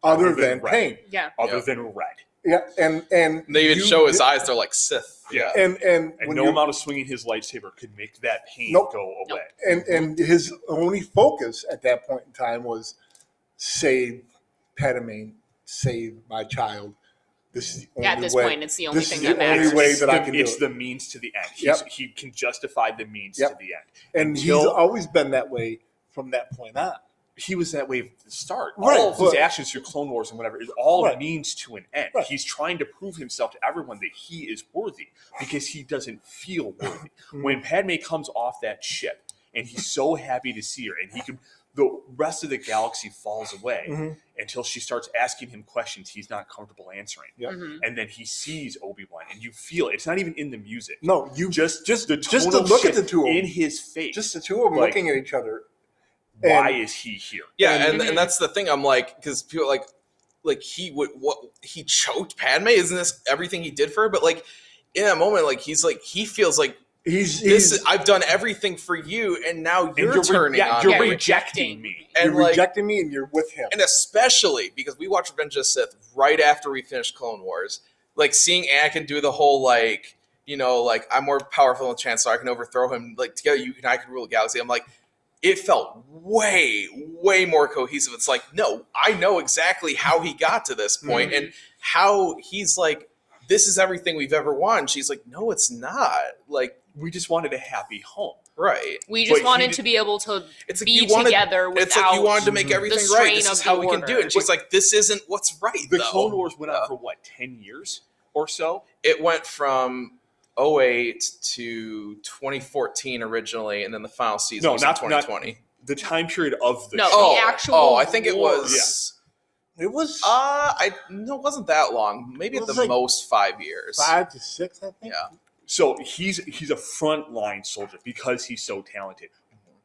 other Other than than red. pain. Yeah. other Yeah. than red. Yeah, and and they even you- show his eyes they're like sith Yeah. And and, And when no you're- amount of swinging his lightsaber could make that pain Nope. go away. Nope. and and his only focus at that point in time was save Padme, save my child. This is the only Yeah, at this way. point, it's the only This thing is that the only matters. way it's that the, I can do it's it. the means to the end. He's, He can justify the means Yep. to the end. and he's until- always been that way from that point on. he was that way from the start. Right, all of his but- actions through Clone Wars and whatever, it all Right. means to an end. Right. He's trying to prove himself to everyone that he is worthy because he doesn't feel worthy. Mm-hmm. when Padme comes off that ship and he's so happy to see her, and he can, the rest of the galaxy falls away Mhm. until she starts asking him questions he's not comfortable answering. Yeah. Mhm. And then he sees Obi Wan, and you feel it. It's not even in the music. No, you just Just, just the Just the tonal look shift at the two of in them. his face. just the two of them Like- looking at each other. why and- is he here? Yeah, and, Mhm. and that's the thing. I'm like, because people are like, like he would what he choked Padme. Isn't this everything he did for her? But like in that moment, like he's like he feels like He's, this. he's Is, I've done everything for you, and now And you're, re- turning yeah, on you're me. Yeah, you're rejecting rejecting me. and you're like, rejecting me, and you're with him. and especially because we watched Revenge of the Sith right after we finished Clone Wars. Like seeing Anakin do the whole like, you know, like I'm more powerful than Chancellor, I can overthrow him. Like together, you and I can rule the galaxy. I'm like, it felt way, way more cohesive. It's like, no, I know exactly how he got to this point and Mm-hmm. how he's like, this is everything we've ever wanted. And she's like, no, it's not. Like, We just wanted a happy home. right? We But just he wanted did- to be able to It's like be you wanted. together It's like without. you wanted to make the everything right. strain This of is the how we can do order. it. And she's like, this isn't what's right. The though. Clone Wars went on Yeah. for what, 10 years or so? it went from 08 to 2014 originally, and then the final season No, was not- in not- 2020. The time period of the No. show. oh, actual oh, I think it war. was. it was Uh, I no, it wasn't that long. Maybe It at the was like most five years. five to six, I think. Yeah. So he's he's a frontline soldier because he's so talented.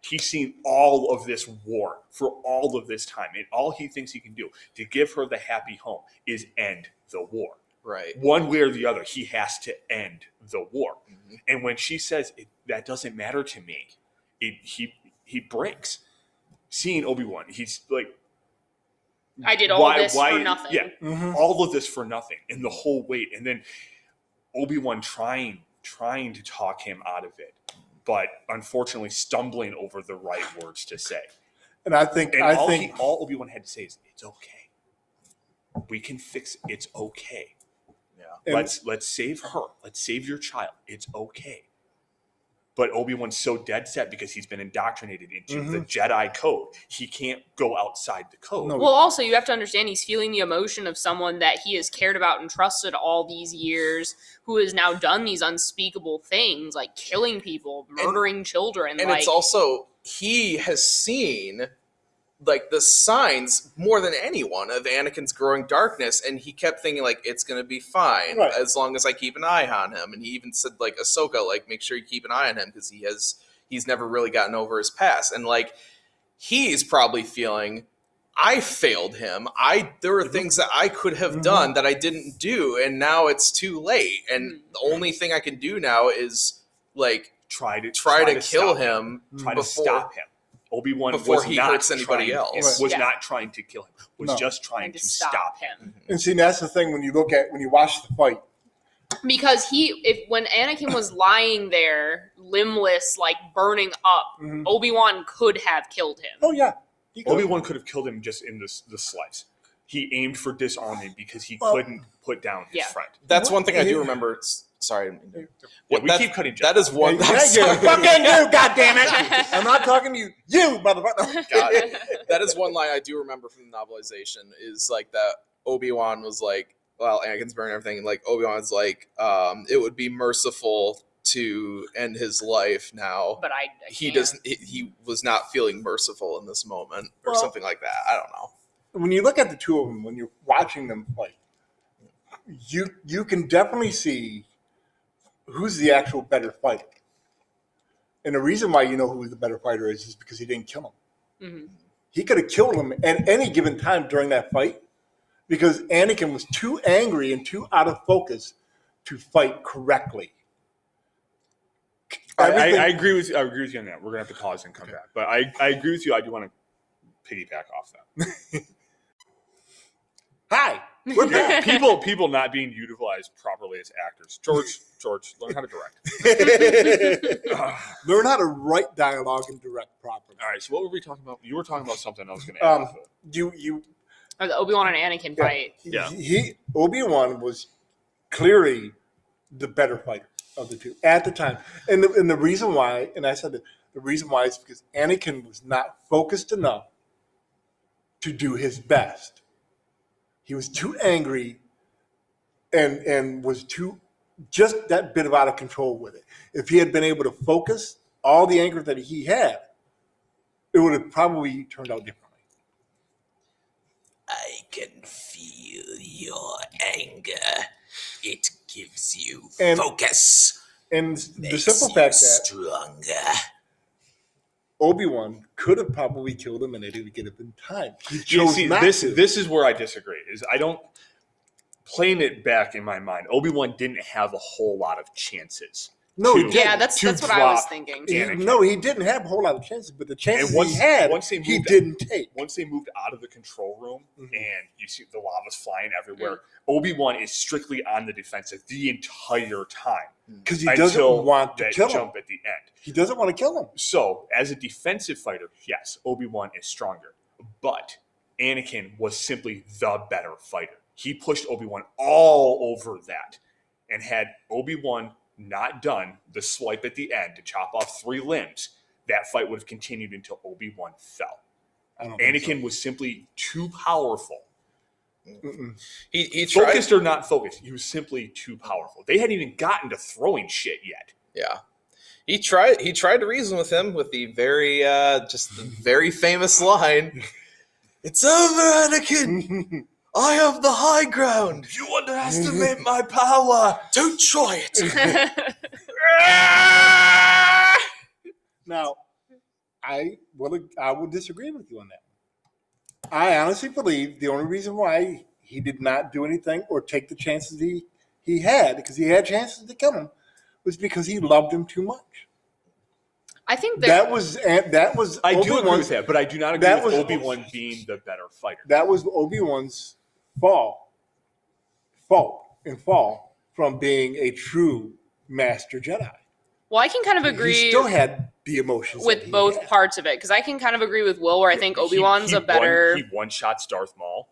He's seen all of this war for all of this time, and all he thinks he can do to give her the happy home is end the war. Right. One way or the other, he has to end the war. Mm-hmm. Mhm. And when she says it, that doesn't matter to me, it, he he breaks. Seeing Obi Wan, he's like I did all why- this why- for nothing. yeah. Mhm. all of this for nothing and the whole wait and then obi-wan trying trying to talk him out of it but unfortunately stumbling over the right words to say And I think and I all, think he, all obi-wan had to say is it's okay we can fix it. it's okay and- let's let's save her let's save your child it's okay but obi-wan's so dead set because he's been indoctrinated into the jedi code he can't go outside the code Mm-hmm. No, Well, also you have to understand he's feeling the emotion of someone that he has cared about and trusted all these years, who has now done these unspeakable things like killing people, murdering children. And like, it's also he has seen like the signs more than anyone of Anakin's growing darkness, and he kept thinking like it's gonna be fine Right. as long as I keep an eye on him. And he even said like Ahsoka, like make sure you keep an eye on him because he has he's never really gotten over his past, and like he's probably feeling. I failed him. I there were things that I could have Mhm. done that I didn't do and now it's too late and the only thing I can do now is like try to try, to, kill stop him mm-hmm. try to before- stop him. Obi Wan before was he not hurts anybody trying- else. Was Right. not trying to kill him. Was No. just trying trying to stop, him. him and see that's the thing when you look at when you watch the fight. because he, if when Anakin was lying there, limbless, like burning up, Mhm. Obi Wan could have killed him. Oh yeah, He goes- Obi Wan could have killed him just in this the slice. He aimed for disarming because he Well- couldn't put down his Yeah. friend. That's one thing I Yeah. do remember. S- Sorry, I didn't mean to- Yeah, Well, we that- keep cutting. Jeff. that is one. Hey, I'm thank you. sorry. Fucking you, goddamn it! I'm not talking to you, you motherfucker. God, that is one line I do remember from the novelization. Is like that Obi Wan was like, well, Anakin's burning everything. And like Obi Wan's like, um, it would be merciful to end his life now. But I, I He can't. doesn't. He, he was not feeling merciful in this moment, or Well- something like that. I don't know. When you look at the two of them, when you're watching them fight, you you can definitely see who's the actual better fighter. And the reason why you know who the better fighter is is because he didn't kill him. Mhm. He could have killed him at any given time during that fight because Anakin was too angry and too out of focus to fight correctly. I, I, Everything- I agree with you. I agree with you on that. We're gonna have to pause and come back. But I, I agree with you. I do want to piggyback off that. Hi, we're Yeah, back. people people not being utilized properly as actors. George George, learn how to direct. Ugh. Learn how to write dialogue and direct properly. All right. So what were we talking about? You were talking about something. I was gonna. Um, add to it. You, you, Or the Obi Wan and Anakin Yeah. fight. Yeah. He Obi Wan was clearly the better fighter of the two at the time, and the, and the reason why, and I said that the reason why is because Anakin was not focused enough to do his best. He was too angry and and was too just that bit of out of control with it. If he had been able to focus all the anger that he had, it would have probably turned out differently. I can feel your anger. It gives you And- focus. And the makes simple you fact that stronger. Obi Wan could have probably killed him and it would get him in time. He You chose see, not this to. this is where I disagree. Is I don't playing it back in my mind. Obi Wan didn't have a whole lot of chances. no, he to- didn't. Yeah, that's Two that's what I was drop. thinking. He- Anakin. no, he didn't have a whole lot of chances, but the chances once- he had, once they he moved didn't take. Once they moved out of the control room Mhm. and you see the lava's flying everywhere, Mm. Obi Wan is strictly on the defensive the entire time Because he doesn't want to that kill him. jump at the end. He doesn't want to kill him. So, as a defensive fighter, yes, Obi Wan is stronger, but Anakin was simply the better fighter. He pushed Obi Wan all over that, and had Obi Wan not done the swipe at the end to chop off three limbs, that fight would have continued until Obi Wan fell. I don't think so. Anakin was simply too powerful. Mm-mm. He, he tried. Focused or not focused, he was simply too powerful. They hadn't even gotten to throwing shit yet. Yeah. He tried he tried to reason with him with the very uh just the very famous line. It's over, Anakin! I have the high ground! You underestimate my power! Don't try it! Now, I will I will disagree with you on that. I honestly believe the only reason why he did not do anything or take the chances he he had because he had chances to kill him was because he loved him too much. I think that, That was and that was I do agree Obi-Wan's- with that, but I do not agree That with was- Obi Wan being the better fighter. That was Obi Wan's fall, fault and fall from being a true master Jedi. well, I can kind of He agree still had the emotions that with he both had. parts of it because I can kind of agree with Will where I think He- Obi Wan's he a one- better. he one shots Darth Maul.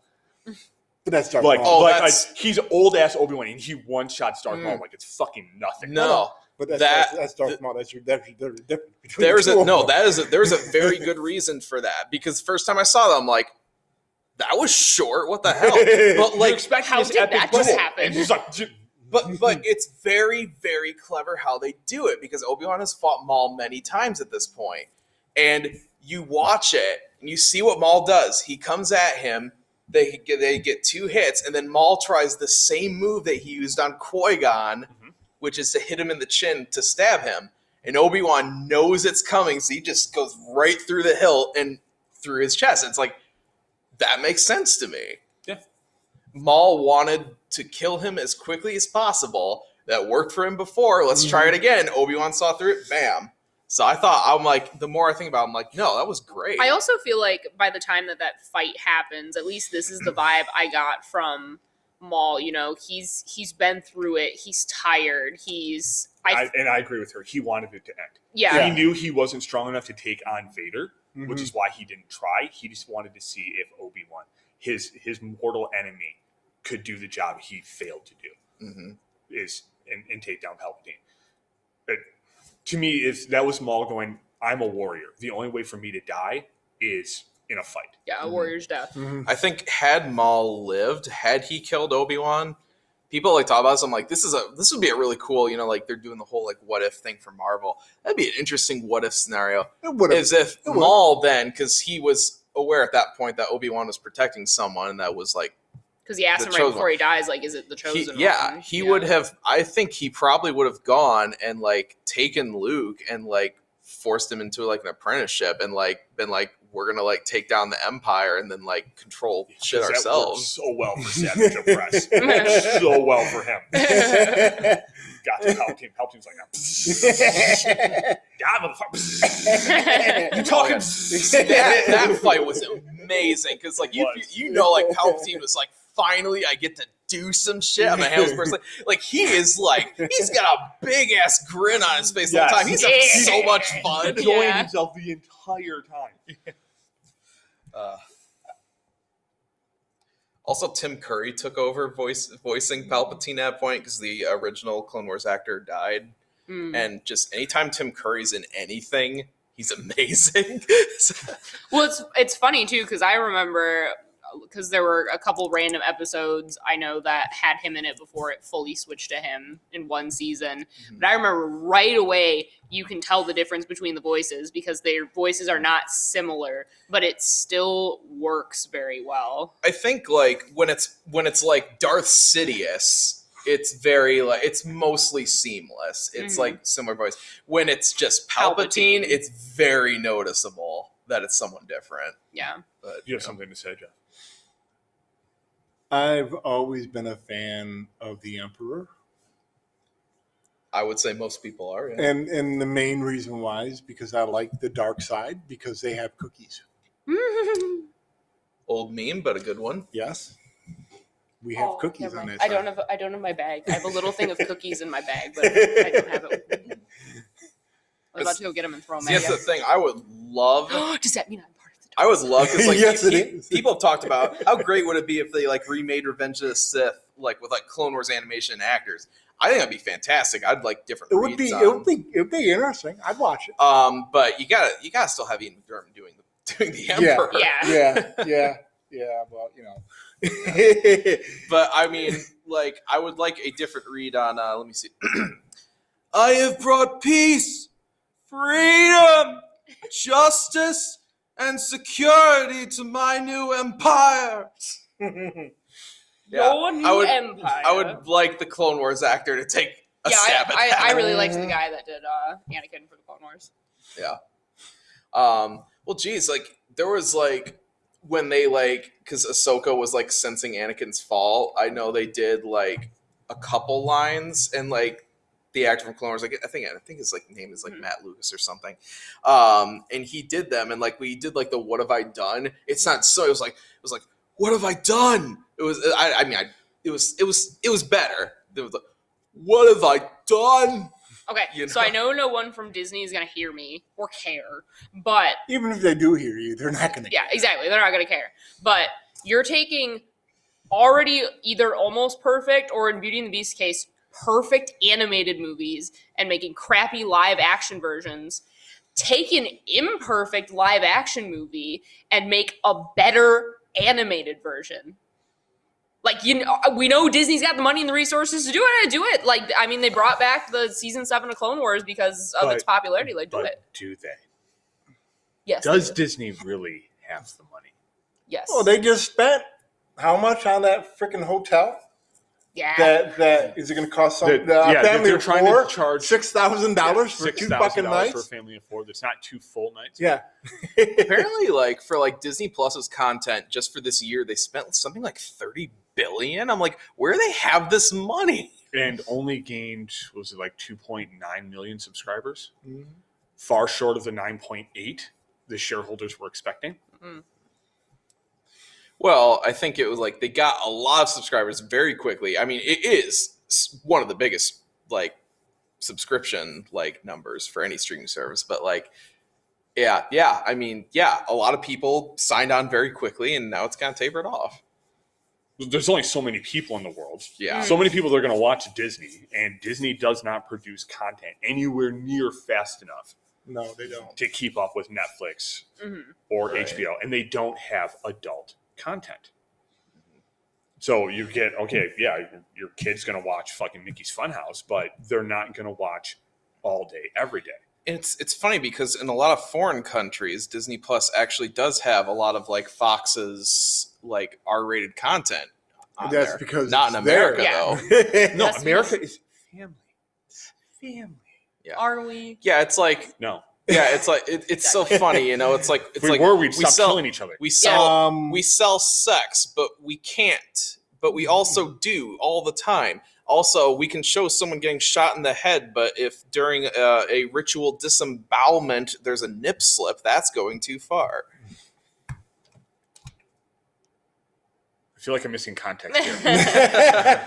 But that's Darth Like, Maul. Oh, like, that's- like, he's old ass Obi Wan, and he one shots Darth Maul Mm. like it's fucking nothing. No. But that's, That- that's, that's Darth Maul. That's your that's your, that's your difference between There's the a two no, of them. that is a there's a very good reason for that. Because the first time I saw that, I'm like, that was short, what the hell? But like like expect how this did epic that just duel, happen? And he's like, "J- But but it's very very clever how they do it because Obi Wan has fought Maul many times at this point, and you watch it and you see what Maul does. He comes at him. They get, they get two hits, and then Maul tries the same move that he used on Qui Gon, Mhm. which is to hit him in the chin to stab him. And Obi Wan knows it's coming, so he just goes right through the hilt and through his chest. It's like that makes sense to me. Yeah. Maul wanted to kill him as quickly as possible. That worked for him before. Let's try it again. Obi Wan saw through it. Bam. So I thought I'm like the more I think about, it, I'm like no, that was great. I also feel like by the time that that fight happens, at least this is the vibe I got from Maul. You know, he's he's been through it. He's tired. He's I, I, and I agree with her. He wanted it to end. yeah. He knew he wasn't strong enough to take on Vader, which Mhm. is why he didn't try. He just wanted to see if Obi Wan, his his mortal enemy, could do the job he failed to do. Mhm. is and, and take down Palpatine. But to me, is that was Maul going, I'm a warrior. The only way for me to die is in a fight. Yeah, a Mhm. warrior's death. Mhm. I think had Maul lived, had he killed Obi Wan, people like talk about this. I'm like, this is a this would be a really cool, you know, like they're doing the whole like what if thing for Marvel. That'd be an interesting what if scenario. It would have. Is if it would. Maul then, because he was aware at that point that Obi Wan was protecting someone, and that was like Because he asked The him right chosen before he dies, like, is it the he, chosen yeah, one? he Yeah. would have. I think he probably would have gone and like taken Luke and like forced him into like an apprenticeship and like been like, we're gonna like take down the Empire and then like control shit Because that worked ourselves. so well for Savage Opress. so well for him. Got to Palpatine. Palpatine's like, "Ah, motherfucker." you talking? that, that fight was amazing because like you, was. you know like Palpatine was like finally I get to do some shit I'm a Hales person like he is like he's got a big ass grin on his face the whole Yes. time he's having so much fun Enjoying Yeah. himself the entire time. Uh, also, Tim Curry took over voice voicing Palpatine at that point because the original Clone Wars actor died, Mm. and just anytime Tim Curry's in anything, he's he's amazing. Well, it's it's funny too because I remember because there were a couple random episodes I know that had him in it before it fully switched to him in one season. Mm-hmm. But I remember right away you can tell the difference between the voices because their voices are not similar, but it still works very well. I think like when it's when it's like Darth Sidious, it's very like it's mostly seamless. It's Mhm. like similar voice. When it's just Palpatine, Palpatine. it's very noticeable that it's someone different. Yeah. But You have something to say, Jeff. I've always been a fan of the Emperor, I would say most people are. Yeah. and and the main reason why is because I like the dark side because they have cookies. Old meme, but a good one. Yes, we have Oh, cookies never on mind. that. I don't side. have I don't have my bag. I have a little thing of cookies in my bag, but I don't have it. I was about to go get them and throw them See, that's the at thing. I would love you. Does that mean I'm part of the I would love because like Yes, pe- it pe- is. people have talked about how great would it be if they like remade Revenge of the Sith like with like Clone Wars animation and actors. I think that'd be fantastic. I'd like different. It would reads be on it would be it would be interesting. I'd watch it. Um, but you gotta you gotta still have Ian McDermott doing the doing the Yeah. Emperor. Yeah. Yeah, yeah, yeah. Well, you know, But I mean, like, I would like a different read on. Uh, let me see. I have brought peace, freedom, justice, and security to my new empire. Yeah, Your new I would- empire. I would like the Clone Wars actor to take a yeah, stab at I, that. I, I really liked the guy that did uh, Anakin for the Clone Wars. Um, well, geez, like there was like when they like because Ahsoka was like sensing Anakin's fall. I know they did like a couple lines and like the actor from Clone Wars. Like I think I think his like name is like Mhm. Matt Lucas or something. Um, and he did them and like we did like the what have I done? It's not so. It was like it was like what have I done? It was I, I mean I, it was it was it was better. It was like what have I done? Okay, You so know? I know no one from Disney is gonna hear me or care, but even if they do hear you, they're not going to. yeah, exactly, they're not gonna care. But you're taking already either almost perfect or in Beauty and the Beast case, perfect animated movies and making crappy live action versions. Take an imperfect live action movie and make a better animated version. Like you know, we know Disney's got the money and the resources to do it. Do it. Like I mean, they brought back the season seven of Clone Wars because of its But- popularity. Like do it. But do they? Yes. Does Oh, Disney really have the money? yes. Well, they just spent how much on that freaking hotel? yeah. That that is it going to cost some That- the, uh, yeah, that family they're of trying to four charge- six thousand dollars for two $6,000 fucking for a nights? family of four. That's not two full nights. Yeah, apparently like for like disney plus's content just for this year they spent something like 30 billion i'm like where do they have this money and only gained what was it like 2.9 million subscribers far short of the 9.8 the shareholders were expecting well i think it was like they got a lot of subscribers very quickly i mean it is s- one of the biggest like subscription like numbers for any streaming service but like yeah yeah i mean yeah a lot of people signed on very quickly and now it's kind of tapered off there's only so many people in the world yeah so many people that are going to watch disney and disney does not produce content anywhere near fast enough no, they don't. to keep up with netflix Mhm. or Right. hbo and they don't have adult content Mm-hmm. so you get okay yeah your, your kid's going to watch fucking mickey's funhouse but they're not going to watch all day every day And it's it's funny because in a lot of foreign countries, Disney Plus actually does have a lot of like Fox's like R-rated content. On That's there. because not in it's there. America Yeah. though. no, That's America is family. Family. Are we? Yeah, it's like No, yeah, it's like it, it's so funny, you know. It's like if it's we like were, we'd we stop sell killing each other. we Yeah. sell Um, we sell sex, but we can't. But we also do all the time. Also, we can show someone getting shot in the head, but if during uh, a ritual disembowelment there's a nip slip, that's going too far. I feel like I'm missing context here.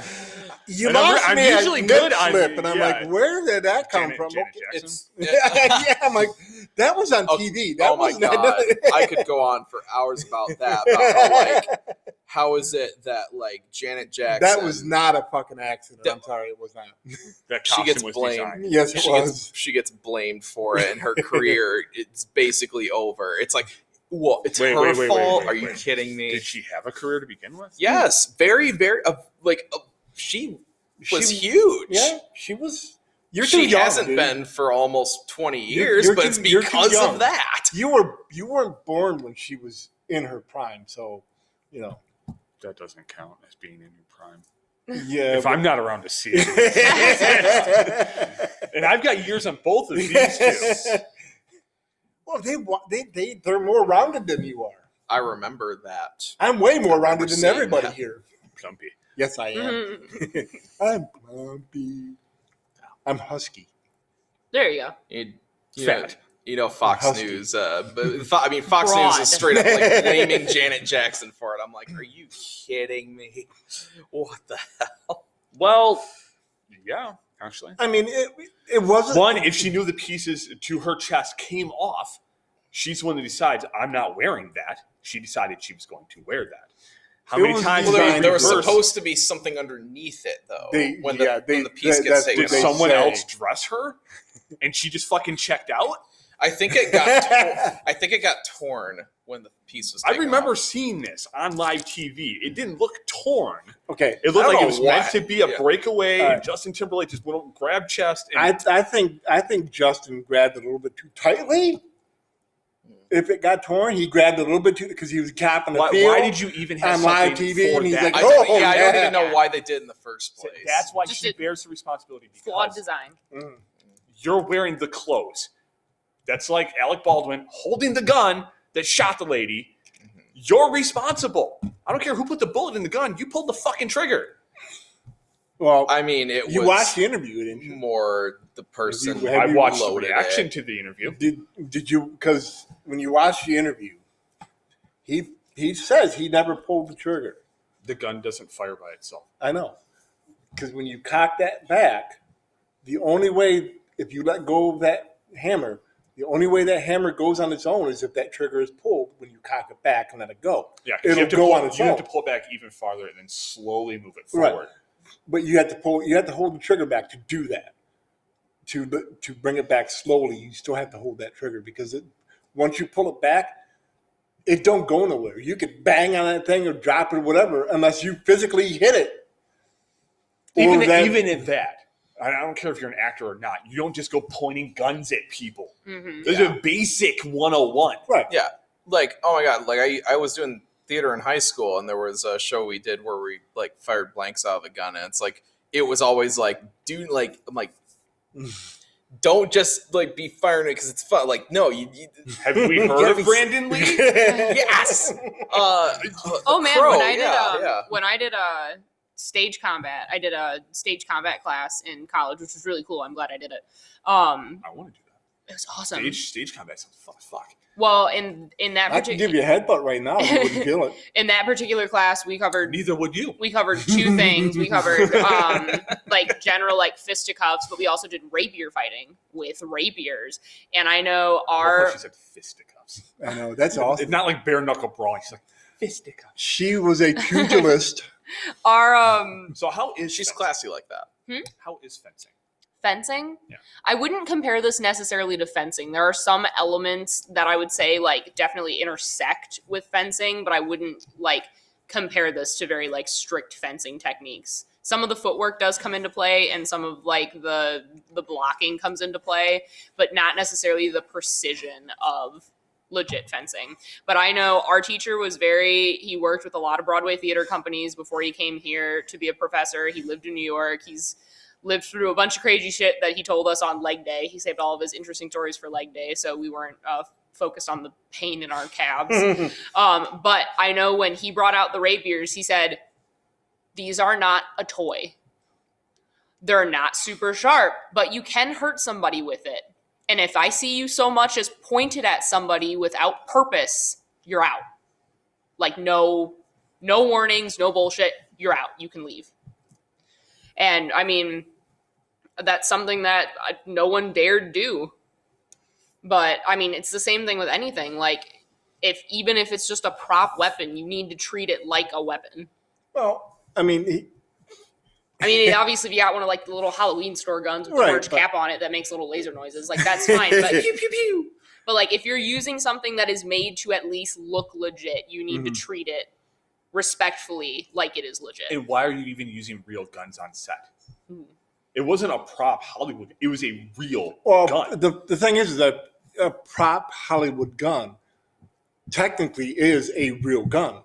you And I'm- lost I'm me at usually nip good on slip, the- and I'm yeah. like, where did that come Janet- from? Janet Jackson. It's yeah, I'm like, that was on Oh, TV. That oh my was not god, I could go on for hours about that. About how, like how is it that like Janet Jackson That was not a fucking accident. I'm That- sorry, it was not. That She costume gets was blamed. designed. Yes, it she was. gets she gets blamed for it and her career it's basically over. It's like what it's Wait, her wait, wait, wait, fault. wait, Are you wait. kidding me? Did she have a career to begin with? yes, very very uh, like uh, she was She- huge. Yeah, she was. You're too she young, hasn't dude. been for almost 20 You're- years, you're but too- it's you're too because young. of that. You were you weren't born when she was in her prime, so you know. That doesn't count as being in your prime. Uh, Yeah. If I'm not around to see it. well, and I've got years on both of these two. they wa- they they they're more rounded than you are. I remember that. I'm way more rounded Never than seen everybody that. here. Plumpy. Yes, I am. Mhm. Mm-hmm. I'm grumpy. I'm husky. There you go. You, you know, Fat. you know Fox Husky. News. Uh, but Fo- I mean, Fox News Fraud. is straight up like blaming Janet Jackson for it. I'm like, are you kidding me? What the? Well, yeah, actually. I mean, it it wasn't. One, if she knew the pieces to her chest came off, she's the one that decides, I'm not wearing that. She decided she was going to wear that. How It many was times Well, there, designed there was reverse, supposed to be something underneath it, though. They- when, the, yeah, they- when the piece that- gets that's taken did what they off, someone say. else dress her? And she just fucking checked out? I think it got. tor- I think it got torn when the piece was. I taken remember off. seeing this on live TV. It didn't look torn. Okay, It I looked don't like it know was why. meant to be a Yeah. breakaway, All right. and Justin Timberlake just went over, grabbed chest, and I I think I think Justin grabbed it a little bit too Hmm. tightly. If it got torn, he grabbed it a little bit too because he was capping the why, field. why did you even have on live something TV, for and he's that? like, I I don't, Oh, yeah, I don't yeah. even know why they did in the first So place. That's why Just she a- bears the responsibility Flawed because design. Mm. you're wearing the clothes. That's like Alec Baldwin holding the gun that shot the lady. You're responsible. I don't care who put the bullet in the gun. You pulled the fucking trigger. Well, I mean, it you was watched the interview, didn't you? more the person. You- who have I watched the loaded reaction it. to the interview. Did did you? Because when you watch the interview, he he says he never pulled the trigger. The gun doesn't fire by itself. I know, because when you cock that back, the only way if you let go of that hammer, the only way that hammer goes on its own is if that trigger is pulled when you cock it back and let it go. Yeah, 'cause It'll you have to go pull, on its You have to own. pull it back even farther and then slowly move it Right. forward. But you have to pull. You have to hold the trigger back to do that. To to bring it back slowly, you still have to hold that trigger because it, once you pull it back, it don't go nowhere. You could bang on that thing or drop it or whatever, unless you physically hit it. Or Even that- even in that, I I don't care if you're an actor or not. You don't just go pointing guns at people. hmm There's a basic 101. right. Yeah. Like, oh my god, like I, I was doing theater in high school and there was a show we did where we like fired blanks out of a gun and it's like it was always like do like I'm like don't just like be firing it because it's fun. Like, no, you, you Have we Gotta heard be- of Brandon Lee? Yes. Uh, Oh man, Crow, when I did yeah, um, yeah. when I did a stage combat, I did a stage combat class in college, which was really cool. I'm glad I did it. Um, I want to do that. it was awesome. Stage, stage combat sounds fun. as Fuck. Well, in in that I could particular give you a headbutt right now. and You wouldn't feel it. in that particular class, we covered Neither would you. we covered two things. We covered um, like general like fisticuffs, but we also did rapier fighting with rapiers. And I know Our, our she said fisticuffs. I know that's It's awesome. not like bare knuckle brawling. She's like fisticuffs. She was a pugilist. our um, So how is she's fencing? classy like that. How is fencing? fencing. Yeah. I wouldn't compare this necessarily to fencing. There are some elements that I would say like definitely intersect with fencing, but I wouldn't like compare this to very like strict fencing techniques. Some of the footwork does come into play and some of like the the blocking comes into play, but not necessarily the precision of legit fencing. But I know our teacher was very he worked with a lot of Broadway theater companies before he came here to be a professor. He lived in New York. He's lived through a bunch of crazy shit that he told us on leg day. He saved all of his interesting stories for leg day, so we weren't uh, focused on the pain in our calves. um, but I know when he brought out the rapiers, he said, "These are not a toy. They're not super sharp, but you can hurt somebody with it. And if I see you so much as pointed at somebody without purpose, you're out. Like no, no warnings, no bullshit. You're out. You can leave." And I mean, that's something that uh, no one dared do. But I mean, it's the same thing with anything. Like, if even if it's just a prop weapon, you need to treat it like a weapon. Well, I mean, he, I mean, obviously, if you got one of like the little Halloween store guns with Right, the orange but- cap on it that makes little laser noises, like that's fine. But pew pew pew. But like, if you're using something that is made to at least look legit, you need to Mhm. treat it respectfully, like it is legit. And why are you even using real guns on set? Hmm. It wasn't a prop Hollywood. It was a real well, gun. the the thing is, is that a prop Hollywood gun technically is a real gun.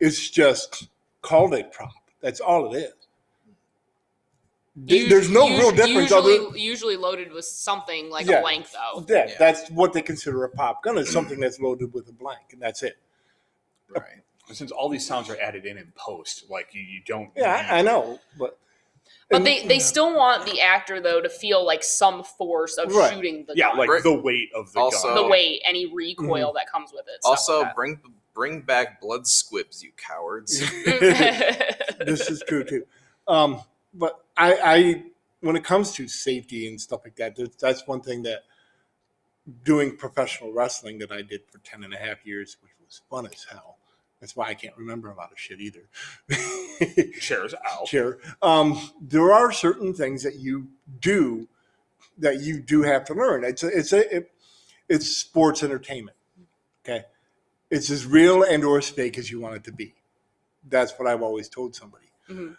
It's just called a prop. That's all it is. Th- Us- There's no us- real difference Usually, other. usually loaded with something like Yeah. a blank, though. Yeah, Yeah. that's what they consider a pop gun. It's something that's loaded with a blank, and that's it. Right. Since all these sounds are added in in post, like you, you don't. Yeah, I, I know, but But and- they, they still want the actor though to feel like some force of Right. uh, shooting the yeah, gun. like Right. the weight of the Also- gun. the weight, any recoil mm-hmm. that comes with it. stuff Also, like bring bring back blood squibs, you cowards. that. this is true too. Um, but I, I, when it comes to safety and stuff like that, that's, that's one thing that doing professional wrestling that I did for 10 and a half years, which was fun as hell. That's why I can't remember a lot of shit either. Chairs out. Sure. Um, there are certain things that you do that you do have to learn. It's a, it's a, it, it's sports entertainment. Okay, it's as real and or as fake as you want it to be. That's what I've always told somebody. Mhm.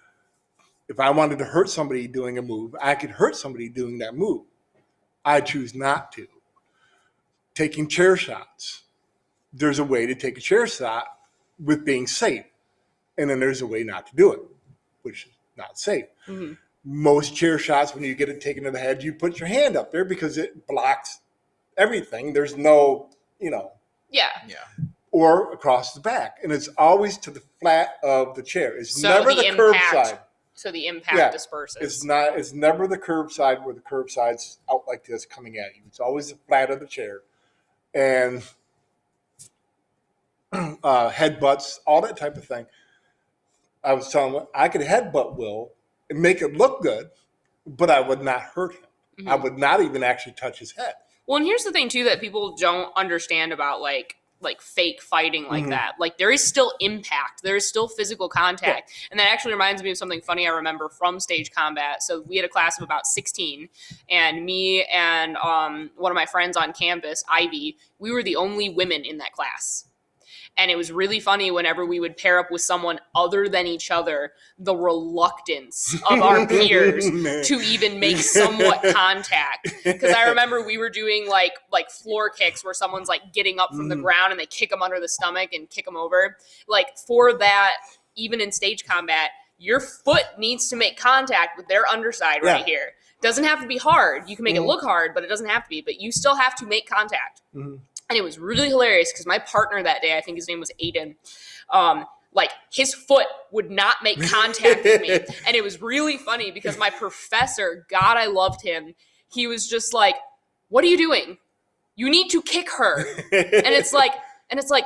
If I wanted to hurt somebody doing a move, I could hurt somebody doing that move. I choose not to. Taking chair shots. There's a way to take a chair shot with being safe, and then there's a way not to do it which is not safe. Mhm. Most chair shots, when you get it taken to the head, you put your hand up there because it blocks everything. There's no, you know, yeah. yeah. or across the back. And it's always to the flat of the chair. It's So never the the, impact- curb side. So the impact Yeah. disperses. It's not it's never the curb side where the curb side's out like this coming at you. It's always the flat of the chair. And uh, headbutts, all that type of thing. I was telling him I could headbutt Will and make it look good, but I would not hurt him. Mhm. I would not even actually touch his head. Well, and here's the thing too that people don't understand about like like fake fighting like Mhm. that. Like there is still impact. There is still physical contact. And that actually reminds me of something funny I remember from stage combat. So we had a class of about 16 and me and um, one of my friends on campus, Ivy, we were the only women in that class. And it was really funny whenever we would pair up with someone other than each other, the reluctance of our peers to even make somewhat contact. Because I remember we were doing like like floor kicks where someone's like getting up from the Mhm. ground and they kick them under the stomach and kick them over. Like for that, even in stage combat, your foot needs to make contact with their underside right here. Doesn't have to be hard. You can make Mhm. it look hard, but it doesn't have to be. But you still have to make contact. Mhm. And it was really hilarious because my partner that day, I think his name was Aiden, um, like his foot would not make contact with me. And it was really funny because my professor, God, I loved him, he was just like, What are you doing? You need to kick her. And it's like, and it's like,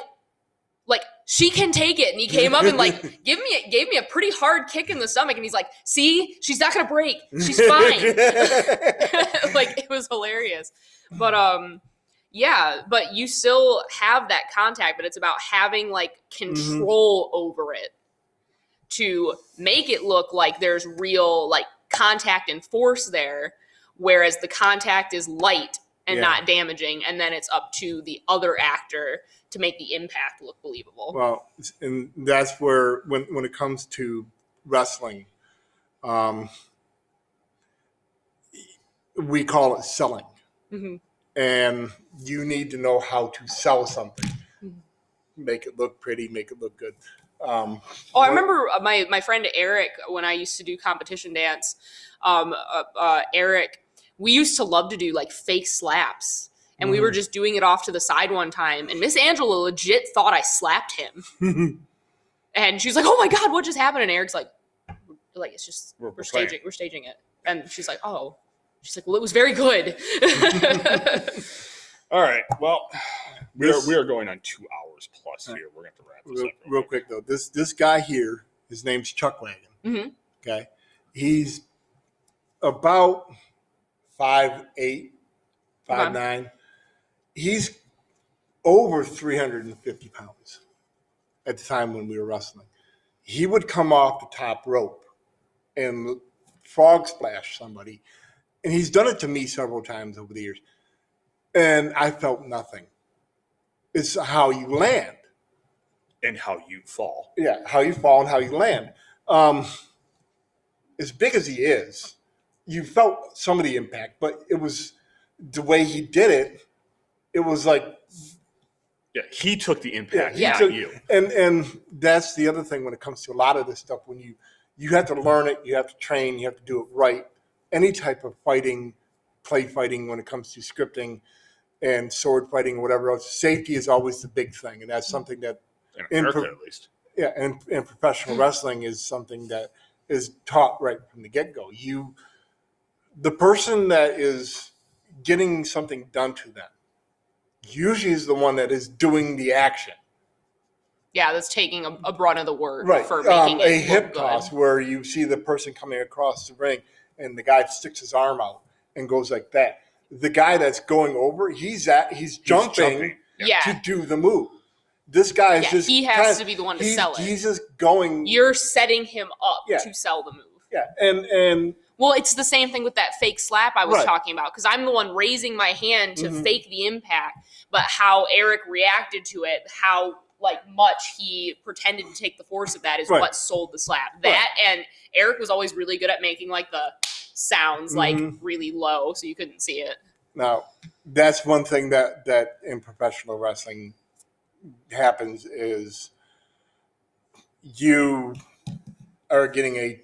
like she can take it. And he came up and like give me a, gave me a pretty hard kick in the stomach. And he's like, see, she's not gonna break. She's fine. like it was hilarious. But um yeah, but you still have that contact, but it's about having like Mm-hmm. control over it to make it look like there's real like contact and force there, whereas the contact is light and Yeah. not damaging, and then it's up to the other actor to make the impact look believable. Well, and that's where when when it comes to wrestling, um, we call it selling, Mhm. and you need to know how to sell something, Mhm. make it look pretty, make it look good. Um, Oh, What- I remember uh, my my friend Eric when I used to do competition dance. Um, uh, uh, Eric, we used to love to do like fake slaps, and we Mm. were just doing it off to the side one time, and Miss Angela legit thought I slapped him, and she's like, "Oh my god, what just happened?" And Eric's like, "Like it's just We're- we're, we're playing. staging, we're staging it," and she's like, "Oh." She's like, well, it was very good. All right. Well, we are, This- we are going on two hours plus here. We're going to wrap this real, up. real quick though, this this guy here, his name's Chuck Wagon. Mhm. Okay, he's about five eight, five nine. He's over 350 pounds at the time when we were wrestling. He would come off the top rope and frog splash somebody. And he's done it to me several times over the years. And I felt nothing. It's how you land. and how you fall. Yeah, how you fall and how you land. Um, as big as he is, you felt some of the impact, but it was the way he did it. It was like Yeah, he took the Yeah, impact, he not took- you. and and that's the other thing when it comes to a lot of this stuff. When you you have to learn it, you have to train, you have to do it right. Any type of fighting, play fighting, when it comes to scripting and sword fighting, whatever else, safety is always the big thing, and that's something that In In America, pro- at least. yeah, and, and professional wrestling is something that is taught right from the get go. You, the person that is getting something done to them, usually is the one that is doing the action. Yeah, that's taking a, a brunt of the word right. for um, making it a look hip good. toss where you see the person coming across the ring and the guy sticks his arm out and goes like that. The guy that's going over, he's at he's jumping, jumping. Yeah, to do the move. This guy is Yeah, just he has to be the one to he's- sell it. He's just going You're setting him up Yeah. to sell the move. yeah, and and Well, it's the same thing with that fake slap I was Right. talking about because I'm the one raising my hand to Mhm. fake the impact, but how Eric reacted to it, how like much he pretended to take the force of that is Right. what sold the slap. That and Eric was always really good at making like the sounds like Mhm. really low so you couldn't see it. Now, that's one thing that that in professional wrestling happens is you are getting a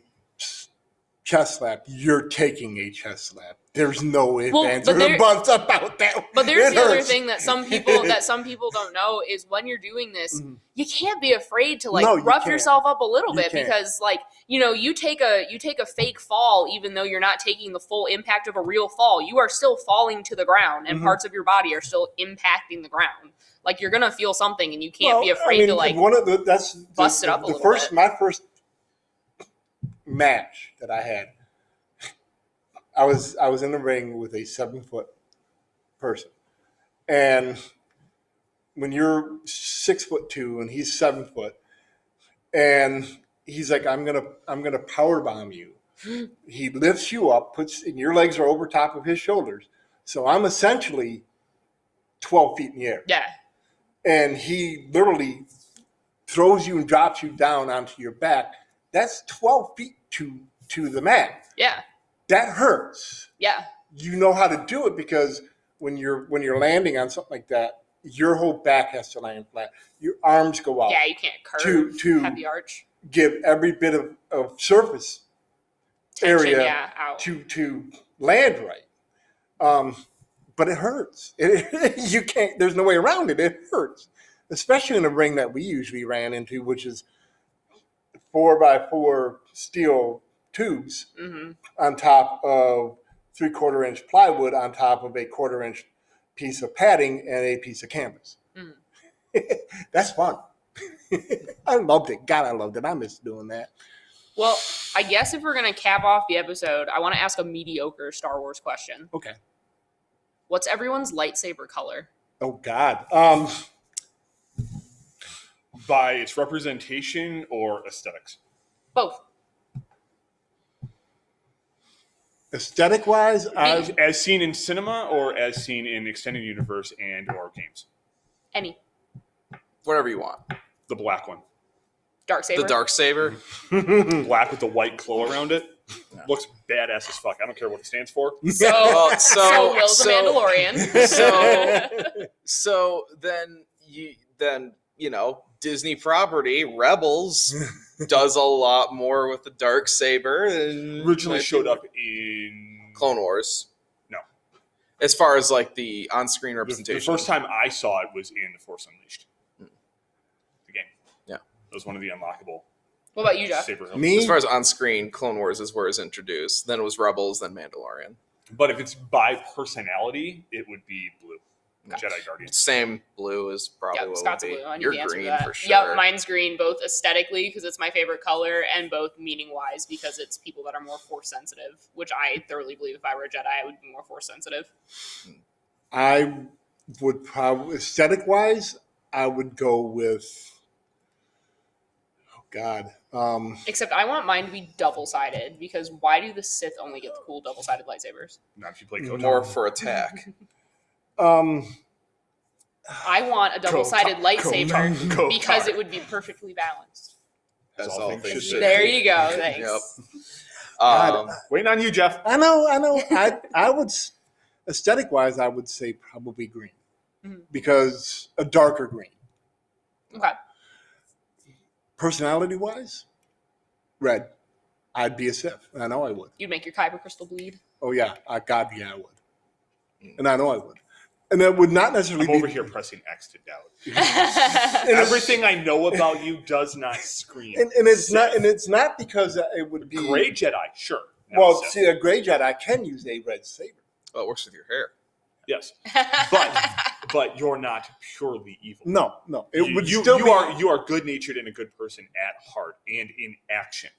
chest slap. You're taking a chest slap. There's no ifs, Well, ands, but or there- buts about that. But there's It the other hurts. thing that some people that some people don't know is when you're doing this, Mhm. you can't be afraid to like No, you rough can't. yourself up a little You bit can't. because like you know you take a you take a fake fall even though you're not taking the full impact of a real fall you are still falling to the ground and Mhm. parts of your body are still impacting the ground like you're gonna feel something and you can't Well, be afraid I mean, to like one of the that's the- bust it up a the little first bit. my first match that I had. I was I was in the ring with a seven foot person, and when you're six foot two and he's seven foot, and he's like, I'm gonna I'm gonna power bomb you. he lifts you up, puts and your legs are over top of his shoulders, so I'm essentially twelve feet in the air yeah and he literally throws you and drops you down onto your back. That's 12 feet to to the mat. yeah That hurts. yeah You know how to do it because when you're when you're landing on something like that, your whole back has to land flat. Your arms go out yeah you can't to curve to heavy arch give every bit of, of surface tension area yeah out to to land right. Um, but it hurts. It, you can't. There's no way around it. It hurts, especially in the ring that we usually ran into, which is four by four steel tubes hmm on top of three quarter inch plywood on top of a quarter inch piece of padding and a piece of canvas. Mm. That's fun. I loved it. God, I loved it. I miss doing that. Well, I guess if we're gonna cap off the episode, I want to ask a mediocre Star Wars question. Okay. What's everyone's lightsaber color? Oh God. Um. By its representation or aesthetics. Both. aesthetic wise, As, I as seen in cinema or as seen in extended universe and or games. Any. Whatever you want. The black one. Dark saber. The dark saber. Black with the white claw around it. Looks badass as fuck. I don't care what it stands for. So, Well, so so Will's so, a Mandalorian. So so then you then you know Disney property Rebels does a lot more with the dark saber than Originally showed up in Clone Wars. No. as far as like the on-screen The, representation. Hmm. the first time I saw it was in The Force Unleashed. The game. Yeah. It was one of the unlockable What about you, Jeff? saber me as far as on-screen, Clone Wars is where it's introduced. Then it was Rebels. Then Mandalorian. But if it's by personality, it would be blue. Okay. Jedi Guardians. Same blue is probably Yep, what Scott's it would blue. be. I need the You're answer green to that. for sure. Yep, mine's green, both aesthetically because it's my favorite color, and both meaning wise because it's people that are more force sensitive, which I thoroughly believe if I were a Jedi, I would be more force sensitive. I would probably aesthetic wise, I would go with. Oh God, um, Except I want mine to be double sided because why do the Sith only get the cool double sided lightsabers? Not if you play Mm. Kotor. More for attack. um, I want a double sided lightsaber Kotar. because it would be perfectly balanced. As That's all all things things should should There be. you go. Thanks. Um, Waiting on you, Jeff. I know, I know. I I would aesthetic wise, I would say probably green Mm-hmm. Mhm. because a darker green. Okay. Personality wise, red. I'd be a Sith. I know I would. You'd make your kyber crystal bleed. Oh yeah, I God, yeah, I would, and I know I would, and that would not necessarily Mm. I'm over be here pressing X to doubt. I And it's- Everything I know about you does not scream. And, and it's not, and it's not because it would be Gray Jedi, sure. Now Well, Sith. see, a gray Jedi can use a red saber. well, it works with your hair. yes, but but you're not purely evil. No, no, it you, would you, still you be- are you are good natured and a good person at heart and in action.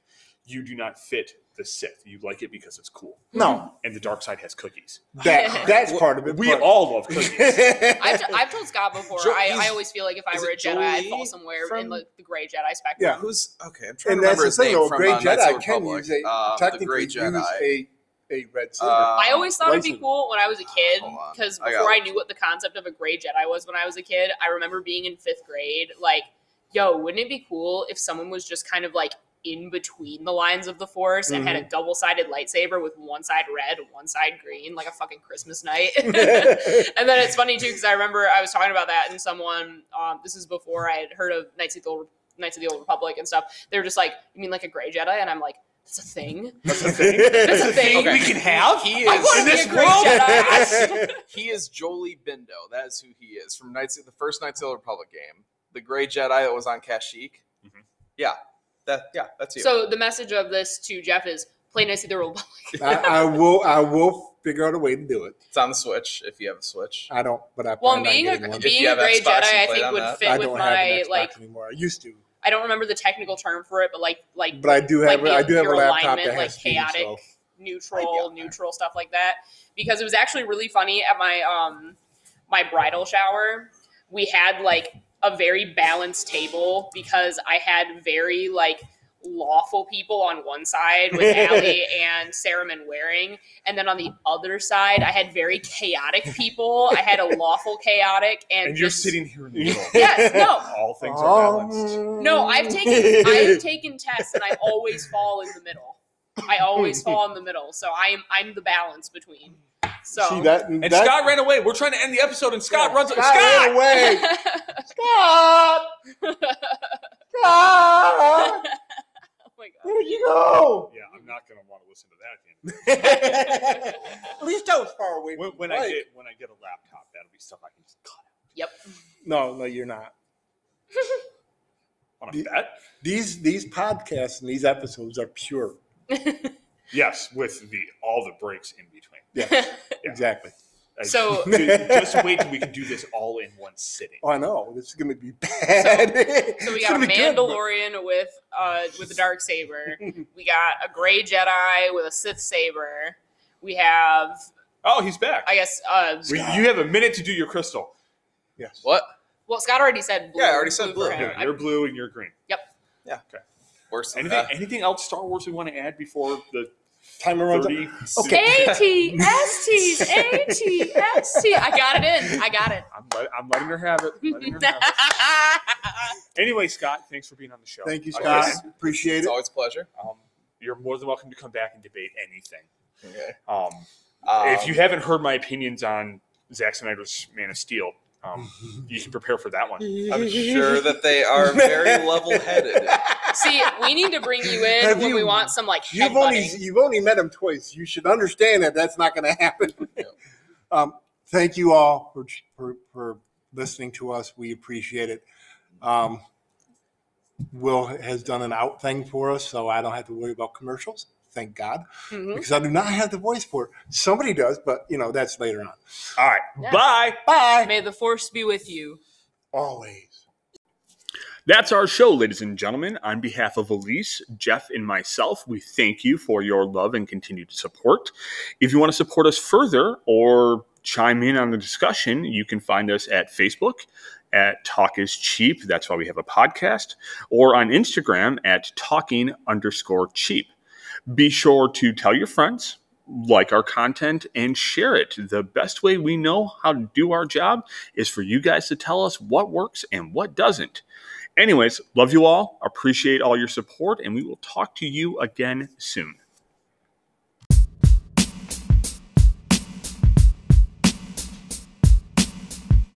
You do not fit the Sith. You like it because it's cool, no. and the dark side has cookies. That that's part of it. We but- all love cookies. I've, t- I've told Scott before. Jo- I, I he's- always feel like if I is were a it Jedi, I'd fall Jolie somewhere in from- like the gray Jedi spectrum. yeah, Who's okay? I'm trying and to that's remember the his thing. name Though, a from gray uh, Knights of Jedi the can Republic. use a Uh, the technically Great Jedi. use a a red saber. Uh, I always thought it'd lightsaber. be cool when I was a kid Hold on. because I got before I knew what the concept of a gray Jedi was when I was a kid, I remember being in fifth grade. Like, yo, wouldn't it be cool if someone was just kind of like in between the lines of the Force and Mm-hmm. had a double sided lightsaber with one side red, one side green, like a fucking Christmas night? And then it's funny too because I remember I was talking about that and someone. Um, this is before I had heard of Knights of the Old Knights of the Old Republic and stuff. They were just like, "You mean like a gray Jedi?" And I'm like, "That's a thing. That's a thing. That's a thing Okay. we can have. He I is want to be a gray Jedi." he is Jolie Bindo. That is who he is from Knights the first Knights of the Republic game. The Gray Jedi that was on Kashyyyk. Mhm. Yeah, that yeah, that's you. so the message of this to Jeff is play Knights of the Old Republic. I, I will. I will figure out a way to do it. it's on the Switch if you have a Switch. I don't, but I Well, plan on being a getting one. If being you a have gray Xbox, Jedi, you I play think on would that. fit I with don't have an my Xbox like. anymore. I used to, I don't remember the technical term for it, but like like but I do have. Like I do have a your laptop alignment, that has like, speed, chaotic. so- neutral, neutral stuff like that. Because it was actually really funny at my um my bridal shower. We had like a very balanced table because I had very like lawful people on one side with Allie and Saruman wearing, and then on the other side I had very chaotic people. I had a lawful chaotic and, And you're just- sitting here in the middle. Yes, no, All things are balanced. Um, no, I've taken I've taken tests and I always fall in the middle. I always fall in the middle, so I'm I'm the balance between. So See that? And that, Scott ran away. We're trying to end the episode, and Scott runs. Scott, ran away. Scott! Scott! Oh my God. Where'd you go? Yeah, I'm not gonna want to listen to that. Again. At least I was far away. When, from when the I mic. get when I get a laptop, that'll be stuff I can just cut. Yep. no, no, you're not. On Do- a bet. These these podcasts and these episodes are pure. Yes, with the all the breaks in between. Yeah. Exactly. I- So- ju- just wait till we can do this all in one sitting. Oh, I know. This is gonna be bad. So we got a Mandalorian with uh with a dark saber. we got a gray Jedi with a Sith saber. We have, Oh, he's back. I guess, uh, We- you have a minute to do your crystal. Yes. What? well, Scott already said blue. Yeah, I already said blue. for him. Yeah, you're blue and you're green. Worse than Anything, that. anything else Star Wars we want to add before the Timer runs. Up. 30? A T S T A T S T. I got it in. I got it. I'm, let- I'm letting her have it. letting her have it. Anyway, Scott, thanks for being on the show. Thank you, Again, Scott. Yes. Appreciate It's it. always a pleasure. Um, you're more than welcome to come back and debate anything. Okay. Um, Um, if you haven't heard my opinions on Zack Snyder's Man of Steel, um, you can prepare for that one. I'm sure that they are very level-headed. See, we need to bring you in Have when we you- want some like You've only headbutting. you've only met him twice. You should understand that that's not going to happen. um, thank you all for, for for listening to us. We appreciate it. Um, Will has done an out thing for us, so I don't have to worry about commercials. Thank God, Mhm. because I do not have the voice for it. Somebody does, but you know that's later on. All right. Yeah. Bye. Bye. May the force be with you. Always. That's our show, ladies and gentlemen. On behalf of Elise, Jeff, and myself, we thank you for your love and continued support. If you want to support us further or chime in on the discussion, you can find us at Facebook at Talk is Cheap. That's why we have a podcast, or on Instagram at Talking underscore cheap. Be sure to tell your friends, like our content, and share it. The best way we know how to do our job is for you guys to tell us what works and what doesn't. Anyways, love you all, appreciate all your support, and we will talk to you again soon.